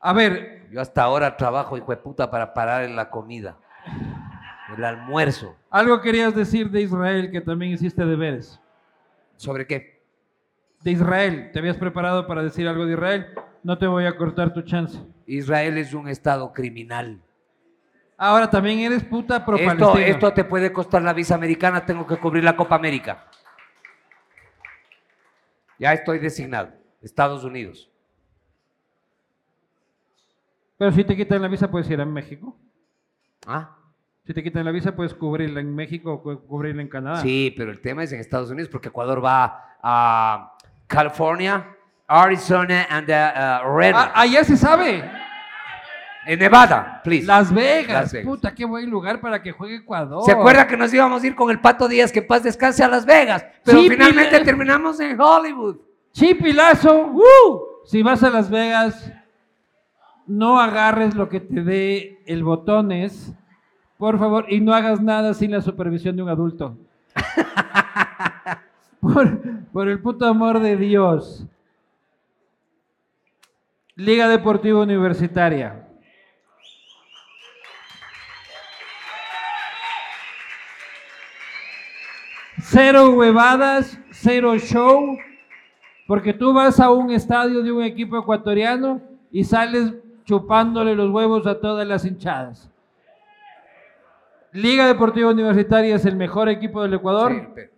Speaker 3: A ver,
Speaker 2: Yo hasta ahora trabajo, hijo de puta, para parar en la comida, el almuerzo.
Speaker 3: Algo querías decir de Israel que también hiciste deberes.
Speaker 2: ¿Sobre qué?
Speaker 3: De Israel, te habías preparado para decir algo de Israel. No te voy a cortar tu chance.
Speaker 2: Israel es un estado criminal.
Speaker 3: Ahora también eres puta pro
Speaker 2: Esto,
Speaker 3: palestino.
Speaker 2: esto te puede costar la visa americana, tengo que cubrir la Copa América. Ya estoy designado, Estados Unidos.
Speaker 3: Pero si te quitan la visa, puedes ir a México.
Speaker 2: ¿Ah?
Speaker 3: Si te quitan la visa, puedes cubrirla en México o cu- cubrirla en Canadá.
Speaker 2: Sí, pero el tema es en Estados Unidos porque Ecuador va a California, Arizona and uh, uh, Red-
Speaker 3: Ah, allá se sabe.
Speaker 2: en Nevada, please.
Speaker 3: Las Vegas.
Speaker 2: Las Vegas.
Speaker 3: Puta, qué buen lugar para que juegue Ecuador.
Speaker 2: ¿Se acuerda que nos íbamos a ir con el Pato Díaz que en paz descanse a Las Vegas? Pero
Speaker 3: Sí,
Speaker 2: finalmente
Speaker 3: Pilar.
Speaker 2: terminamos en Hollywood.
Speaker 3: Chipilazo. ¡uh! Si vas a Las Vegas, no agarres lo que te dé el botones, por favor, y no hagas nada sin la supervisión de un adulto. por, por el puto amor de Dios. Liga Deportiva Universitaria. Cero huevadas, cero show. Porque tú vas a un estadio de un equipo ecuatoriano y sales chupándole los huevos a todas las hinchadas. Liga Deportiva Universitaria es el mejor equipo del Ecuador.
Speaker 2: Sí, pero-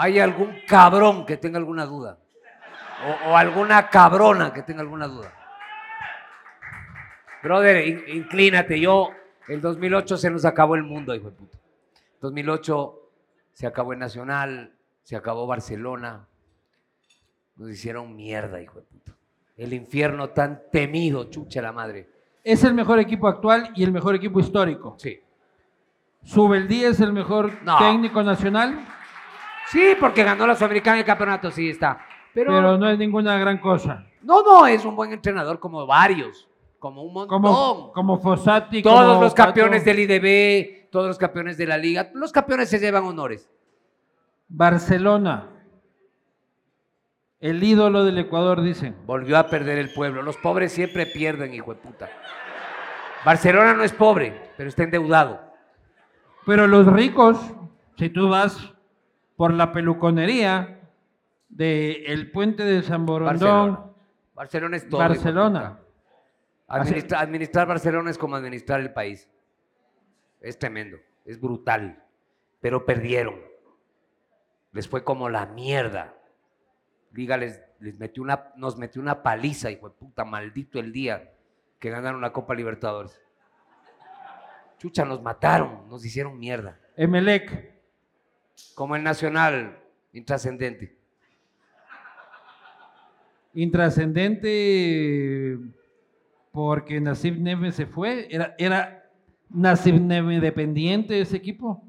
Speaker 2: ¿Hay algún cabrón que tenga alguna duda? O, o alguna cabrona que tenga alguna duda. Brother, in- inclínate. Yo, el 2008 se nos acabó el mundo, hijo de puta. 2008 se acabó el Nacional, se acabó Barcelona. Nos hicieron mierda, hijo de puta. El infierno tan temido, chucha la madre.
Speaker 3: Es el mejor equipo actual y el mejor equipo histórico.
Speaker 2: Sí.
Speaker 3: Subeldía es el mejor
Speaker 2: No.
Speaker 3: técnico nacional,
Speaker 2: Sí, porque ganó la Sudamericana y el campeonato, sí está.
Speaker 3: pero, no es ninguna gran cosa.
Speaker 2: No, no, es un buen entrenador como varios, como un montón.
Speaker 3: Como, como Fossati.
Speaker 2: todos
Speaker 3: como
Speaker 2: los
Speaker 3: Pato.
Speaker 2: campeones del IDB, todos los campeones de la liga, los campeones se llevan honores.
Speaker 3: Barcelona. El ídolo del Ecuador, dicen.
Speaker 2: Volvió a perder el pueblo. Los pobres siempre pierden, hijo de puta. Barcelona no es pobre, pero está endeudado.
Speaker 3: Pero los ricos, si tú vas por la peluconería del puente de San
Speaker 2: Barcelona.
Speaker 3: Borondón,
Speaker 2: Barcelona es todo. hijo de
Speaker 3: Barcelona.
Speaker 2: puta. Administra- administrar Barcelona es como administrar el país. Es tremendo, es brutal. Pero perdieron. Les fue como la mierda. Liga les, les metió una, nos metió una paliza, hijo de puta, maldito el día que ganaron la Copa Libertadores. Chucha, nos mataron, nos hicieron mierda.
Speaker 3: Emelec,
Speaker 2: Como el Nacional, intrascendente.
Speaker 3: intrascendente porque Nasib Neme se fue. Era, era Nasib Neme dependiente ese equipo.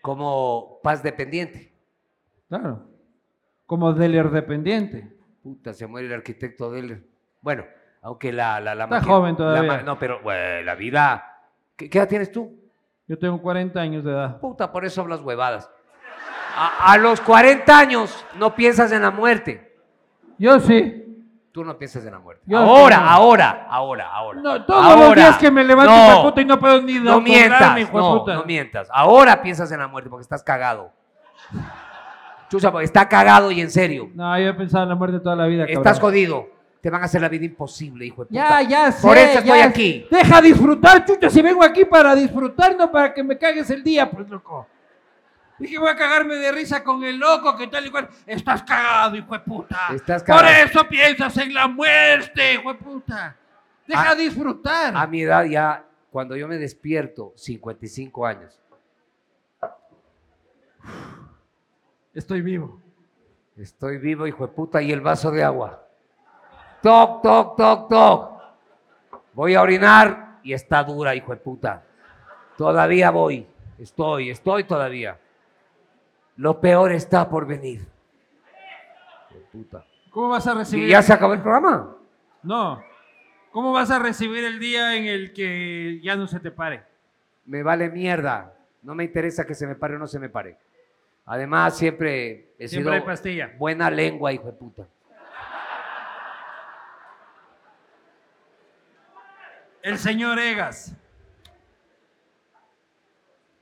Speaker 2: Como paz dependiente.
Speaker 3: Claro. Como Deler dependiente.
Speaker 2: Puta, se muere el arquitecto de él. Bueno, aunque la... la, la
Speaker 3: Está
Speaker 2: maquia-
Speaker 3: joven
Speaker 2: la
Speaker 3: todavía.
Speaker 2: ma- no, pero güey, la vida... ¿Qué, qué edad tienes tú?
Speaker 3: Yo tengo 40 años de edad.
Speaker 2: Puta, por eso hablas huevadas. A, a los 40 años no piensas en la muerte.
Speaker 3: Yo sí.
Speaker 2: Tú no piensas en la muerte.
Speaker 3: Yo
Speaker 2: ahora,
Speaker 3: sí, no.
Speaker 2: ahora, ahora, ahora.
Speaker 3: No, todos los
Speaker 2: Ahora.
Speaker 3: días que me levanto
Speaker 2: No,
Speaker 3: hijueputa, y no puedo ni
Speaker 2: no
Speaker 3: doblarme,
Speaker 2: mientas, no,
Speaker 3: hijueputa.
Speaker 2: no mientas. Ahora piensas en la muerte porque estás cagado. Chucha, porque está cagado y en serio.
Speaker 3: No, yo he pensado en la muerte toda la vida.
Speaker 2: Estás
Speaker 3: cabrón.
Speaker 2: jodido. Te van a hacer la vida imposible, hijo de
Speaker 3: Ya,
Speaker 2: puta.
Speaker 3: ya sé.
Speaker 2: Por eso estoy
Speaker 3: ya
Speaker 2: aquí.
Speaker 3: sé. Deja disfrutar, chucha. Si vengo aquí para disfrutar, no para que me cagues el día, pues loco. Dije, voy a cagarme de risa con el loco, que tal y cual. Estás cagado, hijo de puta.
Speaker 2: Estás
Speaker 3: Por
Speaker 2: cagado.
Speaker 3: eso piensas en la muerte, hijo de puta. Deja
Speaker 2: A-
Speaker 3: disfrutar.
Speaker 2: A mi edad ya, cuando yo me despierto, 55 años,
Speaker 3: Estoy vivo.
Speaker 2: estoy vivo, hijo de puta, y el vaso de agua. Toc, toc, toc, toc. Voy a orinar y está dura, hijo de puta. Todavía voy, estoy, estoy todavía. Lo peor está por venir. Hijo de puta.
Speaker 3: ¿Cómo vas a recibir?
Speaker 2: ¿Y ya se acabó el programa?
Speaker 3: No. ¿Cómo vas a recibir el día en el que ya no se te pare?
Speaker 2: me vale mierda. No me interesa que se me pare o no se me pare. Además, siempre he
Speaker 3: Siempre hay
Speaker 2: sido
Speaker 3: pastilla.
Speaker 2: buena lengua, hijo de puta.
Speaker 4: El señor Egas.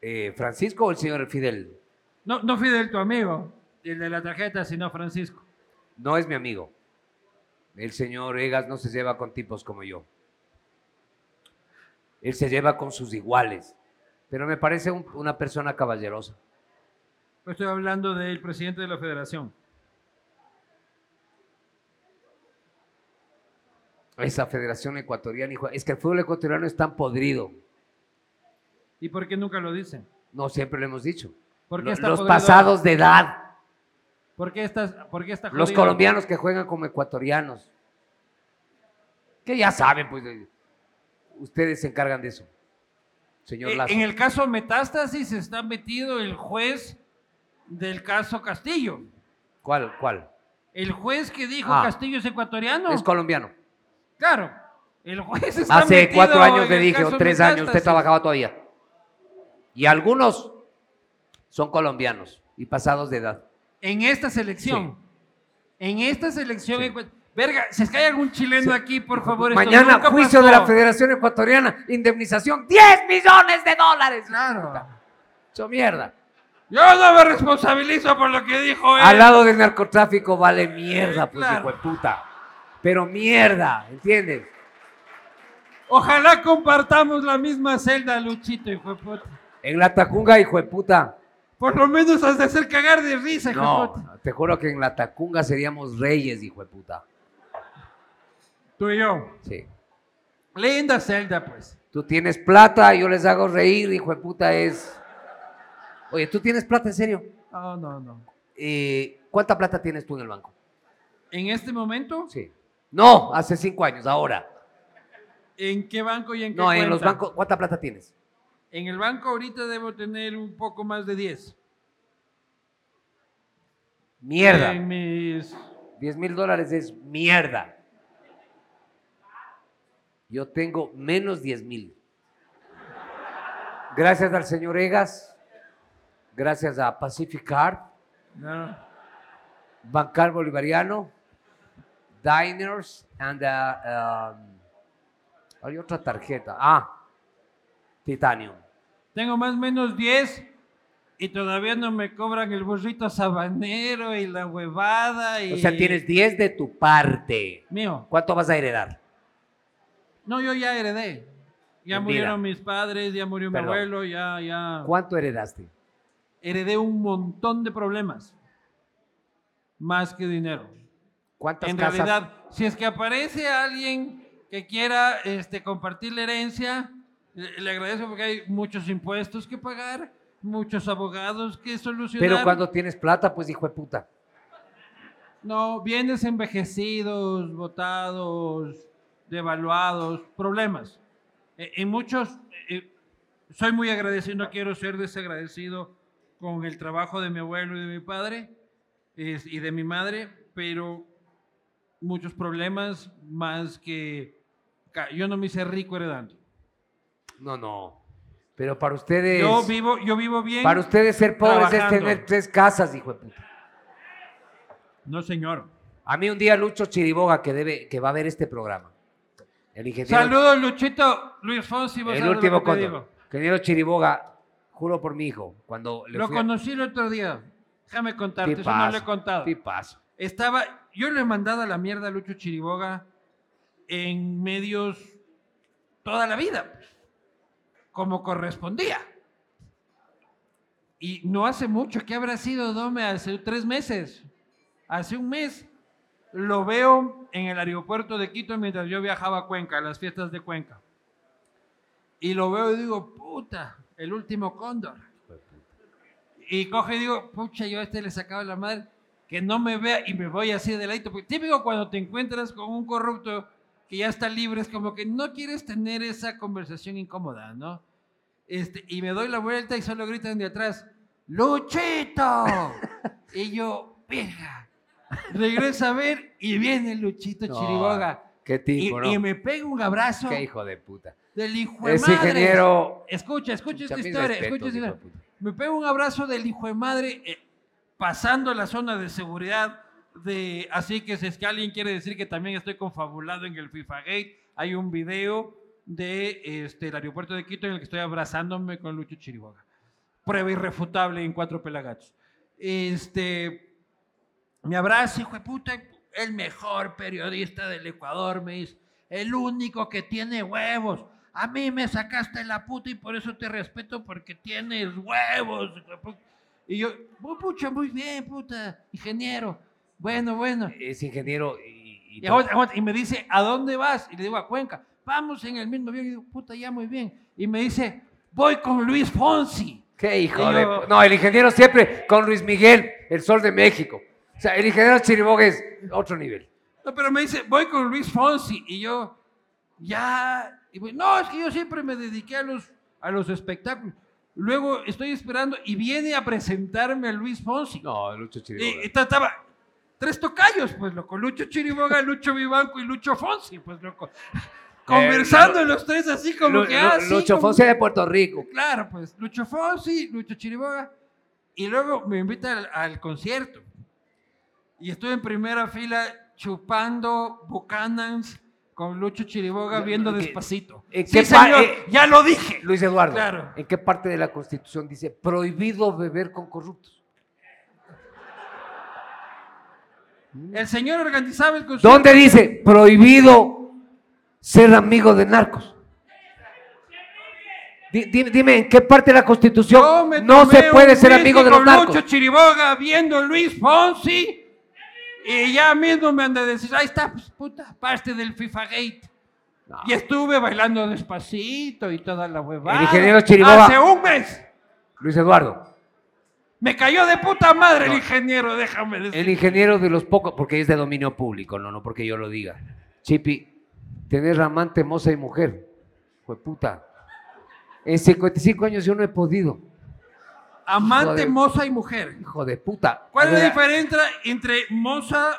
Speaker 2: Eh, ¿Francisco o el señor Fidel?
Speaker 3: No, no Fidel, tu amigo, el de la tarjeta, sino Francisco.
Speaker 2: No es mi amigo. El señor Egas no se lleva con tipos como yo. Él se lleva con sus iguales. Pero me parece un- una persona caballerosa.
Speaker 3: Pues estoy hablando del presidente de la federación.
Speaker 2: Esa federación ecuatoriana, hijo, es que el fútbol ecuatoriano es tan podrido.
Speaker 3: ¿Y por qué nunca lo dicen?
Speaker 2: No, siempre lo hemos dicho.
Speaker 3: ¿Por qué
Speaker 2: Lo-
Speaker 3: está
Speaker 2: los
Speaker 3: podrido?
Speaker 2: pasados de edad,
Speaker 3: ¿Por qué estás, por qué está
Speaker 2: los
Speaker 3: jodido?
Speaker 2: colombianos que juegan como ecuatorianos, que ya saben, pues de- ustedes se encargan de eso, señor
Speaker 3: Eh,
Speaker 2: Lazo.
Speaker 3: En el caso Metástasis está metido el juez del caso Castillo.
Speaker 2: ¿Cuál? ¿Cuál?
Speaker 3: El juez que dijo
Speaker 2: Ah.
Speaker 3: Castillo es ecuatoriano.
Speaker 2: Es colombiano.
Speaker 3: claro. El juez está
Speaker 2: Hace
Speaker 3: metido
Speaker 2: cuatro años
Speaker 3: en
Speaker 2: le
Speaker 3: el
Speaker 2: dije, o
Speaker 3: caso
Speaker 2: tres años, usted
Speaker 3: Metástasis.
Speaker 2: trabajaba todavía. Y algunos son colombianos y pasados de edad.
Speaker 3: En esta selección. En esta selección.
Speaker 2: Sí.
Speaker 3: ecua- Verga, si es que hay algún chileno aquí, por favor. esto
Speaker 2: Mañana
Speaker 3: nunca
Speaker 2: juicio de
Speaker 3: pasó.
Speaker 2: la Federación Ecuatoriana, indemnización, 10 millones de dólares.
Speaker 3: Claro.
Speaker 2: Hecho mierda.
Speaker 3: Yo no me responsabilizo por lo que dijo él.
Speaker 2: Al lado del narcotráfico vale mierda, pues
Speaker 3: Claro.
Speaker 2: hijo de puta. Pero mierda, ¿entiendes?
Speaker 3: Ojalá compartamos la misma celda, Luchito, hijo de puta.
Speaker 2: En la Tacunga, hijo de puta.
Speaker 3: Por lo menos has de hacer cagar de risa, hijo de puta.
Speaker 2: No, te juro que en la Tacunga seríamos reyes, hijo de puta.
Speaker 3: Tú y yo.
Speaker 2: Sí.
Speaker 3: Linda celda, pues.
Speaker 2: Tú tienes plata, yo les hago reír, hijo de puta, es. Oye, ¿tú tienes plata, en serio?
Speaker 3: No, no, no.
Speaker 2: Eh, ¿Cuánta plata tienes tú en el banco?
Speaker 3: En este momento,
Speaker 2: Sí. No, hace cinco años, ahora.
Speaker 3: ¿en qué banco y en qué
Speaker 2: No, en los
Speaker 3: cuenta?
Speaker 2: bancos, ¿cuánta plata tienes?
Speaker 3: En el banco ahorita debo tener un poco más de 10. En
Speaker 2: Mierda.
Speaker 3: mis...
Speaker 2: 10 mil dólares es mierda. Yo tengo menos 10 mil. Gracias al señor Egas, gracias a Pacific Card,
Speaker 3: No.
Speaker 2: Bancar Bolivariano, Diners, and uh, um, hay otra tarjeta. Ah, Titanium.
Speaker 3: Tengo más o menos 10 y todavía no me cobran el burrito sabanero y la huevada y...
Speaker 2: O sea, tienes 10 de tu parte.
Speaker 3: Mío.
Speaker 2: ¿Cuánto vas a heredar?
Speaker 3: No, yo ya heredé.
Speaker 2: Mentira.
Speaker 3: Ya murieron mis padres, ya murió mi
Speaker 2: Perdón.
Speaker 3: abuelo, ya, ya...
Speaker 2: ¿Cuánto heredaste?
Speaker 3: Heredé un montón de problemas. Más que dinero.
Speaker 2: ¿Cuántas
Speaker 3: En
Speaker 2: casas?
Speaker 3: realidad, si es que aparece alguien que quiera este, compartir la herencia, le, le agradezco porque hay muchos impuestos que pagar, muchos abogados que solucionar.
Speaker 2: Pero cuando tienes plata, pues hijo de puta.
Speaker 3: No, bienes envejecidos, votados, devaluados, problemas. Eh, En muchos, eh, soy muy agradecido, no quiero ser desagradecido con el trabajo de mi abuelo y de mi padre es- y de mi madre, pero muchos problemas más que... ca- Yo no me hice rico heredando.
Speaker 2: No, no. Pero para ustedes,
Speaker 3: Yo vivo, yo vivo bien.
Speaker 2: para ustedes ser pobres es
Speaker 3: trabajando.
Speaker 2: tener tres casas, hijo de puta.
Speaker 3: No, señor.
Speaker 2: A mí un día Lucho Chiriboga, que, debe, que va a ver este programa, el ingeniero,
Speaker 3: Saludos, Luchito, Luis Fonsi. vos
Speaker 2: el
Speaker 3: sabes lo
Speaker 2: último
Speaker 3: que te
Speaker 2: cóndor,
Speaker 3: digo.
Speaker 2: ingeniero Chiriboga, juro por mi hijo, cuando le
Speaker 3: Lo
Speaker 2: fui a-
Speaker 3: conocí el otro día. Déjame contarte, eso no
Speaker 2: Tipazo,
Speaker 3: lo he contado.
Speaker 2: tipazo.
Speaker 3: Estaba, yo le he mandado a la mierda a Lucho Chiriboga en medios toda la vida, pues, como correspondía. Y no hace mucho, que habrá sido, Dome? Hace tres meses, hace un mes, lo veo en el aeropuerto de Quito mientras yo viajaba a Cuenca, a las fiestas de Cuenca. Y lo veo y digo, puta, el último cóndor. Y coge y digo, pucha, yo a este le sacaba la madre, que no me vea y me voy así de ladito. Porque típico cuando te encuentras con un corrupto que ya está libre, es como que no quieres tener esa conversación incómoda, ¿no? Este, y me doy la vuelta y solo gritan de atrás, ¡Luchito! y yo, ¡verga! Regreso a ver y viene Luchito
Speaker 2: No,
Speaker 3: Chiriboga.
Speaker 2: Qué
Speaker 3: Y,
Speaker 2: tipo, ¿no?
Speaker 3: y me pega un abrazo
Speaker 2: Qué hijo de puta.
Speaker 3: del hijo de
Speaker 2: Ese
Speaker 3: madre.
Speaker 2: ingeniero...
Speaker 3: Escucha, escucha
Speaker 2: Chucha,
Speaker 3: esta
Speaker 2: mis
Speaker 3: historia,
Speaker 2: respetos,
Speaker 3: escucha esta
Speaker 2: hijo de
Speaker 3: historia.
Speaker 2: puta.
Speaker 3: Me pego un abrazo del hijo de madre eh, pasando la zona de seguridad. De, así que si es que alguien quiere decir que también estoy confabulado en el FIFA Gate, hay un video de este, el aeropuerto de Quito en el que estoy abrazándome con Lucho Chiriboga. Prueba irrefutable en cuatro pelagatos. Este, me abraza, hijo de puta, el mejor periodista del Ecuador, me dice, el único que tiene huevos. A mí me sacaste la puta y por eso te respeto porque tienes huevos. hijo de puta". Y yo, "Oh, pucha, muy bien, puta, ingeniero. Bueno, bueno.
Speaker 2: Es ingeniero y... y
Speaker 3: Y, aguanta, aguanta, y me dice, ¿a dónde vas? Y le digo, a Cuenca. Vamos en el mismo avión. Y digo, puta, ya muy bien. Y me dice, voy con Luis Fonsi.
Speaker 2: ¿Qué hijo
Speaker 3: Y
Speaker 2: de.?
Speaker 3: yo-
Speaker 2: No, el ingeniero siempre con Luis Miguel, el sol de México. O sea, el ingeniero Chiriboga es otro nivel.
Speaker 3: No, pero me dice, voy con Luis Fonsi. Y yo, ya. Y voy, no, es que yo siempre me dediqué a los, a los espectáculos. Luego estoy esperando y viene a presentarme a Luis Fonsi.
Speaker 2: No, Lucho
Speaker 3: Y,
Speaker 2: Chiriboga.
Speaker 3: y ta- estaba tres tocayos, pues loco, Lucho Chiriboga, Lucho Vivanco y Lucho Fonsi, pues loco. Conversando los tres así como
Speaker 2: Lu-
Speaker 3: que "Ah,
Speaker 2: Lu-
Speaker 3: así.
Speaker 2: Lucho Fonsi de Puerto Rico.
Speaker 3: Claro, pues Lucho Fonsi, Lucho Chiriboga. Y luego me invita al, al concierto. Y estuve en primera fila chupando Buchanan's con Lucho Chiriboga
Speaker 2: Ya,
Speaker 3: viendo
Speaker 2: ¿qué-
Speaker 3: despacito.
Speaker 2: eh,
Speaker 3: sí,
Speaker 2: qué pa-
Speaker 3: señor,
Speaker 2: eh,
Speaker 3: ya lo dije.
Speaker 2: Luis Eduardo,
Speaker 3: Claro.
Speaker 2: ¿en qué parte de la Constitución dice prohibido beber con corruptos?
Speaker 3: El señor organizaba el concierto.
Speaker 2: ¿Dónde dice prohibido ser amigo de narcos? Di- dime, dime, ¿en qué parte de la
Speaker 3: Yo
Speaker 2: Constitución
Speaker 3: me
Speaker 2: no
Speaker 3: tomé
Speaker 2: se puede
Speaker 3: un
Speaker 2: ser
Speaker 3: whisky
Speaker 2: amigo de los
Speaker 3: con
Speaker 2: narcos?
Speaker 3: Lucho Chiriboga viendo Luis Fonsi. Y ya mismo me han de decir, ahí está, pues, puta, parte del FIFA Gate.
Speaker 2: No.
Speaker 3: Y estuve bailando despacito y toda la huevada.
Speaker 2: El ingeniero Chiriboga.
Speaker 3: Ah, Hace un mes.
Speaker 2: Luis Eduardo,
Speaker 3: Me cayó de puta madre el ingeniero, déjame decir.
Speaker 2: El ingeniero de los pocos, porque es de dominio público, no, no porque yo lo diga. Chipi, tener amante, moza y mujer. Fue puta. En 55 años yo no he podido.
Speaker 3: Amante,
Speaker 2: Joder.
Speaker 3: moza y mujer.
Speaker 2: Hijo de puta.
Speaker 3: ¿Cuál es la
Speaker 2: Era-
Speaker 3: diferencia entre moza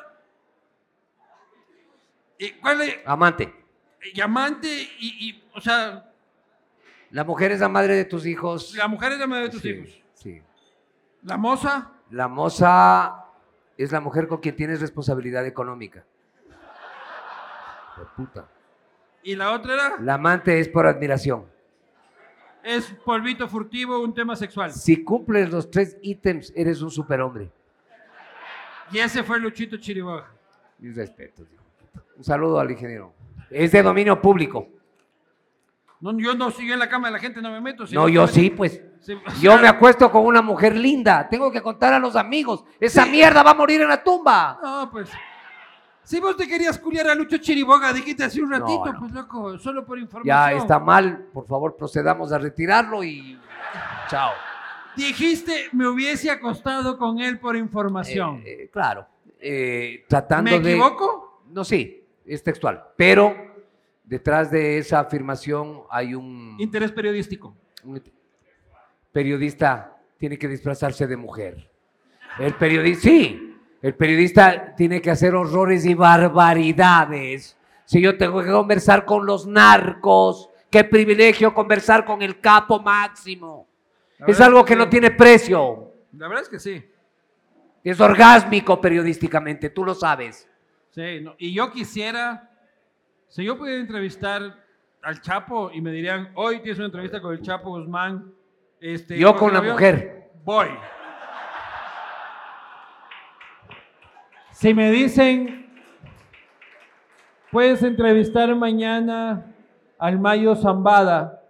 Speaker 3: y, cuál es-
Speaker 2: Amante.
Speaker 3: y amante y, y, o sea,
Speaker 2: La mujer es la madre de tus hijos.
Speaker 3: la mujer es la madre de tus
Speaker 2: Sí,
Speaker 3: hijos?
Speaker 2: sí.
Speaker 3: La moza
Speaker 2: La moza es la mujer con quien tienes responsabilidad económica. Fue puta.
Speaker 3: y la otra era
Speaker 2: La amante es por admiración.
Speaker 3: es polvito furtivo, un tema sexual.
Speaker 2: Si cumples los tres ítems, eres un superhombre.
Speaker 3: Y ese fue Luchito Chiriboga.
Speaker 2: Mis respetos. hijo. Un saludo al ingeniero. Es de dominio público.
Speaker 3: No, yo no sigo en la cama de la gente, no me meto. si
Speaker 2: no,
Speaker 3: me
Speaker 2: yo
Speaker 3: meto-
Speaker 2: sí, pues.
Speaker 3: si-
Speaker 2: Yo me acuesto con una mujer linda. Tengo que contar a los amigos. Esa mierda va a morir en la tumba.
Speaker 3: No, pues. Si vos te querías culiar a Lucho Chiriboga, dijiste hace un ratito,
Speaker 2: no.
Speaker 3: pues loco, solo por información.
Speaker 2: Ya está mal. Por favor, procedamos a retirarlo y chao.
Speaker 3: Dijiste, me hubiese acostado con él por información.
Speaker 2: Eh, eh, claro. Eh, tratando
Speaker 3: ¿Me
Speaker 2: de-
Speaker 3: equivoco?
Speaker 2: No, sí, es textual. Pero detrás de esa afirmación hay un,
Speaker 3: Interés periodístico.
Speaker 2: un periodista tiene que disfrazarse de mujer. El periodista, sí, el periodista tiene que hacer horrores y barbaridades. Si yo tengo que conversar con los narcos, qué privilegio conversar con el capo máximo.
Speaker 3: La
Speaker 2: Es
Speaker 3: verdad
Speaker 2: algo
Speaker 3: que
Speaker 2: que no
Speaker 3: sí.
Speaker 2: tiene precio.
Speaker 3: La verdad es que sí.
Speaker 2: Es orgásmico periodísticamente, tú lo sabes.
Speaker 3: Sí, no, Y yo quisiera, si yo pudiera entrevistar al Chapo y me dirían, hoy tienes una entrevista con el Chapo Guzmán. Este,
Speaker 2: Yo
Speaker 3: coge
Speaker 2: con
Speaker 3: el
Speaker 2: la
Speaker 3: avión".
Speaker 2: mujer.
Speaker 3: Voy. Si me dicen, puedes entrevistar mañana al Mayo Zambada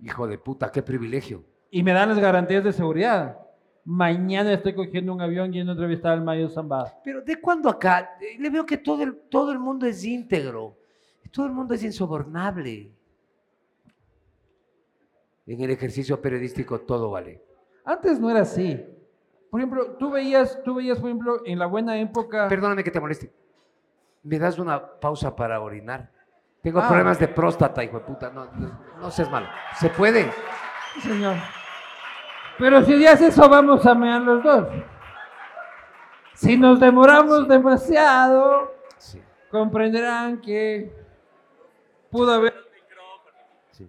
Speaker 2: Hijo de puta, qué privilegio.
Speaker 3: y me dan las garantías de seguridad. Mañana estoy cogiendo un avión yendo a entrevistar al Mayo Zambada.
Speaker 2: Pero ¿de cuándo acá? Eh, Le veo que todo el, todo el mundo es íntegro, todo el mundo es insobornable. En el ejercicio periodístico todo vale.
Speaker 3: Antes no era así. Por ejemplo, tú veías, tú veías, por ejemplo, en la buena época.
Speaker 2: Perdóname que te moleste. ¿Me das una pausa para orinar? Tengo
Speaker 3: Ah.
Speaker 2: problemas de próstata, hijo de puta. No, no, no seas malo. ¿Se puede?
Speaker 3: Señor. Pero si ya haces eso, vamos a mear los dos. Si nos demoramos demasiado,
Speaker 2: Sí,
Speaker 3: comprenderán que pudo haber.
Speaker 2: sí.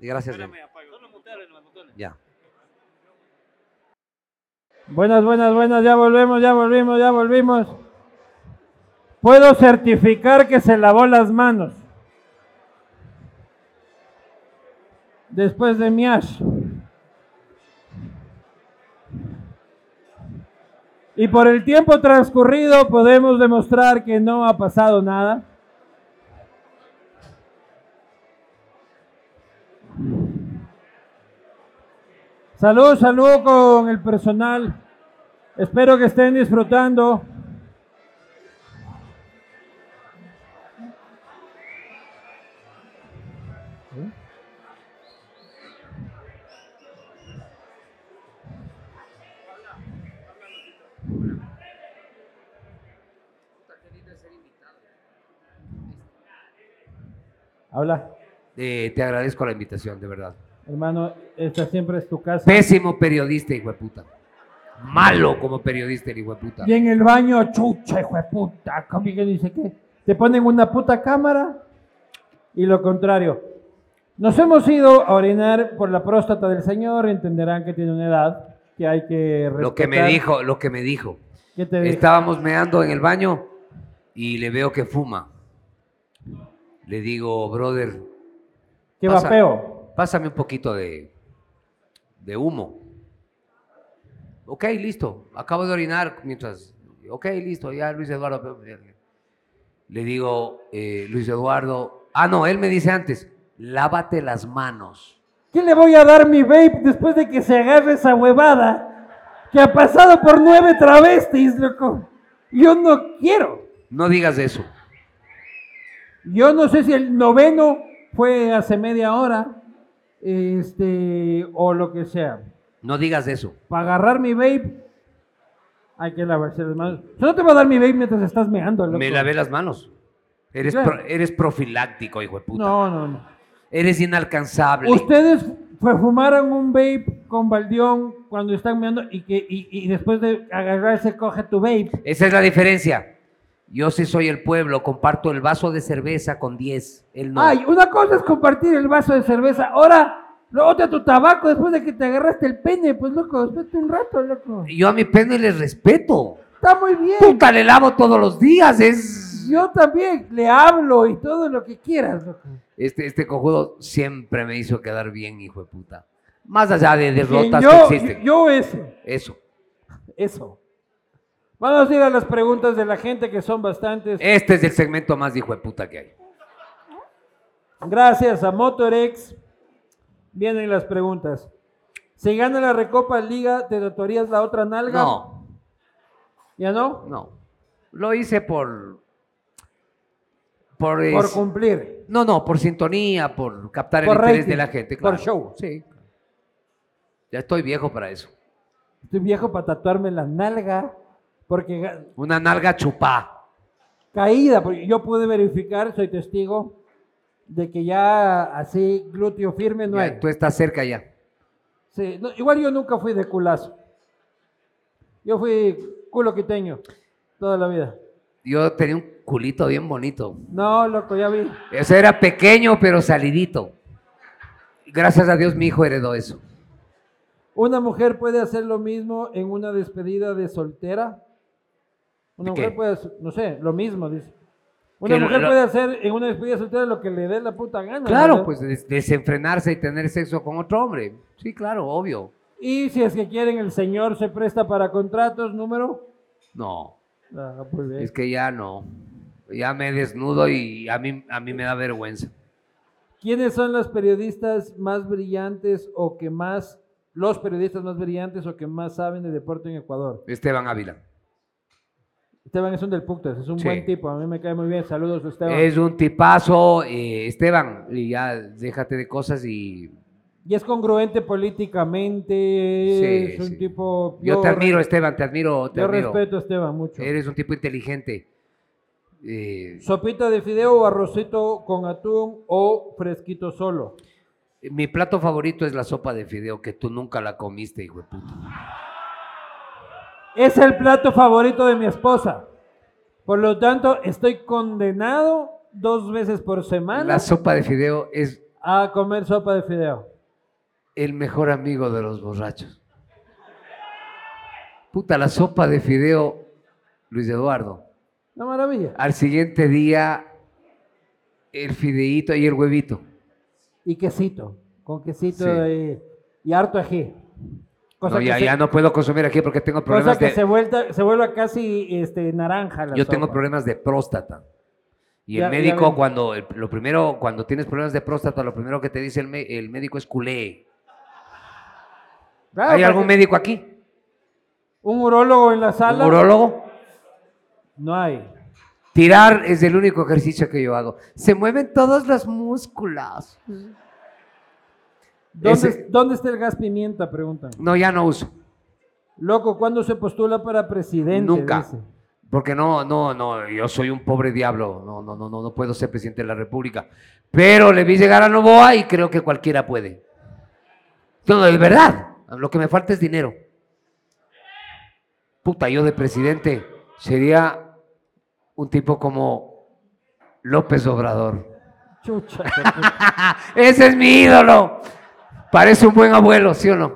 Speaker 2: Y gracias. Benny. Ya.
Speaker 3: Buenas, buenas, buenas, ya volvemos, ya volvimos, ya volvimos. Puedo certificar que se lavó las manos. después de Miash. Y por el tiempo transcurrido podemos demostrar que no ha pasado nada. Salud, salud con el personal. Espero que estén disfrutando. Habla,
Speaker 2: Eh, te agradezco la invitación, de verdad.
Speaker 3: hermano, esta siempre es tu casa.
Speaker 2: Pésimo periodista, hijo de puta. Malo como periodista, el hijo de puta.
Speaker 3: Y en el baño, chucha, hijo de puta, ¿cómo que dice qué? Te ponen una puta cámara y lo contrario. Nos hemos ido a orinar por la próstata del señor, entenderán que tiene una edad que hay que respetar.
Speaker 2: Lo que me dijo, lo que me dijo.
Speaker 3: ¿Qué te dijo?
Speaker 2: Estábamos meando en el baño y le veo que fuma. Le digo, brother,
Speaker 3: ¿Qué
Speaker 2: pasa-
Speaker 3: vapeo?
Speaker 2: Pásame un poquito de, de humo. Ok, listo. Acabo de orinar mientras. Ok, listo. Ya Luis Eduardo. Le digo, eh, Luis Eduardo. Ah, no, él me dice antes: lávate las manos.
Speaker 3: ¿Qué le voy a dar mi vape después de que se agarre esa huevada que ha pasado por nueve travestis, loco? Yo no quiero.
Speaker 2: No digas eso.
Speaker 3: Yo no sé si el noveno fue hace media hora, este, o lo que sea.
Speaker 2: No digas eso.
Speaker 3: Para agarrar mi vape, hay que lavarse las manos. Yo no te voy a dar mi vape mientras estás meando, loco.
Speaker 2: Me lavé las manos. Eres,
Speaker 3: Claro.
Speaker 2: pro- eres profiláctico, hijo de puta.
Speaker 3: No, no, no.
Speaker 2: Eres inalcanzable.
Speaker 3: Ustedes fue- fumaron un vape con baldión cuando están meando y que y, y después de agarrarse coge tu vape.
Speaker 2: Esa es la diferencia. Yo sí soy el pueblo, comparto el vaso de cerveza con 10. Él no.
Speaker 3: Ay, una cosa es compartir el vaso de cerveza, ahora lo otra tu tabaco después de que te agarraste el pene, pues loco, espérate un rato, loco.
Speaker 2: Yo a mi pene le respeto.
Speaker 3: Está muy bien.
Speaker 2: Puta, le lavo todos los días. Es...
Speaker 3: Yo también le hablo y todo lo que quieras, loco.
Speaker 2: Este, este cojudo siempre me hizo quedar bien, hijo de puta. Más allá de derrotas
Speaker 3: yo,
Speaker 2: que existen.
Speaker 3: yo ese,
Speaker 2: Eso.
Speaker 3: eso. Vamos a ir a las preguntas de la gente que son bastantes.
Speaker 2: Este es el segmento más hijo de puta que hay.
Speaker 3: Gracias a Motorex. Vienen las preguntas. ¿Se gana la Recopa Liga? ¿Te tatuarías la otra nalga?
Speaker 2: No,
Speaker 3: ¿Ya no?
Speaker 2: no. Lo hice por. Por. es-
Speaker 3: Por cumplir.
Speaker 2: No, no, por sintonía, por captar
Speaker 3: Por
Speaker 2: el interés
Speaker 3: rating,
Speaker 2: de la gente.
Speaker 3: por
Speaker 2: Claro.
Speaker 3: show.
Speaker 2: Sí. Ya estoy viejo para eso.
Speaker 3: Estoy viejo para tatuarme la nalga porque ga-
Speaker 2: Una nalga chupá.
Speaker 3: caída, porque yo pude verificar, soy testigo, de que ya así glúteo firme no
Speaker 2: Ya,
Speaker 3: hay.
Speaker 2: tú estás cerca ya.
Speaker 3: Sí, no, igual yo nunca fui de culazo. Yo fui culo quiteño toda la vida.
Speaker 2: Yo tenía un culito bien bonito.
Speaker 3: No, loco, ya vi.
Speaker 2: O sea, era pequeño, pero salidito. Gracias a Dios mi hijo heredó eso.
Speaker 3: Una mujer puede hacer lo mismo en una despedida de soltera. Una
Speaker 2: ¿De qué?
Speaker 3: mujer puede, hacer- no sé, lo mismo, dice. Una
Speaker 2: Que lo-
Speaker 3: mujer
Speaker 2: lo-
Speaker 3: puede hacer en una despedida de soltera lo que le dé la puta gana.
Speaker 2: Claro,
Speaker 3: ¿verdad?
Speaker 2: pues des- desenfrenarse y tener sexo con otro hombre. Sí, claro, obvio.
Speaker 3: Y si es que quieren, el señor se presta para contratos, número.
Speaker 2: No,
Speaker 3: Ah, muy bien.
Speaker 2: es que ya no. Ya me desnudo y a mí, a mí me da vergüenza.
Speaker 3: ¿Quiénes son las periodistas más brillantes o que más, los periodistas más brillantes o que más saben de deporte en Ecuador?
Speaker 2: Esteban Ávila.
Speaker 3: Esteban es un del Puctas, es un
Speaker 2: Sí.
Speaker 3: buen tipo, a mí me cae muy bien. Saludos, Esteban.
Speaker 2: Es un tipazo, eh, Esteban, y ya déjate de cosas y...
Speaker 3: Y es congruente políticamente,
Speaker 2: Sí,
Speaker 3: es un
Speaker 2: sí.
Speaker 3: tipo...
Speaker 2: Yo, te
Speaker 3: re-
Speaker 2: admiro, Esteban, te admiro, te
Speaker 3: Yo
Speaker 2: admiro.
Speaker 3: respeto a Esteban mucho.
Speaker 2: Eres un tipo inteligente. Eh,
Speaker 3: Sopita de fideo o arrocito con atún o fresquito solo.
Speaker 2: mi plato favorito es la sopa de fideo, que tú nunca la comiste, hijo de puta.
Speaker 3: Es el plato favorito de mi esposa. Por lo tanto, estoy condenado dos veces por semana
Speaker 2: La sopa de fideo es
Speaker 3: a comer sopa de fideo.
Speaker 2: el mejor amigo de los borrachos. Puta, la sopa de fideo, Luis Eduardo.
Speaker 3: Una maravilla.
Speaker 2: Al siguiente día, el fideíto y el huevito.
Speaker 3: Y quesito. con quesito
Speaker 2: Sí.
Speaker 3: y, y harto ají. Cosa
Speaker 2: No,
Speaker 3: que
Speaker 2: ya,
Speaker 3: se-
Speaker 2: ya no puedo consumir aquí porque tengo
Speaker 3: cosa
Speaker 2: problemas
Speaker 3: que
Speaker 2: de,
Speaker 3: se, vuelta, se vuelva casi este, naranja. la
Speaker 2: yo tengo
Speaker 3: sopa.
Speaker 2: problemas de próstata. Y
Speaker 3: Ya-
Speaker 2: el
Speaker 3: ya
Speaker 2: médico
Speaker 3: ven.
Speaker 2: cuando el- lo primero cuando tienes problemas de próstata, lo primero que te dice el, me- el médico es culé.
Speaker 3: Claro,
Speaker 2: ¿Hay
Speaker 3: porque
Speaker 2: algún médico aquí?
Speaker 3: Un urólogo en la
Speaker 2: ¿Un
Speaker 3: sala.
Speaker 2: urólogo?
Speaker 3: No hay.
Speaker 2: Tirar es el único ejercicio que yo hago. Se mueven todos los músculos.
Speaker 3: ¿Dónde,
Speaker 2: Ese-
Speaker 3: dónde está el gas pimienta? Preguntan.
Speaker 2: No, ya no uso.
Speaker 3: Loco, ¿cuándo se postula para presidente?
Speaker 2: Nunca.
Speaker 3: Dice.
Speaker 2: Porque no, no, no, yo soy un pobre diablo. No, no, no, no, no puedo ser presidente de la República. Pero le vi llegar a Novoa y creo que cualquiera puede. No, es verdad. Lo que me falta es dinero. Puta, yo de presidente sería un tipo como López Obrador.
Speaker 3: Chucha.
Speaker 2: Ese es mi ídolo. Parece un buen abuelo, ¿sí o no?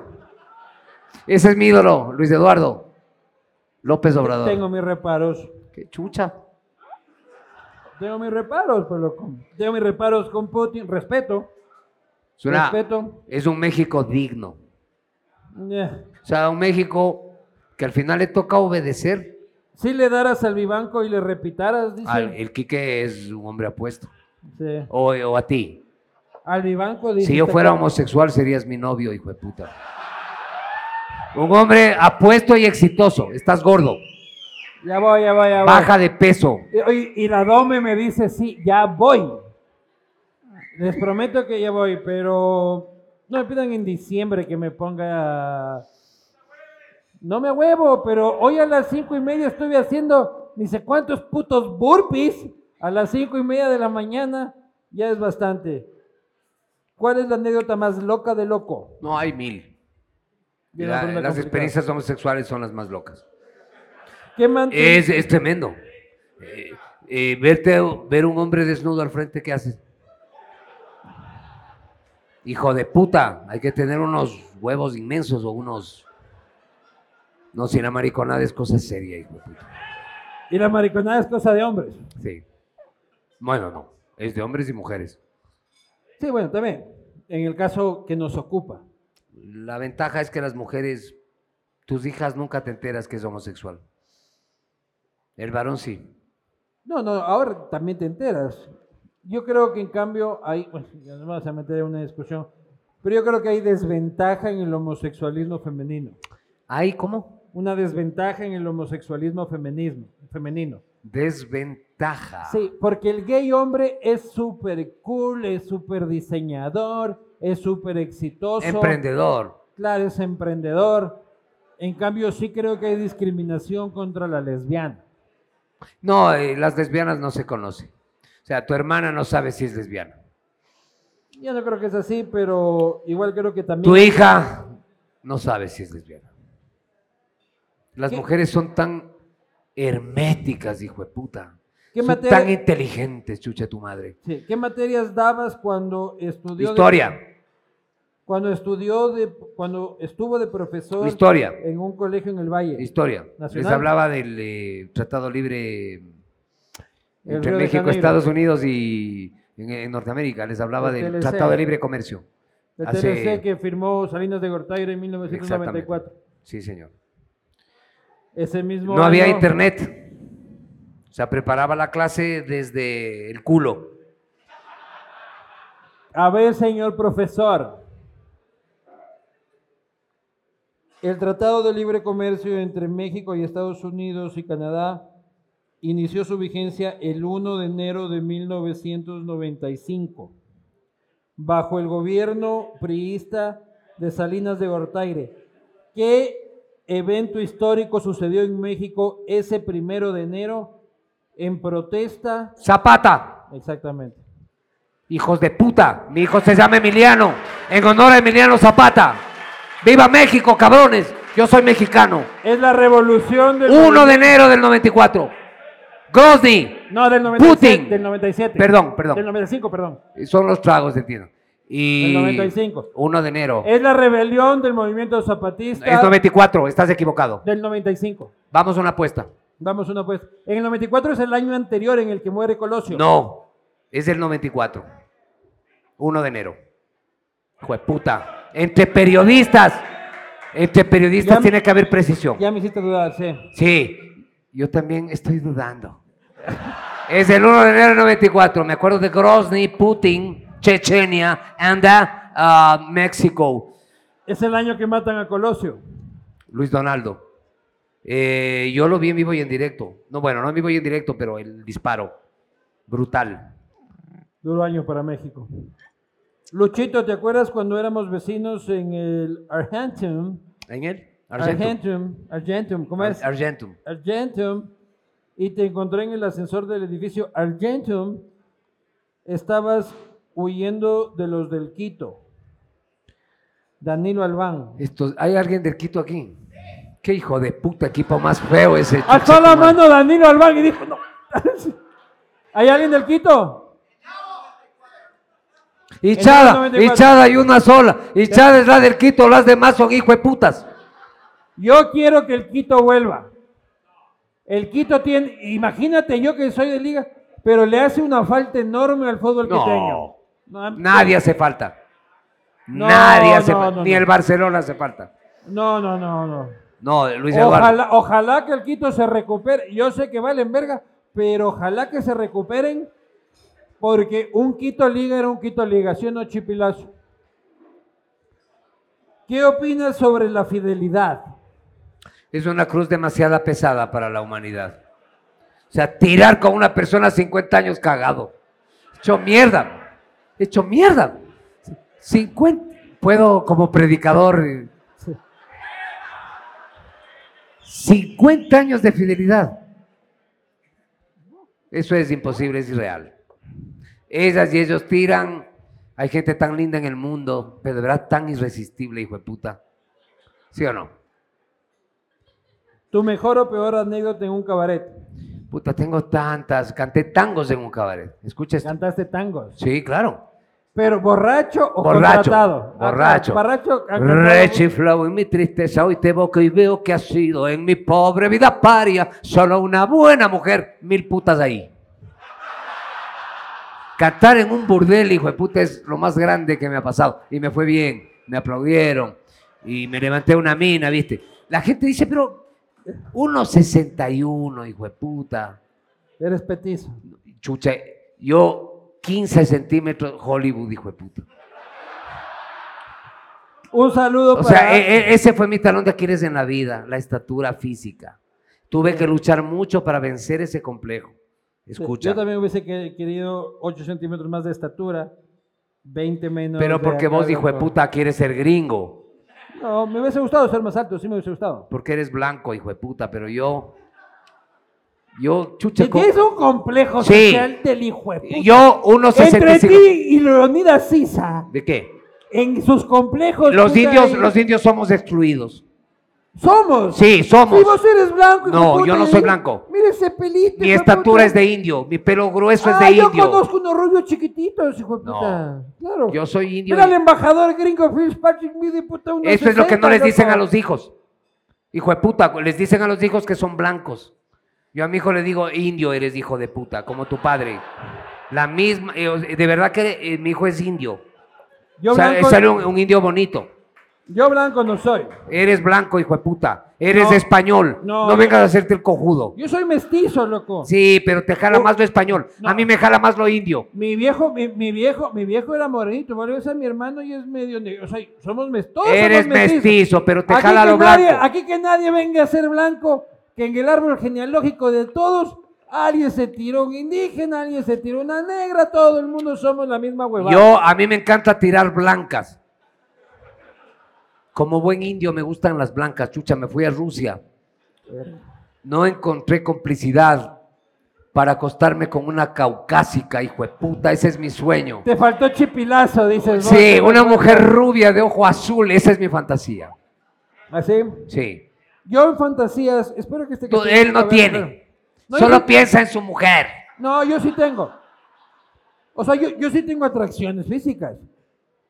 Speaker 2: Ese es mi ídolo, Luis Eduardo López Obrador.
Speaker 3: tengo mis reparos.
Speaker 2: Qué chucha.
Speaker 3: Tengo mis reparos, pues loco. Tengo mis reparos con Putin. Respeto.
Speaker 2: Es, una-
Speaker 3: Respeto.
Speaker 2: es un México digno.
Speaker 3: Yeah.
Speaker 2: O sea, un México que al final le toca obedecer.
Speaker 3: Si le daras al vivanco y le repitaras, dice.
Speaker 2: Al- el Quique es un hombre apuesto.
Speaker 3: Sí.
Speaker 2: O, o a ti.
Speaker 3: Al vivanco dice.
Speaker 2: Si yo fuera homosexual serías mi novio, hijo de puta. Un hombre apuesto y exitoso. Estás gordo.
Speaker 3: Ya voy, ya voy, ya voy.
Speaker 2: Baja de peso.
Speaker 3: Y- oye, Y, la Dome me dice, sí, ya voy. Les prometo que ya voy, pero no me pidan en diciembre que me ponga... No me huevo, pero hoy a las cinco y media estuve haciendo ni sé cuántos putos burpees a las cinco y media de la mañana. Ya es bastante. ¿Cuál es la anécdota más loca de loco?
Speaker 2: No hay mil.
Speaker 3: Yo
Speaker 2: La-
Speaker 3: no creo que
Speaker 2: las
Speaker 3: complicado.
Speaker 2: experiencias homosexuales son las más locas.
Speaker 3: ¿Qué man-
Speaker 2: Es, es tremendo. Eh, eh, verte, ver un hombre desnudo al frente, ¿qué haces? Hijo de puta, hay que tener unos huevos inmensos o unos... No, si la mariconada es cosa seria, hijo de puta.
Speaker 3: Y la mariconada es cosa de hombres.
Speaker 2: Sí. Bueno, no. Es de hombres y mujeres.
Speaker 3: Sí, bueno, también. En el caso que nos ocupa.
Speaker 2: La ventaja es que las mujeres, tus hijas nunca te enteras que es homosexual. El varón sí.
Speaker 3: No, no, ahora también te enteras. Yo creo que en cambio hay, bueno, ya nos vamos a meter en una discusión, pero yo creo que hay desventaja en el homosexualismo femenino.
Speaker 2: Ay, ¿cómo?
Speaker 3: Una desventaja en el homosexualismo feminismo, femenino.
Speaker 2: Desventaja.
Speaker 3: Sí, porque el gay hombre es súper cool, es súper diseñador, es súper exitoso.
Speaker 2: Emprendedor.
Speaker 3: Claro, es emprendedor. En cambio, sí creo que hay discriminación contra la lesbiana.
Speaker 2: No, eh, las lesbianas no se conocen. O sea, tu hermana no sabe si es lesbiana.
Speaker 3: Yo no creo que es así, pero igual creo que también...
Speaker 2: Tu hija no sabe si es lesbiana. Las
Speaker 3: ¿Qué?
Speaker 2: mujeres son tan herméticas, hijo de puta.
Speaker 3: ¿Qué
Speaker 2: son
Speaker 3: materia-
Speaker 2: tan inteligentes, chucha tu madre.
Speaker 3: Sí, ¿Qué materias dabas cuando estudió? de-
Speaker 2: Historia,
Speaker 3: cuando estudió de, cuando estuvo de profesor
Speaker 2: historia,
Speaker 3: en un colegio en el Valle.
Speaker 2: historia. Les
Speaker 3: Nacional.
Speaker 2: hablaba del eh, Tratado Libre
Speaker 3: El
Speaker 2: entre
Speaker 3: Río de
Speaker 2: México,
Speaker 3: Janeiro.
Speaker 2: Estados Unidos y en, en Norteamérica. Les hablaba
Speaker 3: El
Speaker 2: del
Speaker 3: TLC.
Speaker 2: Tratado de Libre Comercio.
Speaker 3: El
Speaker 2: hace-
Speaker 3: TLC que firmó Salinas de Gortari en 1994.
Speaker 2: Sí, señor.
Speaker 3: Ese mismo
Speaker 2: No había
Speaker 3: año-
Speaker 2: internet. O sea, preparaba la clase desde el culo.
Speaker 3: A ver, señor profesor. El Tratado de Libre Comercio entre México y Estados Unidos y Canadá inició su vigencia el 1 de enero de 1995 bajo el gobierno priista de Salinas de Gortaire. ¿Qué evento histórico sucedió en México ese primero de enero en protesta?
Speaker 2: Zapata,
Speaker 3: Exactamente.
Speaker 2: hijos de puta. Mi hijo se llama Emiliano, en honor a Emiliano Zapata. ¡Viva México, cabrones! Yo soy mexicano.
Speaker 3: Es la revolución del
Speaker 2: 1 de enero del 94. Grozny.
Speaker 3: No, del 97.
Speaker 2: Putin.
Speaker 3: Del 97.
Speaker 2: Perdón, perdón.
Speaker 3: Del 95, perdón.
Speaker 2: Son los tragos, entiendo. Y
Speaker 3: Del 95.
Speaker 2: 1 de enero.
Speaker 3: Es la rebelión del movimiento zapatista
Speaker 2: Es 94, estás equivocado.
Speaker 3: del 95.
Speaker 2: Vamos a una apuesta.
Speaker 3: Vamos una pues. En el 94 es el año anterior en el que muere Colosio.
Speaker 2: No, es del 94. 1 de enero. Jueputa. Entre periodistas. Entre periodistas
Speaker 3: Ya-
Speaker 2: tiene que haber precisión.
Speaker 3: Ya me hiciste dudar, sí.
Speaker 2: Sí, yo también estoy dudando. es el 1 de enero del 94. Me acuerdo de Grozny, Putin, Chechenia, uh, anda a México.
Speaker 3: Es el año que matan a Colosio.
Speaker 2: Luis Donaldo. Eh, yo lo vi en vivo y en directo. No, bueno, no en vivo y en directo, pero el disparo. Brutal.
Speaker 3: Duro año para México. Luchito, ¿te acuerdas cuando éramos vecinos en el Argentum?
Speaker 2: ¿En él? Argentum.
Speaker 3: Argentum. Argentum, ¿cómo es?
Speaker 2: Ar- Argentum.
Speaker 3: Argentum. Y te encontré en el ascensor del edificio Argentum. Estabas huyendo de los del Quito. Danilo Albán.
Speaker 2: Estos- ¿Hay alguien del Quito aquí? ¿Qué hijo de puta equipo más feo ese?
Speaker 3: Alzó la
Speaker 2: chuchetumare.
Speaker 3: Ah, mano Danilo Albán y dijo, no. ¿Hay alguien del Quito?
Speaker 2: Hinchada,
Speaker 3: En el 94.
Speaker 2: hinchada hay una sola. Hinchada es la del Quito, las demás son hijo de putas.
Speaker 3: Yo quiero que el Quito vuelva. El Quito tiene, imagínate yo que soy de liga, pero le hace una falta enorme al fútbol
Speaker 2: No.
Speaker 3: quiteño. No,
Speaker 2: Nadie hace falta.
Speaker 3: No,
Speaker 2: Nadie hace
Speaker 3: no,
Speaker 2: falta.
Speaker 3: no,
Speaker 2: Ni
Speaker 3: no.
Speaker 2: el Barcelona hace falta.
Speaker 3: No, no, no, no.
Speaker 2: No, Luis Eduardo.
Speaker 3: Ojalá, ojalá que el Quito se recupere. Yo sé que valen verga, pero ojalá que se recuperen porque un Quito Liga era un Quito Liga, ¿sí o no, Chipilazo? ¿Qué opinas sobre la fidelidad?
Speaker 2: Es una cruz demasiado pesada para la humanidad. O sea, tirar con una persona 50 años cagado. Hecho mierda. Hecho mierda. 50. Puedo como predicador. eh, 50 años de fidelidad. Eso es imposible, es irreal. Ellas y ellos tiran. Hay gente tan linda en el mundo, pero de verdad tan irresistible, hijo de puta. ¿Sí o no?
Speaker 3: ¿Tu mejor o peor anécdota en un cabaret?
Speaker 2: Puta, tengo tantas. Canté tangos en un cabaret. Escucha esto.
Speaker 3: Cantaste tangos.
Speaker 2: Sí, claro.
Speaker 3: ¿Pero borracho o
Speaker 2: Borracho.
Speaker 3: contratado? Ah,
Speaker 2: Borracho.
Speaker 3: borracho, ah,
Speaker 2: Rechiflado en mi tristeza, hoy te boco y veo que ha sido en mi pobre vida paria. Solo una buena mujer, mil putas ahí. Cantar en un burdel, hijo de puta, es lo más grande que me ha pasado. Y me fue bien. Me aplaudieron. Y me levanté una mina, ¿viste? La gente dice, pero 1.61, hijo de puta.
Speaker 3: Eres petizo.
Speaker 2: Chucha, yo 15 centímetros Hollywood, hijo de puta.
Speaker 3: Un saludo
Speaker 2: O
Speaker 3: para...
Speaker 2: sea, e- e- ese fue mi talón de Aquiles en la vida, la estatura física. Tuve que luchar mucho para vencer ese complejo. Escucha.
Speaker 3: Yo también hubiese que- querido 8 centímetros más de estatura, 20 menos.
Speaker 2: Pero
Speaker 3: de
Speaker 2: porque
Speaker 3: acá
Speaker 2: vos, hijo de
Speaker 3: abajo.
Speaker 2: puta, quieres ser gringo.
Speaker 3: No, me hubiese gustado ser más alto, sí me hubiese gustado.
Speaker 2: Porque eres blanco, hijo de puta, pero yo. Yo, chucha.
Speaker 3: Si tienes un complejo
Speaker 2: Sí.
Speaker 3: social del hijo de puta.
Speaker 2: Yo,
Speaker 3: Entre
Speaker 2: 1.65.
Speaker 3: ti y Leonidas Sisa,
Speaker 2: ¿De qué?
Speaker 3: en sus complejos.
Speaker 2: Los
Speaker 3: puta,
Speaker 2: indios,
Speaker 3: y-
Speaker 2: los indios somos excluidos.
Speaker 3: Somos.
Speaker 2: Sí, somos.
Speaker 3: Si vos eres blanco. hijo
Speaker 2: No,
Speaker 3: de puta,
Speaker 2: yo no
Speaker 3: y-
Speaker 2: soy blanco.
Speaker 3: Mira ese pelito.
Speaker 2: Mi estatura es de indio, mi pelo grueso es de
Speaker 3: Ah, yo
Speaker 2: indio.
Speaker 3: conozco unos rubios chiquititos, hijo de
Speaker 2: No.
Speaker 3: puta. Claro.
Speaker 2: Yo soy indio.
Speaker 3: Mira el embajador gringo Fitzpatrick, mide puta unos
Speaker 2: Eso es lo que no
Speaker 3: 60,
Speaker 2: les dicen a
Speaker 3: loco.
Speaker 2: los hijos. Hijo de puta, les dicen a los hijos que son blancos. Yo a mi hijo le digo, indio eres hijo de puta, como tu padre. La misma, eh, o- de verdad que eh, mi hijo es indio.
Speaker 3: Yo
Speaker 2: O sea,
Speaker 3: blanco,
Speaker 2: sale un, un indio bonito.
Speaker 3: yo blanco no soy.
Speaker 2: Eres blanco, hijo de puta. Eres
Speaker 3: No.
Speaker 2: español.
Speaker 3: No.
Speaker 2: No, vengas a hacerte el cojudo.
Speaker 3: Yo soy mestizo, loco.
Speaker 2: Sí, pero te jala
Speaker 3: No.
Speaker 2: más lo español.
Speaker 3: No.
Speaker 2: A mí me jala más lo indio.
Speaker 3: Mi viejo, mi, mi viejo, mi viejo era morenito, volvió a ser mi hermano y es medio negro. O sea, somos mestizos.
Speaker 2: Eres mestizo, pero te
Speaker 3: aquí
Speaker 2: jala
Speaker 3: que
Speaker 2: lo
Speaker 3: nadie-
Speaker 2: blanco.
Speaker 3: aquí que nadie venga a ser blanco, que en el árbol genealógico de todos, alguien se tiró un indígena, alguien se tiró una negra, todo el mundo somos la misma huevada.
Speaker 2: Yo, a mí me encanta tirar blancas. Como buen indio me gustan las blancas, chucha, me fui a Rusia. No encontré complicidad para acostarme con una caucásica, hijo de puta, ese es mi sueño.
Speaker 3: Te faltó chipilazo, dices vos.
Speaker 2: Sí, una mujer rubia de ojo azul, esa es mi fantasía.
Speaker 3: Así.
Speaker 2: Sí.
Speaker 3: ¿Ah, Yo en fantasías, espero que este
Speaker 2: Tú-
Speaker 3: capítulo-
Speaker 2: él
Speaker 3: a
Speaker 2: no
Speaker 3: ver,
Speaker 2: tiene.
Speaker 3: espero. No, yo-
Speaker 2: Solo piensa en su mujer.
Speaker 3: No, yo sí tengo. O sea, yo, yo sí tengo atracciones físicas.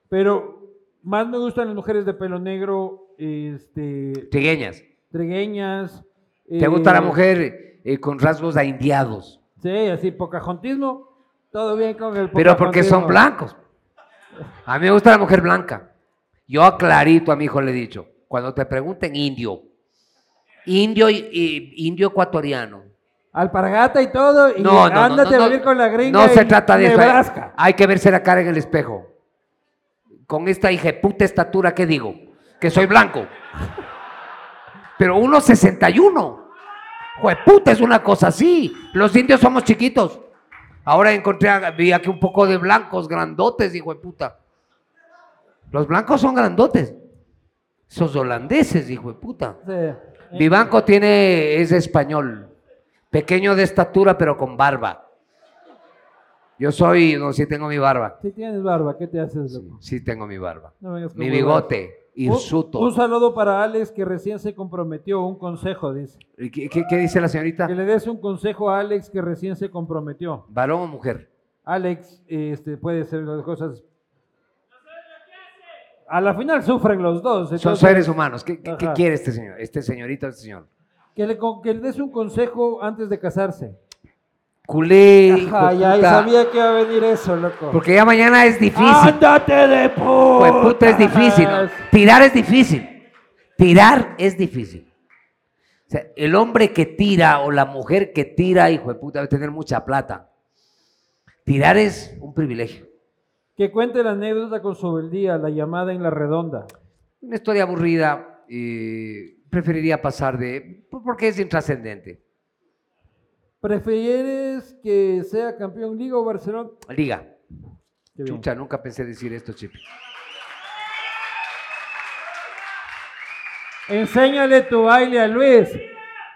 Speaker 3: Pero más me gustan las mujeres de pelo negro, este,
Speaker 2: Trigueñas,
Speaker 3: trigueñas.
Speaker 2: ¿te
Speaker 3: eh,
Speaker 2: gusta la mujer eh, con rasgos aindiados?
Speaker 3: Sí, así, pocajontismo. Todo bien con el
Speaker 2: Pero porque son
Speaker 3: pocajontismo.
Speaker 2: blancos. A mí me gusta la mujer blanca. Yo clarito a mi hijo le he dicho, cuando te pregunten indio, indio y, y- indio ecuatoriano.
Speaker 3: Alpargata y todo, y
Speaker 2: No, no, no,
Speaker 3: ándate
Speaker 2: no,
Speaker 3: a
Speaker 2: no.
Speaker 3: vivir con la gringa.
Speaker 2: No
Speaker 3: en
Speaker 2: se trata de eso. Hay-
Speaker 3: Nebraska.
Speaker 2: Hay que verse la cara en el espejo. Con esta puta estatura, ¿qué digo? Que soy blanco. Pero 1,61. Jueputa, es una cosa así. Los indios somos chiquitos. Ahora encontré, a- vi aquí un poco de blancos grandotes, hijo de puta. Los blancos son grandotes. Esos holandeses, hijo de puta.
Speaker 3: Sí.
Speaker 2: Vivanco tiene, es español, pequeño de estatura pero con barba. Yo soy, no, sí tengo mi barba,
Speaker 3: Si tienes barba, ¿qué te haces, loco?
Speaker 2: sí tengo mi barba.
Speaker 3: No vengas con
Speaker 2: Mi
Speaker 3: huevadas.
Speaker 2: bigote, hirsuto.
Speaker 3: Un, un saludo para Alex que recién se comprometió, un consejo, dice.
Speaker 2: ¿Y ¿Qué, qué- qué dice la señorita?
Speaker 3: Que le des un consejo a Alex que recién se comprometió.
Speaker 2: ¿Varón o mujer?
Speaker 3: Alex, este, puede ser las cosas. A la final sufren los dos.
Speaker 2: Son
Speaker 3: entonces,
Speaker 2: seres humanos. ¿Qué, qué- qué
Speaker 3: Ajá.
Speaker 2: quiere este señor? Este señorito, este señor.
Speaker 3: Que le, con- que le des un consejo antes de casarse.
Speaker 2: Culé, hijo
Speaker 3: Ajá,
Speaker 2: de
Speaker 3: ya, y
Speaker 2: puta,
Speaker 3: sabía que iba a venir eso, loco.
Speaker 2: Porque ya mañana es difícil.
Speaker 3: ¡Ándate de
Speaker 2: Hijo
Speaker 3: puta!
Speaker 2: de puta, es difícil. ¿no? Tirar es difícil. Tirar es difícil. O sea, el hombre que tira o la mujer que tira, hijo de puta, debe tener mucha plata. Tirar es un privilegio.
Speaker 3: Que cuente la anécdota con su beldía, la llamada en la redonda.
Speaker 2: Una historia aburrida, eh, preferiría pasar de... pues, porque es intrascendente.
Speaker 3: ¿Prefieres que sea campeón Liga o Barcelona?
Speaker 2: Liga.
Speaker 3: Qué bien.
Speaker 2: Chucha, nunca pensé decir esto, Chip.
Speaker 3: Enséñale tu baile a Luis.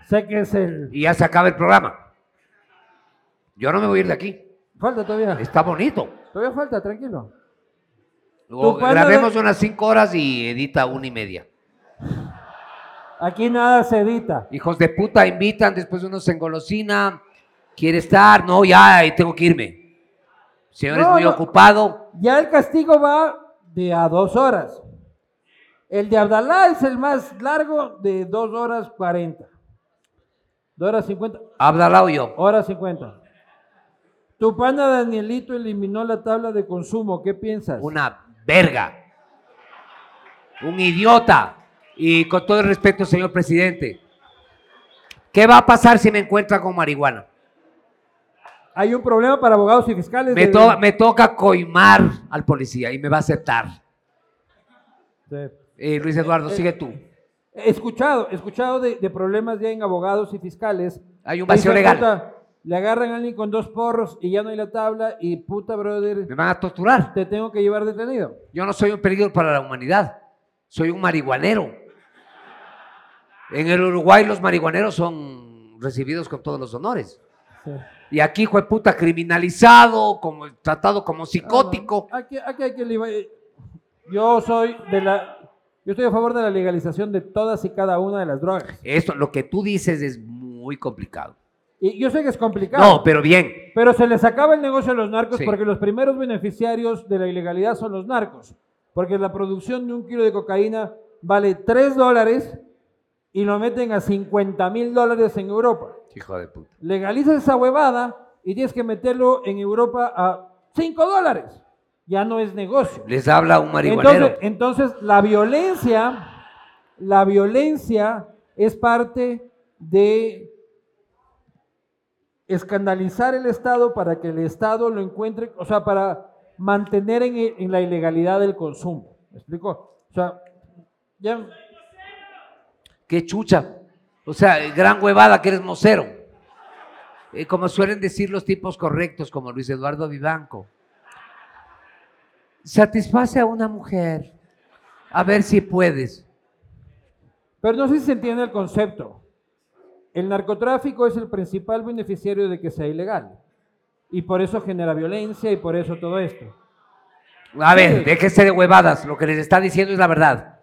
Speaker 3: Sé que es el.
Speaker 2: Y ya se acaba el programa. Yo no me voy a ir de aquí.
Speaker 3: Falta todavía.
Speaker 2: Está bonito.
Speaker 3: Todavía falta, tranquilo.
Speaker 2: O
Speaker 3: pana de-
Speaker 2: grabemos unas cinco horas y edita una y media.
Speaker 3: Aquí nada se edita.
Speaker 2: Hijos de puta invitan, después uno se engolosina, quiere estar, no, ya eh, tengo que irme. Señor es
Speaker 3: No,
Speaker 2: muy
Speaker 3: no.
Speaker 2: ocupado.
Speaker 3: Ya el castigo va de a dos horas. El de Abdalá es el más largo de dos horas cuarenta. Dos horas cincuenta.
Speaker 2: Abdalá o yo.
Speaker 3: Hora 50. Tu pana Danielito eliminó la tabla de consumo. ¿Qué piensas?
Speaker 2: Una verga. Un idiota. Y con todo el respeto, señor presidente, ¿qué va a pasar si me encuentra con marihuana?
Speaker 3: Hay un problema para abogados y fiscales.
Speaker 2: Me,
Speaker 3: de-
Speaker 2: to- me toca coimar al policía y me va a aceptar.
Speaker 3: de-
Speaker 2: Eh, Luis Eduardo, sigue tú.
Speaker 3: He escuchado, he escuchado de, de problemas ya en abogados y fiscales.
Speaker 2: Hay un
Speaker 3: Ahí
Speaker 2: vacío
Speaker 3: se
Speaker 2: legal.
Speaker 3: puta, Le agarran a alguien con dos porros y ya no hay la tabla y puta,
Speaker 2: Me
Speaker 3: brother,
Speaker 2: van a torturar.
Speaker 3: te tengo que llevar detenido.
Speaker 2: Yo no soy un peligro para la humanidad, soy un marihuanero. En el Uruguay los marihuaneros son recibidos con todos los honores. Y aquí, hijo de puta, criminalizado, como, tratado como psicótico.
Speaker 3: Ah, Aquí, aquí hay que liba- Yo soy de la... Yo estoy a favor de la legalización de todas y cada una de las drogas.
Speaker 2: Esto, lo que tú dices es muy complicado.
Speaker 3: Y yo sé que es complicado.
Speaker 2: No, pero bien.
Speaker 3: Pero se les acaba el negocio a los narcos
Speaker 2: Sí.
Speaker 3: porque los primeros beneficiarios de la ilegalidad son los narcos. Porque la producción de un kilo de cocaína vale 3 dólares y lo meten a 50 mil dólares en Europa.
Speaker 2: Hijo de puta.
Speaker 3: Legalizas esa huevada y tienes que meterlo en Europa a 5 dólares. Ya no es negocio.
Speaker 2: Les habla un marihuanero.
Speaker 3: Entonces, entonces la violencia, la violencia es parte de escandalizar el Estado para que el Estado lo encuentre, o sea, para mantener en, en la ilegalidad del consumo. ¿Me explico? O sea, ya,
Speaker 2: Qué chucha. O sea, eh, gran huevada que eres mocero. Eh, como suelen decir los tipos correctos, como Luis Eduardo Vivanco. Satisface a una mujer. A ver si puedes.
Speaker 3: pero no sé si se entiende el concepto. El narcotráfico es el principal beneficiario de que sea ilegal. Y por eso genera violencia y por eso todo esto.
Speaker 2: A ver,
Speaker 3: Sí.
Speaker 2: déjese de huevadas. Lo que les está diciendo es la verdad.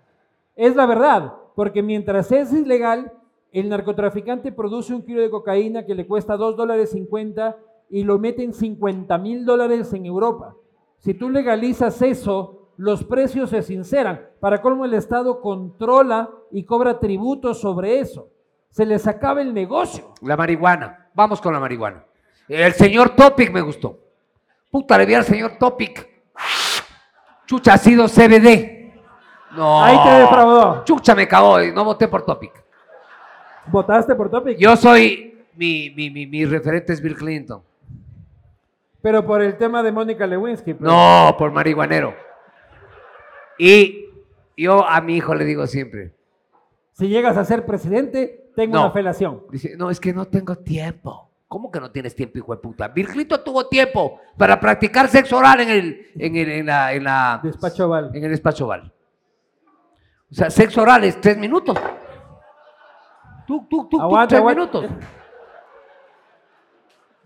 Speaker 3: Es la verdad, porque mientras es ilegal, el narcotraficante produce un kilo de cocaína que le cuesta 2 dólares 50 y lo meten 50 mil dólares en Europa. Si tú legalizas eso, los precios se sinceran. Para colmo, el Estado controla y cobra tributos sobre eso. Se les acaba el negocio.
Speaker 2: La marihuana. Vamos con la marihuana. El señor Topic me gustó. Puta, le vi al señor Topic. Chucha, ha sido CBD. No.
Speaker 3: Ahí te defraudó.
Speaker 2: Chucha, me cagó y no voté por Topic.
Speaker 3: Votaste por Topic,
Speaker 2: Yo soy, mi, mi, mi, mi referente es Bill Clinton.
Speaker 3: pero por el tema de Mónica Lewinsky. pues.
Speaker 2: No, por marihuanero. Y yo a mi hijo le digo siempre,
Speaker 3: Si llegas a ser presidente, tengo
Speaker 2: No.
Speaker 3: una felación.
Speaker 2: dice, no, es que no tengo tiempo. ¿Cómo que no tienes tiempo, hijo de puta? Bill Clinton tuvo tiempo para practicar sexo oral en el, en el, en la, en la-
Speaker 3: Despacho oval.
Speaker 2: en el despacho oval. O sea, sexo oral es tres minutos. Tú, tú, tú, tú,
Speaker 3: Aguanta,
Speaker 2: tres
Speaker 3: aguanta.
Speaker 2: minutos.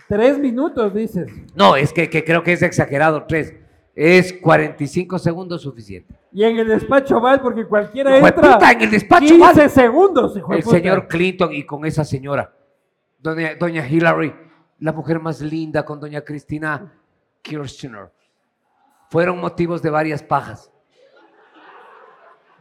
Speaker 3: Tres minutos, dices.
Speaker 2: No, es que, que creo que es exagerado, tres. Es 45 segundos suficiente.
Speaker 3: Y en el despacho oval, porque cualquiera
Speaker 2: Hijo de
Speaker 3: entra.
Speaker 2: puta, en el despacho
Speaker 3: 15
Speaker 2: oval.
Speaker 3: segundos, hijo de
Speaker 2: el
Speaker 3: puta.
Speaker 2: señor Clinton y con esa señora, doña, doña Hillary, la mujer más linda con doña Cristina Kirchner, fueron motivos de varias pajas.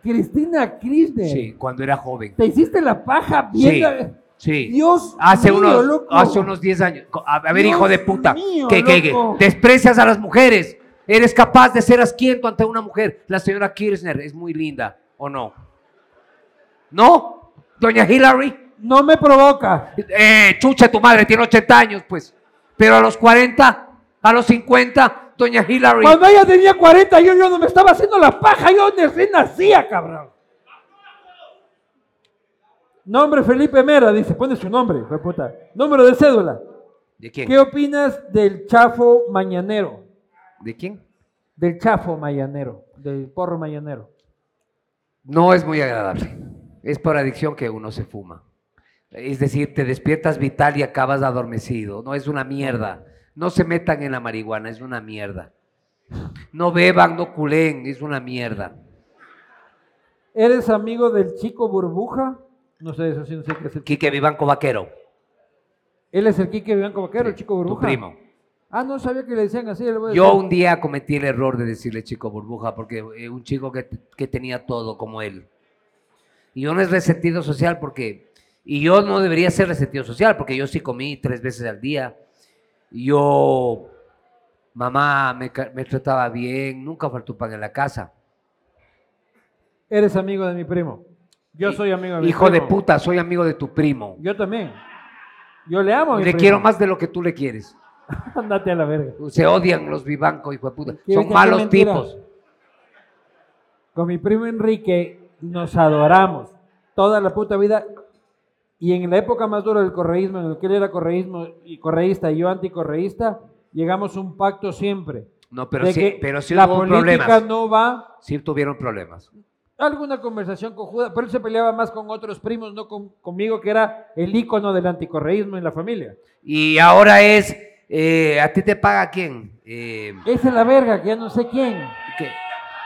Speaker 3: Cristina Kirchner.
Speaker 2: Sí, cuando era joven.
Speaker 3: Te hiciste la paja
Speaker 2: Sí,
Speaker 3: bien. eh,
Speaker 2: sí.
Speaker 3: Dios
Speaker 2: Hace
Speaker 3: mío,
Speaker 2: unos,
Speaker 3: loco.
Speaker 2: hace unos 10 años. Co- A, a ver,
Speaker 3: Dios
Speaker 2: hijo de puta,
Speaker 3: mío,
Speaker 2: que, que- que
Speaker 3: loco.
Speaker 2: desprecias a las mujeres. Eres capaz de ser asquiento ante una mujer. La señora Kirchner es muy linda, ¿o no? ¿No? Doña Hillary.
Speaker 3: No me provoca.
Speaker 2: Eh, chucha, tu madre tiene 80 años, pues. Pero a los 40, a los 50, doña Hillary.
Speaker 3: Cuando ella tenía 40, yo, yo no me estaba haciendo la paja. Yo recién nacía, cabrón. Nombre Felipe Mera, dice. Pone su nombre, hijo de puta. Número de cédula.
Speaker 2: ¿De quién?
Speaker 3: ¿Qué opinas del chafo mañanero?
Speaker 2: ¿De quién?
Speaker 3: Del chafo mañanero. Del porro mañanero.
Speaker 2: No es muy agradable. Es por adicción que uno se fuma. Es decir, te despiertas vital y acabas adormecido. No es una mierda. No se metan en la marihuana, es una mierda. No beban, no culen, es una mierda.
Speaker 3: ¿Eres amigo del chico burbuja? No sé, eso sí, no sé qué es el
Speaker 2: Quique Vivanco Vaquero.
Speaker 3: Él es el Quique Bianco Vaquero, el chico burbuja.
Speaker 2: Tu primo.
Speaker 3: Ah, no sabía que le decían así. le voy a
Speaker 2: Yo
Speaker 3: decir.
Speaker 2: un día cometí el error de decirle chico burbuja, porque eh, un chico que, que tenía todo como él. Y yo no es resentido social porque, y yo no debería ser resentido social, porque yo sí comí tres veces al día. Yo, mamá me, ca- me trataba bien, nunca faltó pan en la casa.
Speaker 3: Eres amigo de mi primo. Yo soy amigo de mi
Speaker 2: Hijo de
Speaker 3: primo.
Speaker 2: puta, soy amigo de tu primo.
Speaker 3: Yo también. Yo le amo a mi
Speaker 2: Le
Speaker 3: primo.
Speaker 2: quiero más de lo que tú le quieres.
Speaker 3: Ándate a la verga.
Speaker 2: Se odian los vivancos, hijo de puta.
Speaker 3: ¿Qué
Speaker 2: Son
Speaker 3: dice? Qué
Speaker 2: malos
Speaker 3: mentira.
Speaker 2: tipos.
Speaker 3: Con mi primo Enrique nos adoramos toda la puta vida. Y en la época más dura del correísmo, en el que él era correísmo y correísta y yo anticorreísta, llegamos a un pacto siempre.
Speaker 2: No, pero
Speaker 3: de
Speaker 2: sí,
Speaker 3: que
Speaker 2: pero sí
Speaker 3: la
Speaker 2: hubo
Speaker 3: política
Speaker 2: problemas.
Speaker 3: no va
Speaker 2: Sí tuvieron problemas.
Speaker 3: alguna conversación con Judas, pero él se peleaba más con otros primos, no con- conmigo, que era el ícono del anticorreísmo en la familia.
Speaker 2: Y ahora es, eh, ¿a ti te paga quién? Eh,
Speaker 3: Esa es la verga, que ya no sé quién.
Speaker 2: ¿qué?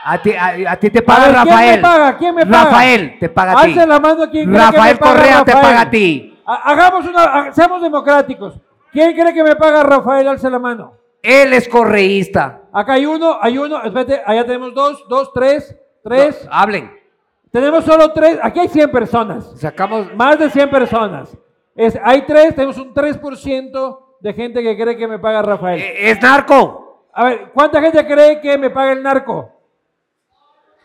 Speaker 2: A, ti, a- a ti te
Speaker 3: A
Speaker 2: paga
Speaker 3: ver,
Speaker 2: Rafael.
Speaker 3: ¿Quién me paga? ¿Quién me paga?
Speaker 2: Rafael te paga a ti.
Speaker 3: Alce la mano a quien cree que
Speaker 2: Rafael
Speaker 3: me paga
Speaker 2: Correa te
Speaker 3: Rafael.
Speaker 2: paga a ti.
Speaker 3: Ha- Hagamos una, ha- seamos democráticos. ¿Quién cree que me paga Rafael? Alce la mano.
Speaker 2: Él es correísta.
Speaker 3: Acá hay uno, hay uno, espérate, allá tenemos dos, dos, tres, tres.
Speaker 2: No, hablen.
Speaker 3: Tenemos solo tres, aquí hay 100 personas.
Speaker 2: Sacamos.
Speaker 3: Más de 100 personas. Es, hay tres, tenemos un 3% de gente que cree que me paga Rafael.
Speaker 2: Eh, Es narco.
Speaker 3: A ver, ¿cuánta gente cree que me paga el narco?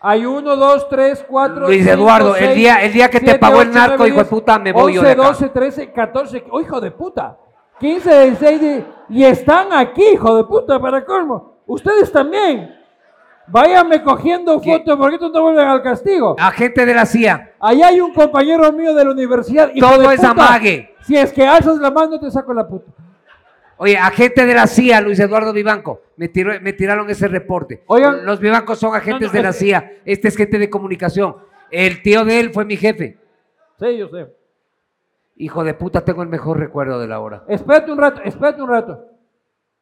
Speaker 3: Hay uno, dos, tres, cuatro.
Speaker 2: Luis
Speaker 3: cinco,
Speaker 2: Eduardo, el
Speaker 3: seis,
Speaker 2: día- el día que te
Speaker 3: siete,
Speaker 2: pagó el
Speaker 3: ocho,
Speaker 2: narco,
Speaker 3: nueve,
Speaker 2: hijo de
Speaker 3: diez,
Speaker 2: puta, me voy yo de
Speaker 3: 11,
Speaker 2: acá.
Speaker 3: 12, 13, 14. oh, hijo de puta! 15, 16. de- y están aquí, hijo de puta, para colmo. Ustedes también. Váyanme cogiendo
Speaker 2: ¿Qué? Ah.
Speaker 3: fotos porque estos no vuelven al castigo.
Speaker 2: Agente de la CIA.
Speaker 3: Allá hay un compañero mío de la universidad. hijo
Speaker 2: Todo
Speaker 3: de
Speaker 2: es
Speaker 3: puta.
Speaker 2: amague.
Speaker 3: Si es que alzas la mano, te saco la puta.
Speaker 2: Oye, agente de la CIA, Luis Eduardo Vivanco. Me, tiró- me tiraron ese reporte.
Speaker 3: Oigan.
Speaker 2: Los Vivancos son agentes
Speaker 3: No, no,
Speaker 2: de la
Speaker 3: es-
Speaker 2: CIA. Este es gente de comunicación. El tío de él fue mi jefe.
Speaker 3: Sí, yo sé.
Speaker 2: Hijo de puta, tengo el mejor recuerdo de la hora.
Speaker 3: Espérate un rato, espérate un rato.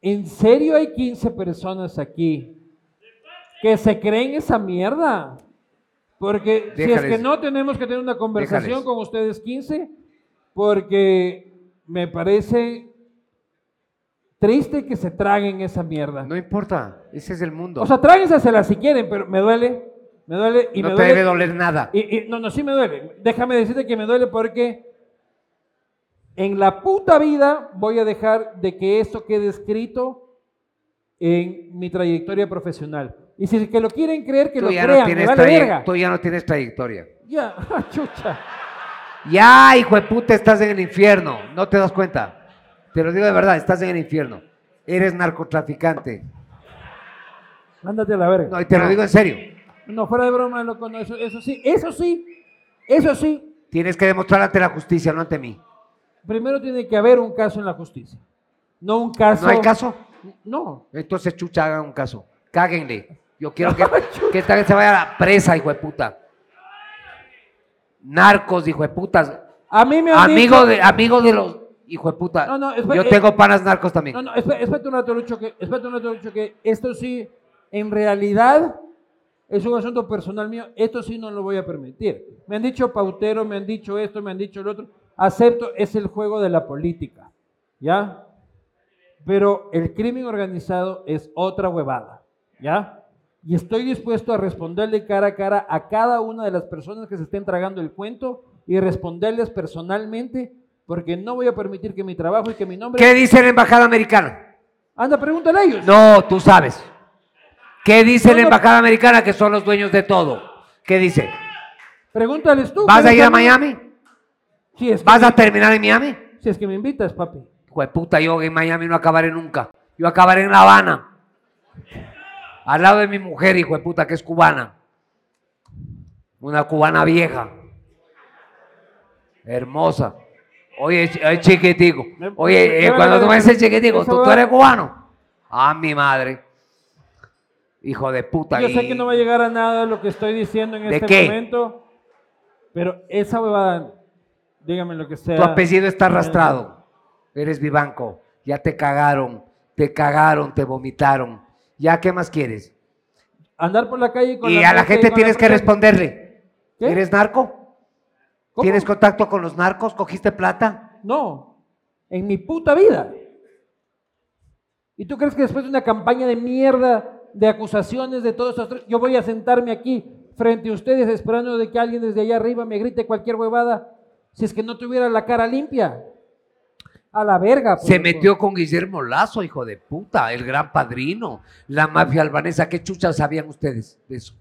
Speaker 3: ¿En serio hay 15 personas aquí que se creen esa mierda? Porque si es
Speaker 2: Déjales.
Speaker 3: que no tenemos que tener una conversación
Speaker 2: Déjales.
Speaker 3: con ustedes 15, porque me parece triste que se traguen esa mierda.
Speaker 2: No importa, ese es el mundo.
Speaker 3: o sea, tráguensela si quieren, pero me duele, me duele y
Speaker 2: no
Speaker 3: me
Speaker 2: te
Speaker 3: duele.
Speaker 2: debe doler nada.
Speaker 3: Y, y- no, no, sí me duele. Déjame decirte que me duele porque en la puta vida voy a dejar de que eso quede escrito en mi trayectoria profesional. Y si que lo quieren creer, que
Speaker 2: Tú
Speaker 3: lo
Speaker 2: ya,
Speaker 3: crean,
Speaker 2: no
Speaker 3: me
Speaker 2: tienes
Speaker 3: vale
Speaker 2: traye-
Speaker 3: verga.
Speaker 2: tú ya no tienes trayectoria.
Speaker 3: Ya, chucha.
Speaker 2: Ya, hijo de puta, estás en el infierno. No te das cuenta. Te lo digo de verdad, estás en el infierno. Eres narcotraficante.
Speaker 3: Mándate a la verga.
Speaker 2: No, y te lo digo en serio.
Speaker 3: No, fuera de broma, loco, no, eso, eso sí, eso sí, eso sí.
Speaker 2: Tienes que demostrar ante la justicia, no ante mí.
Speaker 3: Primero tiene que haber un caso en la justicia. No un caso.
Speaker 2: ¿No hay caso?
Speaker 3: No.
Speaker 2: Entonces, chucha, hagan un caso. Cáguenle. Yo quiero que, que esta vez se vaya a la presa, hijo de puta. Narcos, hijo de putas.
Speaker 3: A mí me han
Speaker 2: Amigo
Speaker 3: dicho-
Speaker 2: de, amigo de los. Hijo de puta.
Speaker 3: No, no, es-
Speaker 2: Yo
Speaker 3: eh,
Speaker 2: tengo panas narcos también.
Speaker 3: No, no, espé- espérate un rato, Lucho, que, espérate un rato, Lucho, que esto sí, en realidad, es un asunto personal mío, esto sí no lo voy a permitir. Me han dicho pautero, me han dicho esto, me han dicho lo otro. Acepto, es el juego de la política, ¿ya? Pero el crimen organizado es otra huevada, ¿ya? Y estoy dispuesto a responderle cara a cara a cada una de las personas que se estén tragando el cuento y responderles personalmente porque no voy a permitir que mi trabajo y que mi nombre...
Speaker 2: ¿Qué dice la embajada americana?
Speaker 3: Anda, pregúntale a ellos.
Speaker 2: No, tú sabes. ¿Qué dice
Speaker 3: No,
Speaker 2: la
Speaker 3: no.
Speaker 2: embajada americana que son los dueños de todo? ¿Qué dice?
Speaker 3: Pregúntales tú.
Speaker 2: ¿Vas a ir a
Speaker 3: pregúntale.
Speaker 2: Miami?
Speaker 3: Si es, que,
Speaker 2: ¿Vas a terminar en Miami?
Speaker 3: si es que me invitas, papi.
Speaker 2: Hijo de puta, yo en Miami no acabaré nunca. Yo acabaré en La Habana. Al lado de mi mujer, hijo de puta, que es cubana. Una cubana vieja. Hermosa. Oye, ch- oye, chiquitico. Oye, eh, cuando tú me dices chiquitico, ¿tú, tú eres cubano. Ah, mi madre. Hijo de puta.
Speaker 3: Yo sé
Speaker 2: y-
Speaker 3: que no va a llegar a nada lo que estoy diciendo en
Speaker 2: ¿De
Speaker 3: este
Speaker 2: qué?
Speaker 3: momento. Pero esa huevada, dígame lo que sea.
Speaker 2: Tu apellido está arrastrado. Eres vivanco. Ya te cagaron. Te cagaron, te vomitaron. ¿Ya qué más quieres?
Speaker 3: Andar por la calle con
Speaker 2: Y a la
Speaker 3: marca y
Speaker 2: gente
Speaker 3: con
Speaker 2: tienes que
Speaker 3: marca.
Speaker 2: responderle.
Speaker 3: ¿Qué?
Speaker 2: ¿Eres narco?
Speaker 3: ¿Cómo?
Speaker 2: ¿Tienes contacto con los narcos? ¿Cogiste plata?
Speaker 3: No, en mi puta vida. ¿Y tú crees que después de una campaña de mierda, de acusaciones, de todos esos... Yo voy a sentarme aquí frente a ustedes esperando de que alguien desde allá arriba me grite cualquier huevada si es que no tuviera la cara limpia. A la verga. pues,
Speaker 2: Se
Speaker 3: loco.
Speaker 2: metió con Guillermo Lazo, hijo de puta, el gran padrino, la mafia albanesa. ¿Qué chuchas sabían ustedes de eso?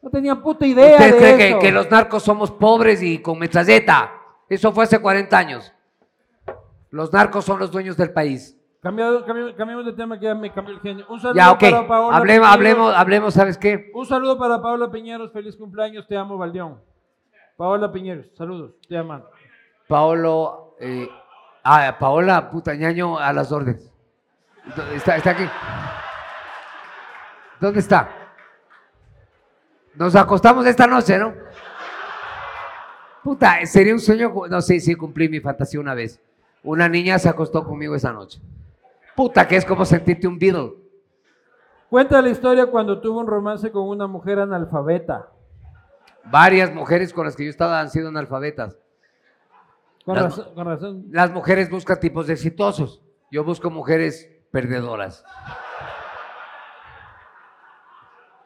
Speaker 3: No tenía puta idea
Speaker 2: ¿Ustedes
Speaker 3: de
Speaker 2: creen
Speaker 3: eso.
Speaker 2: que, que los narcos somos pobres y con metralleta? Eso fue hace 40 años. Los narcos son los dueños del país.
Speaker 3: Cambiado- cambiamos, cambiamos de tema que ya me cambió el genio. Un saludo
Speaker 2: Ya, ok.
Speaker 3: para Paola
Speaker 2: Hablemos,
Speaker 3: Piñeros.
Speaker 2: hablemos, hablemos, ¿sabes qué?
Speaker 3: Un saludo para Paola Piñeros. Feliz cumpleaños. Te amo, Valdeón. Paola Piñeros, saludos. Te aman.
Speaker 2: Paolo, eh, ah, Paola, puta ñaño, a las órdenes. Do- Está, está aquí. ¿Dónde está? Nos acostamos esta noche, ¿no? Puta, sería un sueño. cu- No, sí, sí, cumplí mi fantasía una vez. Una niña se acostó conmigo esa noche. Puta, que es como sentirte un Beatle.
Speaker 3: Cuenta la historia cuando tuvo un romance con una mujer analfabeta.
Speaker 2: Varias mujeres con las que yo estaba han sido analfabetas.
Speaker 3: Con,
Speaker 2: Las-
Speaker 3: razón- con razón.
Speaker 2: las mujeres buscan tipos de exitosos. Yo busco mujeres perdedoras.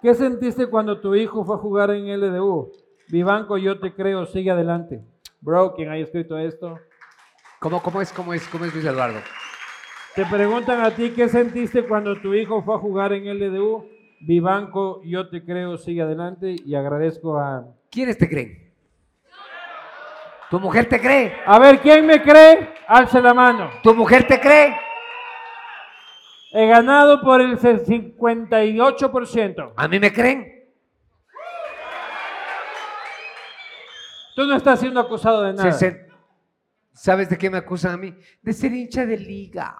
Speaker 3: ¿Qué sentiste cuando tu hijo fue a jugar en LDU? Vivanco, yo te creo, sigue adelante. Bro, quien haya escrito esto.
Speaker 2: ¿Cómo, cómo es, cómo es, cómo es Luis Eduardo?
Speaker 3: Te preguntan a ti qué sentiste cuando tu hijo fue a jugar en LDU. Vivanco, yo te creo, sigue adelante y agradezco a...
Speaker 2: ¿Quiénes te creen? ¿Tu mujer te cree?
Speaker 3: A ver, ¿quién me cree? Alce la mano.
Speaker 2: ¿Tu mujer te cree?
Speaker 3: He ganado por el 58%.
Speaker 2: ¿A mí me creen?
Speaker 3: Tú no estás siendo acusado de nada.
Speaker 2: Se- se- ¿Sabes de qué me acusan a mí? De ser hincha de liga.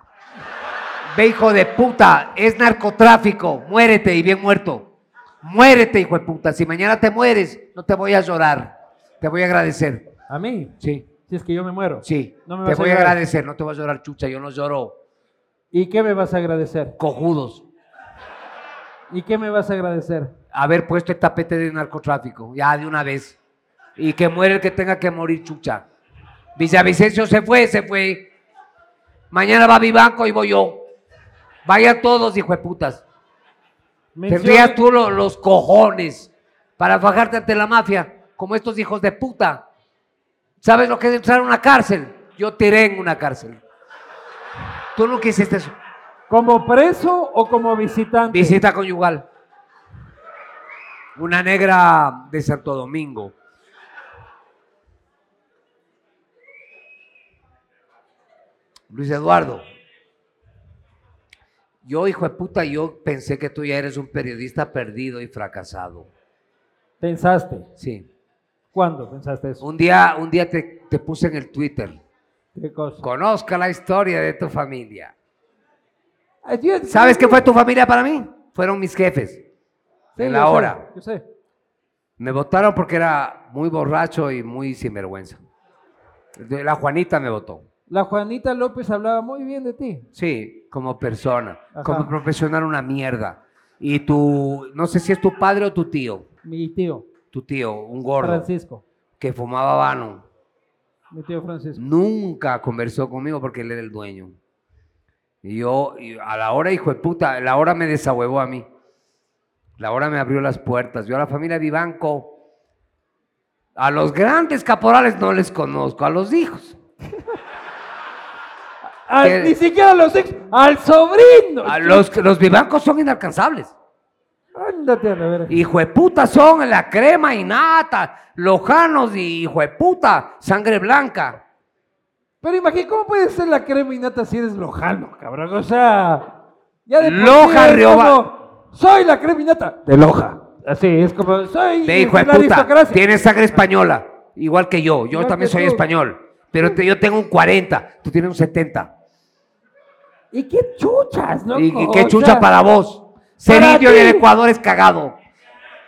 Speaker 2: Ve, hijo de puta, es narcotráfico. Muérete y bien muerto. Muérete, hijo de puta. Si mañana te mueres, no te voy a llorar. Te voy a agradecer.
Speaker 3: A mí,
Speaker 2: Sí.
Speaker 3: si es que yo me muero.
Speaker 2: Sí,
Speaker 3: No me
Speaker 2: te
Speaker 3: vas a
Speaker 2: voy a
Speaker 3: llorar.
Speaker 2: agradecer, no te vas a llorar, chucha, yo no lloro.
Speaker 3: ¿Y qué me vas a agradecer?
Speaker 2: Cojudos,
Speaker 3: ¿Y qué me vas a agradecer?
Speaker 2: haber puesto el tapete de narcotráfico, ya de una vez. Y que muere el que tenga que morir, chucha. Villavicencio se fue, se fue. Mañana va Vivanco y voy yo. Vayan todos, hijo de putas. Tendrías
Speaker 3: Menciona-
Speaker 2: tú lo- los cojones para fajarte ante la mafia, como estos hijos de puta. ¿Sabes lo que es entrar a una cárcel? Yo tiré en una cárcel. Tú nunca hiciste eso.
Speaker 3: ¿Como preso o como visitante?
Speaker 2: Visita conyugal. Una negra de Santo Domingo. Luis Eduardo. Yo, hijo de puta, yo pensé que tú ya eres un periodista perdido y fracasado.
Speaker 3: ¿Pensaste?
Speaker 2: Sí.
Speaker 3: ¿Cuándo pensaste eso?
Speaker 2: Un día, un día te, te puse en el Twitter.
Speaker 3: ¿Qué cosa?
Speaker 2: Conozca la historia de tu familia.
Speaker 3: Ay, tío, tío,
Speaker 2: ¿Sabes qué
Speaker 3: tío.
Speaker 2: fue tu familia para mí? Fueron mis jefes.
Speaker 3: Sí,
Speaker 2: En
Speaker 3: yo
Speaker 2: la
Speaker 3: sé,
Speaker 2: hora.
Speaker 3: Yo sé.
Speaker 2: Me votaron porque era muy borracho y muy sinvergüenza. De- La Juanita me votó.
Speaker 3: La Juanita López hablaba muy bien de ti.
Speaker 2: Sí, como persona.
Speaker 3: Ajá.
Speaker 2: Como profesional, una mierda. Y tu, no sé si es tu padre o tu tío.
Speaker 3: Mi tío,
Speaker 2: Tu tío, un gordo,
Speaker 3: Francisco.
Speaker 2: que fumaba vano.
Speaker 3: Mi tío
Speaker 2: Mm,
Speaker 3: Francisco.
Speaker 2: Nunca conversó conmigo porque él era el dueño. Y yo, y a la hora, hijo de puta, la hora me desahuevó a mí. La hora me abrió las puertas. Yo a la familia Vivanco, a los grandes caporales no les conozco, a los hijos.
Speaker 3: Al-
Speaker 2: que-
Speaker 3: ni siquiera a los ex. ¡Al sobrino!
Speaker 2: A los, los Vivancos son inalcanzables.
Speaker 3: Ándate a la verga.
Speaker 2: Hijo de puta son la crema y nata, lojanos y hijo de puta, sangre blanca.
Speaker 3: Pero imagínate, ¿cómo puede ser la crema innata si eres lojano, cabrón? O sea, ya de por sí
Speaker 2: Loja,
Speaker 3: es
Speaker 2: Rioba-
Speaker 3: como, Soy la crema innata.
Speaker 2: De loja.
Speaker 3: Así es como, soy
Speaker 2: Ve, hijo de
Speaker 3: la
Speaker 2: puta,
Speaker 3: aristocracia.
Speaker 2: tienes sangre española, igual que yo. Yo
Speaker 3: Igual
Speaker 2: también
Speaker 3: que
Speaker 2: soy
Speaker 3: tú.
Speaker 2: español, pero te- yo tengo un 40, tú tienes un 70.
Speaker 3: ¿Y qué chuchas, loco?
Speaker 2: y, y qué
Speaker 3: O
Speaker 2: chucha
Speaker 3: sea,
Speaker 2: para vos. Ser
Speaker 3: para
Speaker 2: indio en el
Speaker 3: ti.
Speaker 2: Ecuador es cagado.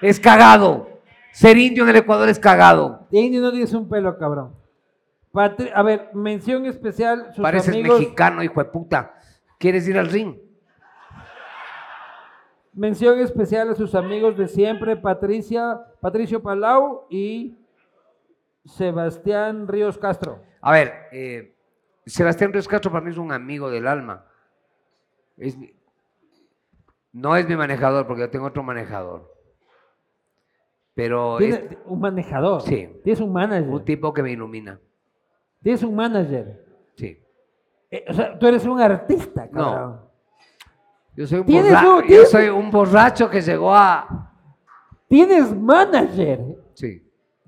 Speaker 2: Es cagado. Ser indio en el Ecuador es cagado.
Speaker 3: De indio no tienes un pelo, cabrón. Patri- a ver, mención especial. Sus
Speaker 2: Pareces
Speaker 3: amigos,
Speaker 2: mexicano, hijo de puta. ¿Quieres ir al ring?
Speaker 3: Mención especial a sus amigos de siempre, Patricia, Patricio Palau y Sebastián Ríos Castro.
Speaker 2: A ver, eh, Sebastián Ríos Castro para mí es un amigo del alma. Es mi- no es mi manejador, porque yo tengo otro manejador. Pero es-
Speaker 3: Tienes un manejador.
Speaker 2: este Sí.
Speaker 3: Tienes un manager.
Speaker 2: Un tipo que me ilumina.
Speaker 3: Tienes un manager.
Speaker 2: Sí.
Speaker 3: Eh, o sea, tú eres un artista,
Speaker 2: No.
Speaker 3: cabrón.
Speaker 2: Yo soy un,
Speaker 3: ¿Tienes
Speaker 2: borra-
Speaker 3: un-
Speaker 2: yo
Speaker 3: tienes-
Speaker 2: soy un borracho que llegó a.
Speaker 3: Tienes manager.
Speaker 2: Sí.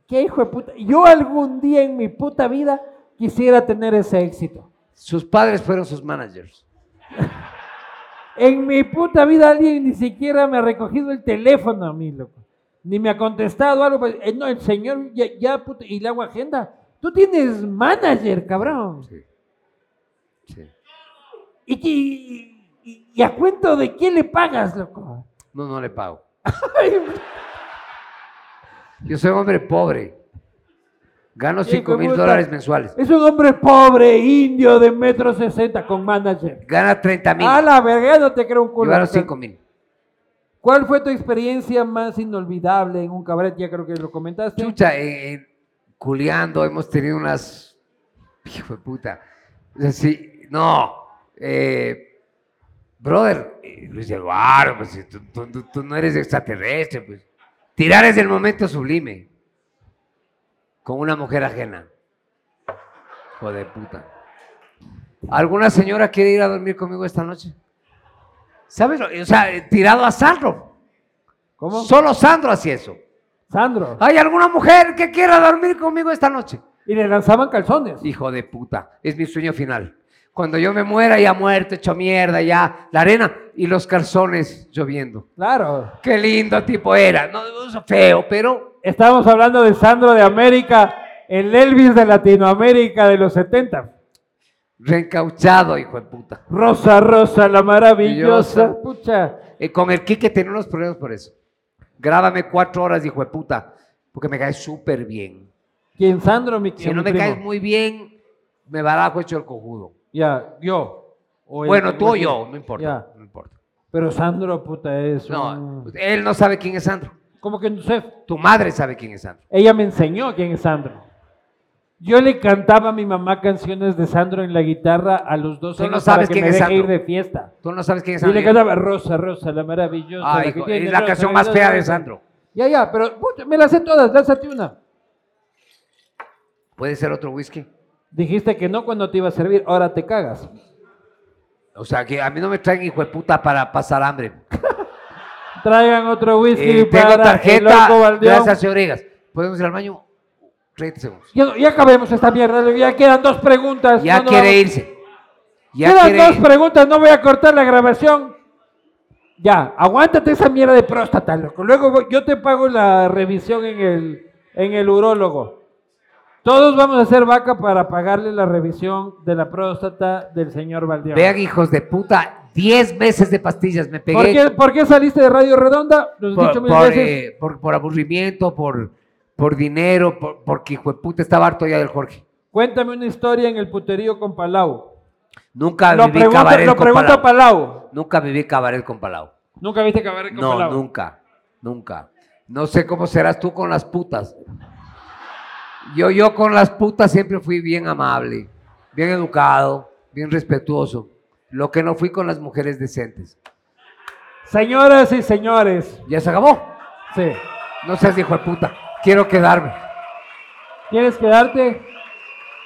Speaker 3: Qué hijo de puta. Yo algún día en mi puta vida quisiera tener ese éxito.
Speaker 2: Sus padres fueron sus managers.
Speaker 3: En mi puta vida alguien ni siquiera me ha recogido el teléfono a mí, loco. Ni me ha contestado algo. pues, eh, no, el señor ya, ya puta, y le hago agenda. Tú tienes manager, cabrón.
Speaker 2: Sí. Sí.
Speaker 3: ¿Y, qué- y- y- y a cuento de qué le pagas, loco?
Speaker 2: No, no le pago.
Speaker 3: Ay,
Speaker 2: Yo soy un hombre pobre. Gano
Speaker 3: hijo de
Speaker 2: 5 mil
Speaker 3: puta.
Speaker 2: dólares mensuales.
Speaker 3: Es un hombre pobre, indio, de metro sesenta, con manager.
Speaker 2: Gana 30 mil.
Speaker 3: A la verga, no te creo un
Speaker 2: Yo
Speaker 3: culo.
Speaker 2: gano 5 mil.
Speaker 3: ¿Cuál fue tu experiencia más inolvidable en un cabaret? Ya creo que lo comentaste.
Speaker 2: Chucha, eh, eh, culeando, hemos tenido unas. Hijo de puta. O sea, sí, no. eh, brother, eh, Luis Eduardo, pues si tú, tú- tú- tú no eres extraterrestre, pues. Tirar es el momento sublime. Con una mujer ajena. Hijo de puta. ¿Alguna señora quiere ir a dormir conmigo esta noche? ¿Sabes? O sea, eh, tirado a Sandro.
Speaker 3: ¿Cómo?
Speaker 2: Solo Sandro hacía eso.
Speaker 3: Sandro.
Speaker 2: ¿Hay alguna mujer que quiera dormir conmigo esta noche?
Speaker 3: Y le lanzaban calzones.
Speaker 2: Hijo de puta, es mi sueño final. Cuando yo me muera ya muerto, hecho mierda, ya la arena y los calzones lloviendo.
Speaker 3: Claro.
Speaker 2: Qué lindo tipo era. No, no, feo, pero
Speaker 3: Estábamos hablando de Sandro de América, el Elvis de Latinoamérica de los 70.
Speaker 2: reencauchado, hijo de puta.
Speaker 3: Rosa, Rosa, la maravillosa. Pucha.
Speaker 2: Eh, con el Quique tenía unos problemas por eso. Grábame cuatro horas, hijo de puta, porque me caes súper bien.
Speaker 3: ¿Quién Sandro, mi
Speaker 2: Si
Speaker 3: mi
Speaker 2: no me
Speaker 3: primo?
Speaker 2: caes muy bien, me barajo hecho el cojudo.
Speaker 3: Ya, yo. O el-
Speaker 2: Bueno, tú o yo, no importa.
Speaker 3: Ya.
Speaker 2: No importa.
Speaker 3: Pero Sandro, puta, es.
Speaker 2: No,
Speaker 3: un-
Speaker 2: él no sabe quién es Sandro.
Speaker 3: Como que no sé.
Speaker 2: Tu madre sabe quién es Sandro.
Speaker 3: Ella me enseñó quién es Sandro. Yo le cantaba a mi mamá canciones de Sandro en la guitarra a los dos
Speaker 2: Tú no
Speaker 3: años
Speaker 2: sabes
Speaker 3: para que
Speaker 2: quién
Speaker 3: me
Speaker 2: es
Speaker 3: deje
Speaker 2: Sandro.
Speaker 3: ir de fiesta.
Speaker 2: Tú no sabes quién es
Speaker 3: Y
Speaker 2: Sandro.
Speaker 3: le cantaba Rosa, Rosa, la maravillosa.
Speaker 2: Ah,
Speaker 3: que
Speaker 2: hijo,
Speaker 3: tiene
Speaker 2: es la
Speaker 3: rosa,
Speaker 2: canción más
Speaker 3: rosa,
Speaker 2: fea de
Speaker 3: rosa.
Speaker 2: Sandro.
Speaker 3: Ya, ya, pero puta, me las sé todas, lánzate una.
Speaker 2: ¿Puede ser otro whisky?
Speaker 3: Dijiste que no cuando te iba a servir, ahora te cagas.
Speaker 2: O sea, que a mí no me traen hijo de puta para pasar hambre.
Speaker 3: Traigan otro whisky
Speaker 2: Eh, tengo
Speaker 3: para el loco
Speaker 2: tarjeta.
Speaker 3: Valdeón.
Speaker 2: Gracias, señor Egas. ¿Podemos ir al baño? 30 segundos.
Speaker 3: Ya, ya acabemos esta mierda, ya quedan dos preguntas.
Speaker 2: Ya
Speaker 3: no, no,
Speaker 2: quiere irse. Ya
Speaker 3: quedan
Speaker 2: quiere
Speaker 3: dos
Speaker 2: ir.
Speaker 3: preguntas, no voy a cortar la grabación. Ya, aguántate esa mierda de próstata, loco. Luego voy- yo te pago la revisión en el, en el urólogo. Todos vamos a hacer vaca para pagarle la revisión de la próstata del señor Valdeón.
Speaker 2: Vean, hijos de puta, 10 meses de pastillas me pegué.
Speaker 3: ¿Por qué, por qué saliste de Radio Redonda? Nos has dicho
Speaker 2: por,
Speaker 3: mil
Speaker 2: por,
Speaker 3: veces.
Speaker 2: eh, por- por aburrimiento, por, por dinero, por- porque hijo de puta estaba harto ya del Jorge.
Speaker 3: Cuéntame una historia en el puterío con Palau.
Speaker 2: Nunca
Speaker 3: Lo
Speaker 2: viví
Speaker 3: pregunta,
Speaker 2: Ah, cabaret
Speaker 3: lo
Speaker 2: con
Speaker 3: pregunta
Speaker 2: Palau.
Speaker 3: Palau.
Speaker 2: Nunca viví cabaret con Palau.
Speaker 3: Nunca viste cabaret con
Speaker 2: No,
Speaker 3: Palau.
Speaker 2: nunca, nunca. No sé cómo serás tú con las putas. Yo, yo con las putas siempre fui bien amable, bien educado, bien respetuoso. Lo que no fui con las mujeres decentes.
Speaker 3: Señoras y señores,
Speaker 2: Ya se acabó.
Speaker 3: sí.
Speaker 2: No seas hijo de puta. Quiero quedarme.
Speaker 3: ¿Quieres quedarte?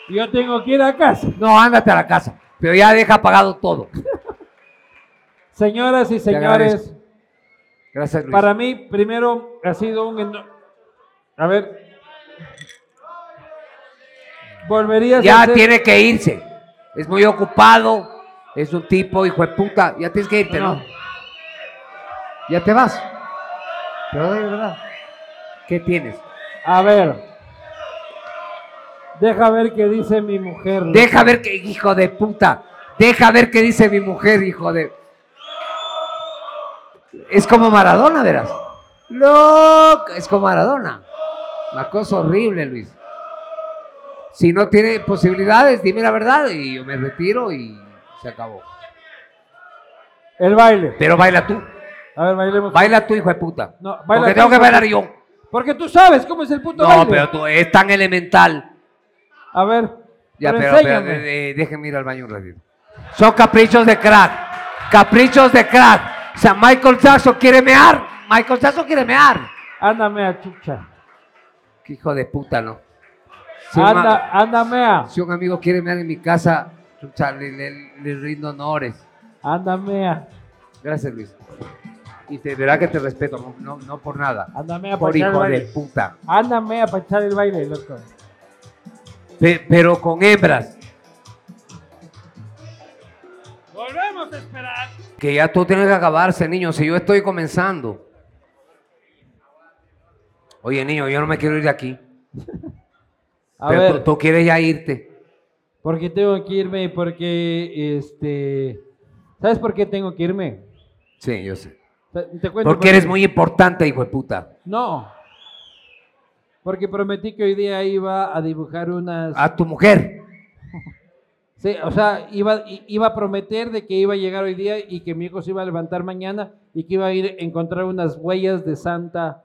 Speaker 3: Yo tengo que ir a casa.
Speaker 2: No, ándate a la casa. Pero ya deja pagado todo.
Speaker 3: Señoras y señores,
Speaker 2: agradezco, Gracias, Luis.
Speaker 3: para mí primero ha sido un... eno- A ver. Volverías a
Speaker 2: Ya
Speaker 3: hacer-
Speaker 2: tiene que irse. Es muy ocupado. Es un tipo, hijo de puta. Ya tienes que irte, ¿no?
Speaker 3: No.
Speaker 2: Ya te vas. Pero de verdad. ¿Qué tienes?
Speaker 3: A ver. Deja ver qué dice mi mujer.
Speaker 2: Deja ver que, hijo de puta. Deja ver qué dice mi mujer, hijo de. Es como Maradona, verás. Loco. Es como Maradona. Una cosa horrible, Luis. Si no tiene posibilidades, dime la verdad y yo me retiro y se acabó.
Speaker 3: El baile.
Speaker 2: Pero baila tú.
Speaker 3: A ver, bailemos.
Speaker 2: Baila tú, hijo de puta.
Speaker 3: No, baila
Speaker 2: Porque
Speaker 3: tú,
Speaker 2: tengo que
Speaker 3: hijo de-
Speaker 2: bailar yo.
Speaker 3: Porque tú sabes cómo es el puto
Speaker 2: No,
Speaker 3: baile.
Speaker 2: pero tú es tan elemental.
Speaker 3: A ver.
Speaker 2: Ya, pero,
Speaker 3: pero
Speaker 2: pero,
Speaker 3: enséñame.
Speaker 2: eh, eh, déjenme ir al baño un ratito. Son caprichos de crack. Caprichos de crack. O sea, Michael Jackson quiere mear. Michael Jackson quiere mear.
Speaker 3: Ándame a chucha.
Speaker 2: Qué hijo de puta, ¿no? Si, un
Speaker 3: Anda,
Speaker 2: a-
Speaker 3: ándame a.
Speaker 2: si un amigo quiere mear en mi casa, chucha, le, le- le rindo honores.
Speaker 3: Ándame a.
Speaker 2: Gracias, Luis. Y te verá que te respeto, no, no, no por nada.
Speaker 3: Ándame a
Speaker 2: Por
Speaker 3: pachar el
Speaker 2: hijo de
Speaker 3: baile.
Speaker 2: puta.
Speaker 3: Ándame a pachar el baile, loco.
Speaker 2: Pe- pero con hembras.
Speaker 3: Volvemos a esperar.
Speaker 2: Que ya tú tienes que acabarse, niño. Si yo estoy comenzando. Oye, niño, yo no me quiero ir de aquí.
Speaker 3: A
Speaker 2: Pero
Speaker 3: ver,
Speaker 2: Tú, tú quieres ya irte.
Speaker 3: porque tengo que irme, porque este. ¿Sabes por qué tengo que irme?
Speaker 2: Sí, yo sé.
Speaker 3: Te te cuento. por
Speaker 2: Porque
Speaker 3: qué.
Speaker 2: eres muy importante, hijo de puta.
Speaker 3: No. Porque prometí que hoy día iba a dibujar unas.
Speaker 2: A tu mujer.
Speaker 3: Sí, o sea, iba, i- iba a prometer de que iba a llegar hoy día y que mi hijo se iba a levantar mañana y que iba a ir a encontrar unas huellas de Santa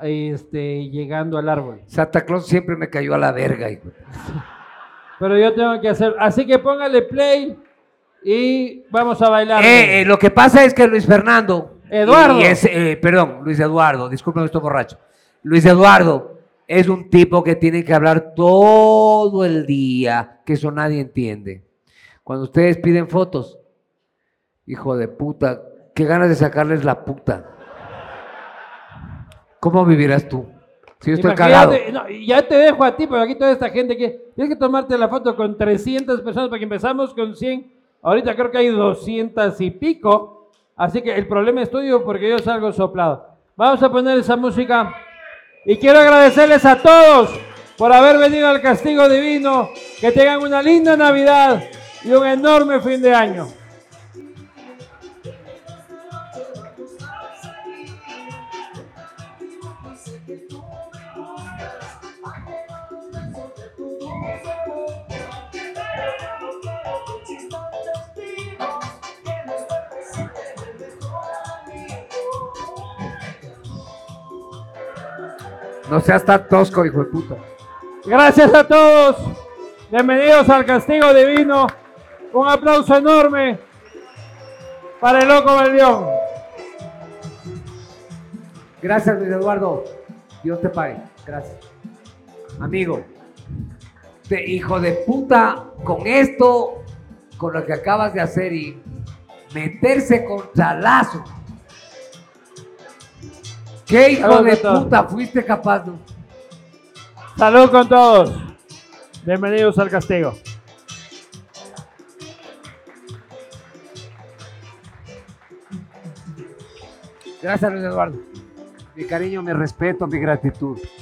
Speaker 3: este, llegando al árbol.
Speaker 2: Santa Claus siempre me cayó a la verga, hijo. de puta.
Speaker 3: Pero yo tengo que hacer, así que póngale play y vamos a bailar.
Speaker 2: Eh, eh, lo que pasa es que Luis Fernando.
Speaker 3: Eduardo.
Speaker 2: y es- eh, perdón, Luis Eduardo. Disculpen, estoy borracho. Luis Eduardo es un tipo que tiene que hablar todo el día, que eso nadie entiende. Cuando ustedes piden fotos, hijo de puta, qué ganas de sacarles la puta. ¿Cómo vivirás tú? Si yo estoy cagado.
Speaker 3: Imagínate, no, y ya te dejo a ti, pero aquí toda esta gente que tienes que tomarte la foto con 300 personas porque empezamos con 100. Ahorita creo que hay 200 y pico. Así que el problema es tuyo porque yo salgo soplado. Vamos a poner esa música. Y quiero agradecerles a todos por haber venido al Castigo Divino. Que tengan una linda Navidad y un enorme fin de año.
Speaker 2: No seas tan tosco, hijo de puta.
Speaker 3: Gracias a todos. Bienvenidos al Castigo Divino. Un aplauso enorme para el Loco Valdeón.
Speaker 2: Gracias, Luis Eduardo. Dios te pague. Gracias. Amigo, te- hijo de puta, con esto, con lo que acabas de hacer y meterse con chalazo ¿Qué hijo
Speaker 3: Salud
Speaker 2: de
Speaker 3: con todos.
Speaker 2: puta fuiste capaz? de-
Speaker 3: Salud con todos. Bienvenidos al castigo.
Speaker 2: Gracias, Luis Eduardo. Mi cariño, mi respeto, mi gratitud.